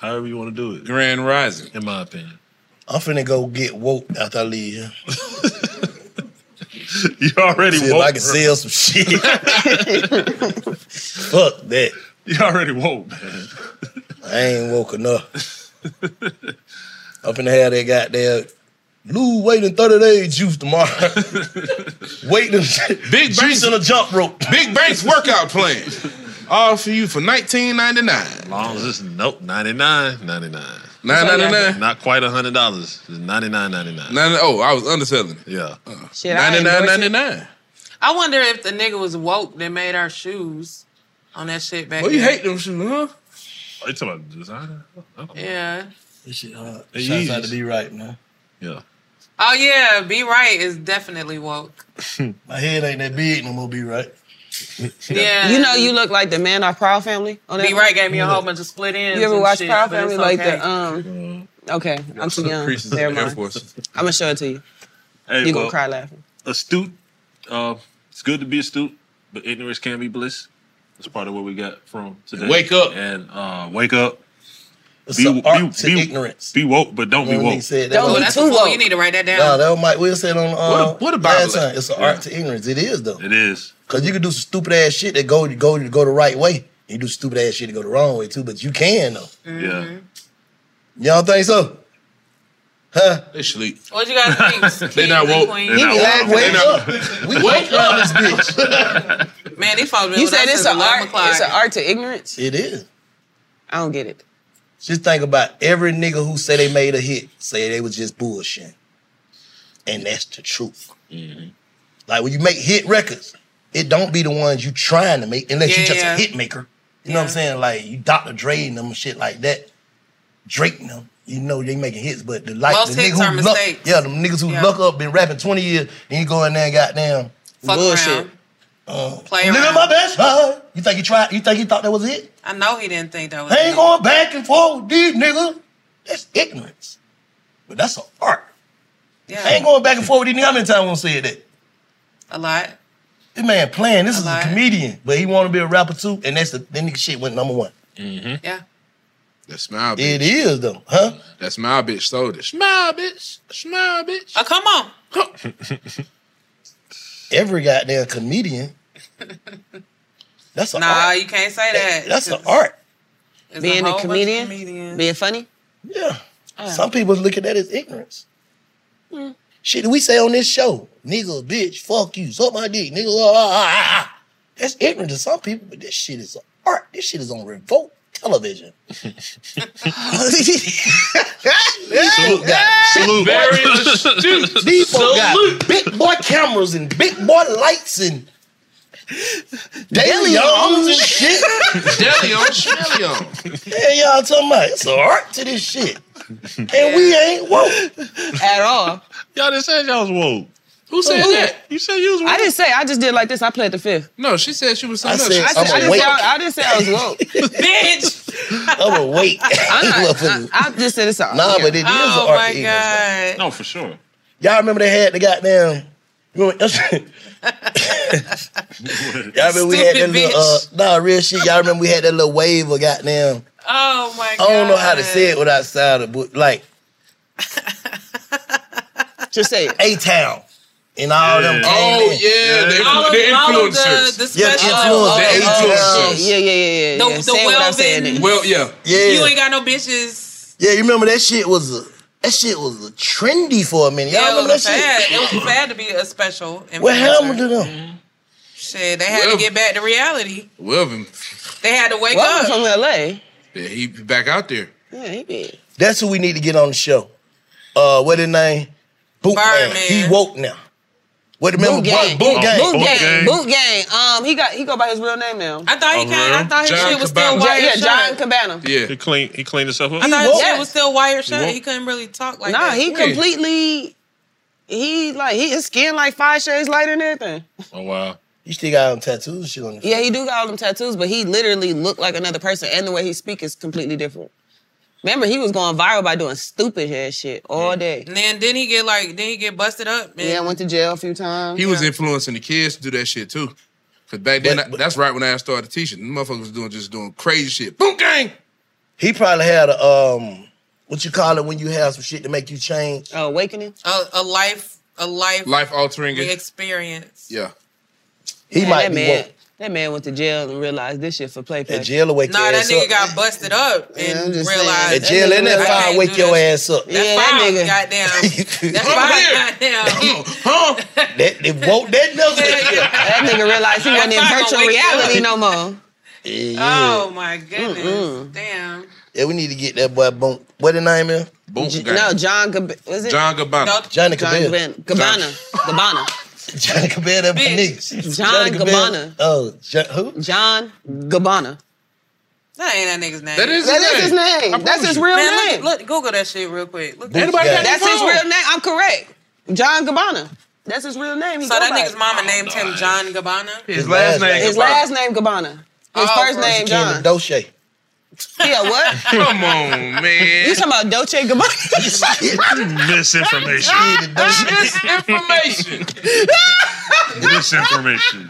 Speaker 4: However you want to do it.
Speaker 12: Grand rising.
Speaker 4: In my opinion.
Speaker 7: I'm finna go get woke after I leave. here.
Speaker 4: *laughs* You already
Speaker 7: See if
Speaker 4: woke,
Speaker 7: I can
Speaker 4: bro.
Speaker 7: sell
Speaker 6: *laughs*
Speaker 7: some shit. Fuck that.
Speaker 4: You already woke, man.
Speaker 7: I ain't woke enough. I'm finna have that goddamn Lou waiting 30 days
Speaker 4: *laughs*
Speaker 7: juice tomorrow. waiting *laughs*
Speaker 12: Big
Speaker 7: juice on a jump rope.
Speaker 12: Big Banks workout plan. All for you for nineteen ninety nine.
Speaker 4: Long as it's nope, 99, 99.
Speaker 12: $9.99?
Speaker 4: Not quite a hundred dollars. It's ninety nine ninety nine.
Speaker 12: Nine, oh, I was underselling it.
Speaker 4: Yeah.
Speaker 3: Shit, I endorse it.
Speaker 12: 99.99.
Speaker 3: I wonder if the nigga was woke that made our shoes on that shit back.
Speaker 12: Well, you
Speaker 3: then.
Speaker 12: hate them shoes, huh?
Speaker 4: Are Oh, you talking about designer?
Speaker 3: Yeah.
Speaker 7: This shit hard.
Speaker 4: Hey,
Speaker 7: Shouts
Speaker 4: Yeezys.
Speaker 7: out to be right, man.
Speaker 4: Yeah.
Speaker 3: Oh yeah, be right is definitely woke.
Speaker 7: *laughs* My head ain't that big no more, be right.
Speaker 3: Yeah.
Speaker 6: You know, you look like the man off Proud Family. On Oh, that
Speaker 3: Be right gave me a whole bunch of split ends.
Speaker 6: You ever
Speaker 3: and
Speaker 6: watch
Speaker 3: shit,
Speaker 6: Proud
Speaker 3: but it's
Speaker 6: Family? Like
Speaker 3: okay.
Speaker 6: the um.
Speaker 12: Mm-hmm.
Speaker 6: Okay, I'm too young.
Speaker 4: Creases in
Speaker 6: Never
Speaker 4: the Air
Speaker 6: mind.
Speaker 4: Force.
Speaker 6: I'm gonna show it to you.
Speaker 4: Hey,
Speaker 6: you gonna
Speaker 4: well,
Speaker 6: cry laughing.
Speaker 4: Astute. Uh, it's good to be astute, but ignorance can be bliss. That's part of what we got from today.
Speaker 12: Wake up.
Speaker 4: and uh, wake up.
Speaker 7: It's an art to ignorance.
Speaker 4: Be woke, but don't be
Speaker 7: Remember when he
Speaker 4: woke.
Speaker 7: said that Don't was- be
Speaker 3: That's
Speaker 7: too
Speaker 3: before
Speaker 7: woke.
Speaker 3: you need to write that down.
Speaker 7: No, that was Mike Will said on uh,
Speaker 3: What a- what a
Speaker 7: last
Speaker 3: Bible.
Speaker 7: time. It's an art to ignorance. It is though,
Speaker 4: It is.
Speaker 7: because you can do some stupid ass shit that go go go the right way. You do stupid ass shit to go the wrong way too, but you can though.
Speaker 4: Yeah.
Speaker 7: You don't think so? Huh?
Speaker 12: They sleep.
Speaker 3: What you guys
Speaker 4: *laughs*
Speaker 3: think?
Speaker 12: They not woke.
Speaker 3: Queens.
Speaker 12: They not
Speaker 3: He like,
Speaker 12: woke. They
Speaker 3: wake
Speaker 6: *laughs*
Speaker 12: not-
Speaker 7: We wake up this
Speaker 3: *laughs*
Speaker 7: bitch.
Speaker 3: Man, these folks been
Speaker 6: You
Speaker 3: with
Speaker 6: said
Speaker 3: us
Speaker 6: it's
Speaker 3: since
Speaker 6: an
Speaker 3: 11
Speaker 6: art.
Speaker 3: o'clock.
Speaker 6: It's an art to ignorance.
Speaker 7: It is.
Speaker 6: I don't get it.
Speaker 7: Just think about every nigga who say they made a hit say they was just bullshitting, and that's the truth. Like when you make hit records, it don't be the ones you trying to make unless you
Speaker 1: Yeah,
Speaker 7: just
Speaker 1: yeah.
Speaker 7: a hit maker. You know what I'm saying? Like you Dr. Dre and them and shit like that, Drake and them. You know they making hits, but the like
Speaker 3: Most
Speaker 7: the
Speaker 3: hits
Speaker 7: nigga
Speaker 3: are
Speaker 7: who luck,
Speaker 3: mistakes.
Speaker 7: yeah, them niggas who
Speaker 3: Yeah.
Speaker 7: luck up been rapping 20 years, and you go in there and goddamn
Speaker 3: Fuck
Speaker 7: bullshit.
Speaker 3: around.
Speaker 7: Uh,
Speaker 3: Play
Speaker 7: Nigga,
Speaker 3: around.
Speaker 7: my best. huh? You think he tried? You think he thought that was it?
Speaker 3: I know he didn't think that was.
Speaker 7: They ain't going back and forth with these niggas. That's ignorance. But that's an art. I ain't going back and forth with these niggas. How many times I want to say that?
Speaker 3: A lot.
Speaker 7: This man playing.
Speaker 3: A
Speaker 7: This is
Speaker 3: lot.
Speaker 7: a comedian, but he want to be a rapper too. And that's the that nigga shit went number one.
Speaker 3: *laughs* Yeah.
Speaker 12: That smile bitch.
Speaker 7: It is though, huh?
Speaker 12: That smile bitch sold it. Smile, bitch. Smile, bitch.
Speaker 3: Oh, come on.
Speaker 7: Every goddamn comedian. That's an
Speaker 3: nah,
Speaker 7: art.
Speaker 3: you can't say that.
Speaker 7: That's an art.
Speaker 3: It's
Speaker 6: Being a
Speaker 3: whole bunch of
Speaker 6: comedian?
Speaker 3: comedians.
Speaker 6: Being funny.
Speaker 7: Yeah.
Speaker 3: Oh,
Speaker 7: Some people look at that as ignorance. Shit, we say on this show, nigga, bitch, fuck you, suck my dick, nigga. ah, ah, ah, ah. That's ignorant to some people, but this shit is art. This shit is on revolt television. *laughs* Salute, guys.
Speaker 12: Salute. Very astute.
Speaker 7: These folks got big boy cameras and big boy lights and daily arms and shit.
Speaker 12: Delion, Shmelion.
Speaker 7: Yeah, y'all talking about it's an art to this shit. And we ain't woke
Speaker 6: at all.
Speaker 4: Y'all just said y'all was woke.
Speaker 12: Who said that?
Speaker 4: You said you was
Speaker 6: Oh, I didn't say. I just did like this. I played the fifth.
Speaker 12: No, she said she was
Speaker 6: I
Speaker 12: something
Speaker 6: said, I,
Speaker 12: else.
Speaker 6: said- I didn't say I, I didn't say I was woke.
Speaker 7: *laughs*
Speaker 3: Bitch. *laughs*
Speaker 7: I'm awake. *laughs*
Speaker 6: I'm not, I, I just said it's all.
Speaker 7: Nah, but it is an
Speaker 6: Oh,
Speaker 7: art
Speaker 6: my
Speaker 7: to ignorance, though.
Speaker 4: No, for sure.
Speaker 7: Y'all remember they had the goddamn. Remember, *laughs* y'all remember we had that
Speaker 3: Stupid
Speaker 7: little uh, nah real shit. Y'all remember we had that little wave of goddamn.
Speaker 3: Oh my
Speaker 7: I
Speaker 3: god.
Speaker 7: don't know how to say it without sound of but like.
Speaker 6: Just say
Speaker 7: A town and all them.
Speaker 12: Yeah. Oh, yeah, they-
Speaker 3: All of,
Speaker 12: They're
Speaker 3: all of the,
Speaker 12: influencers.
Speaker 3: the
Speaker 7: Yeah,
Speaker 3: special.
Speaker 7: influencers. They're
Speaker 3: uh,
Speaker 12: influencers.
Speaker 6: Yeah, yeah, yeah, yeah.
Speaker 3: The-
Speaker 6: yeah.
Speaker 3: the
Speaker 6: Say it without
Speaker 3: Welvin-
Speaker 6: saying it.
Speaker 12: Well, yeah.
Speaker 7: Yeah.
Speaker 3: You ain't got no bitches.
Speaker 7: Yeah, you remember that shit was a that shit was a trendy for a minute. Y'all
Speaker 3: Yeah, it
Speaker 7: remember that
Speaker 3: was sad.
Speaker 7: shit?
Speaker 3: It was sad to be a special. influencer.
Speaker 7: What happened to them?
Speaker 3: Shit, they had to get back to reality.
Speaker 12: Wilvin.
Speaker 3: They had to wake
Speaker 6: Welvin
Speaker 3: up.
Speaker 6: from LA.
Speaker 12: Yeah, he back out there.
Speaker 6: Yeah, he did.
Speaker 7: That's who we need to get on the show. Uh, what his name? Boot man. He woke now. What remember?
Speaker 6: Boot gang.
Speaker 7: Boot gang.
Speaker 6: Boot gang. Boot gang. Um, he got he go by his real name now. I
Speaker 3: thought
Speaker 4: he Oh, kinda- I real? thought his John shit was still Cabana. wired
Speaker 6: Yeah,
Speaker 4: shut.
Speaker 6: John Cabana.
Speaker 12: Yeah.
Speaker 4: He clean. He cleaned himself up.
Speaker 3: I thought his shit
Speaker 6: woke.
Speaker 3: was still wired
Speaker 4: He
Speaker 3: shut. He,
Speaker 4: woke.
Speaker 3: couldn't really talk like
Speaker 6: nah,
Speaker 3: that.
Speaker 6: he completely. He like he, his skin like five shades lighter and everything.
Speaker 4: Oh wow.
Speaker 7: You still got them tattoos and shit on.
Speaker 6: Yeah, he do got all them tattoos, but he literally looked like another person, and the way he speak is completely different. Remember, he was going viral by doing stupid ass shit all day.
Speaker 3: And then didn't he get like then he get busted up? Man.
Speaker 6: Yeah, went to jail a few times.
Speaker 12: He was influencing the kids to do that shit too. Cause back then, I- that's right when I started teaching. The motherfuckers was doing just doing crazy shit. Boom gang.
Speaker 7: He probably had a um, what you call it when you have some shit to make you change.
Speaker 6: Oh, awakening.
Speaker 3: A, a life, a life,
Speaker 12: Life altering.
Speaker 3: experience.
Speaker 12: Yeah.
Speaker 7: He
Speaker 6: Man,
Speaker 7: might
Speaker 6: that
Speaker 7: be
Speaker 6: man,
Speaker 7: woke.
Speaker 6: That man man went to jail and realized this shit for play play.
Speaker 7: That jail will wake
Speaker 3: Nah,
Speaker 7: your
Speaker 3: that
Speaker 7: ass
Speaker 3: nigga
Speaker 7: up.
Speaker 3: got busted up and
Speaker 6: just saying.
Speaker 3: realized
Speaker 7: that jail and that
Speaker 3: nigga
Speaker 7: fire
Speaker 3: can't
Speaker 7: wake
Speaker 3: do
Speaker 7: your
Speaker 3: that
Speaker 7: ass up.
Speaker 3: That
Speaker 7: *laughs*
Speaker 3: fire, goddamn. That fire, goddamn.
Speaker 7: Huh? *laughs* That it woke that nigga.
Speaker 6: That nigga realized he wasn't in
Speaker 3: That fire
Speaker 6: virtual
Speaker 3: gonna wake you
Speaker 6: reality
Speaker 3: up.
Speaker 6: no more.
Speaker 7: Yeah.
Speaker 3: Oh my Oh, goodness.
Speaker 6: Mm-mm.
Speaker 3: Damn.
Speaker 7: Yeah, we need to get that boy Boom. What the name is?
Speaker 12: Boom.
Speaker 7: J-
Speaker 6: No, John Gab- was it
Speaker 7: John Gabbana.
Speaker 6: No,
Speaker 7: Johnny
Speaker 6: John Gabbana.
Speaker 7: Cabana.
Speaker 6: Gabbana. Gabbana.
Speaker 7: Johnny Cabana, my niggas.
Speaker 6: John
Speaker 7: Johnny Cabana.
Speaker 6: Gabbana.
Speaker 7: Oh, Jo- who?
Speaker 6: John Gabbana.
Speaker 3: That ain't that nigga's name.
Speaker 6: That is his That is his name. name. I That's promise his you. real
Speaker 3: Man, look-
Speaker 6: name.
Speaker 3: Look, Google that shit real quick. Look,
Speaker 6: Anybody got That's his real name. I'm correct. John Gabbana. That's his real name. He
Speaker 3: So
Speaker 6: go
Speaker 3: that
Speaker 6: by
Speaker 3: nigga's
Speaker 6: it.
Speaker 3: mama named him John Gabbana.
Speaker 6: Oh, His His last last name name His Gabbana. last name Gabbana. His
Speaker 7: Oh,
Speaker 6: first name John.
Speaker 7: Doche.
Speaker 6: Yeah, what?
Speaker 12: Come on, man.
Speaker 6: You talking about Dolce and Gabbana? *laughs*
Speaker 4: Misinformation.
Speaker 3: Ah,
Speaker 12: Misinformation.
Speaker 4: *laughs* Misinformation.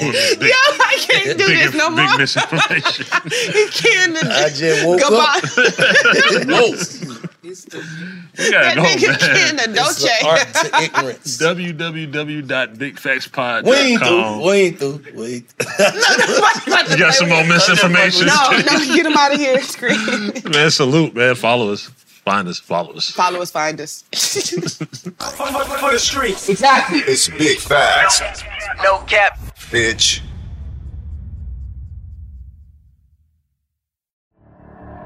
Speaker 6: *laughs* Yo, I can't do
Speaker 4: big,
Speaker 6: this no more.
Speaker 4: Big misinformation.
Speaker 6: You can't.
Speaker 7: *laughs* I just woke *laughs*
Speaker 6: Gabbana.
Speaker 4: up. *laughs* You gotta
Speaker 6: That
Speaker 4: go,
Speaker 6: nigga
Speaker 4: man.
Speaker 6: Ken the It's the Dolce. art to
Speaker 4: *laughs*
Speaker 7: ignorance.
Speaker 4: www.bigfactspod.com.
Speaker 7: We ain't through. We ain't through. We ain't
Speaker 4: You got some more misinformation?
Speaker 6: No, no, get him out of here. Scream.
Speaker 4: Man, salute, man. Follow us. Find us. Follow us.
Speaker 6: Follow us, find *laughs* us.
Speaker 9: For the streets. Exactly.
Speaker 1: It's big facts,
Speaker 9: No cap.
Speaker 1: bitch.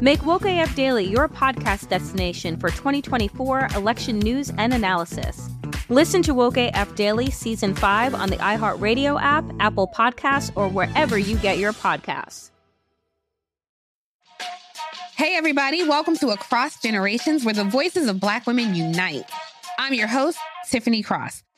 Speaker 15: Make Woke AF Daily your podcast destination for 2024 election news and analysis. Listen to Woke AF Daily Season 5 on the iHeartRadio app, Apple Podcasts, or wherever you get your podcasts.
Speaker 20: Hey, everybody, welcome to Across Generations, where the voices of Black women unite. I'm your host, Tiffany Cross.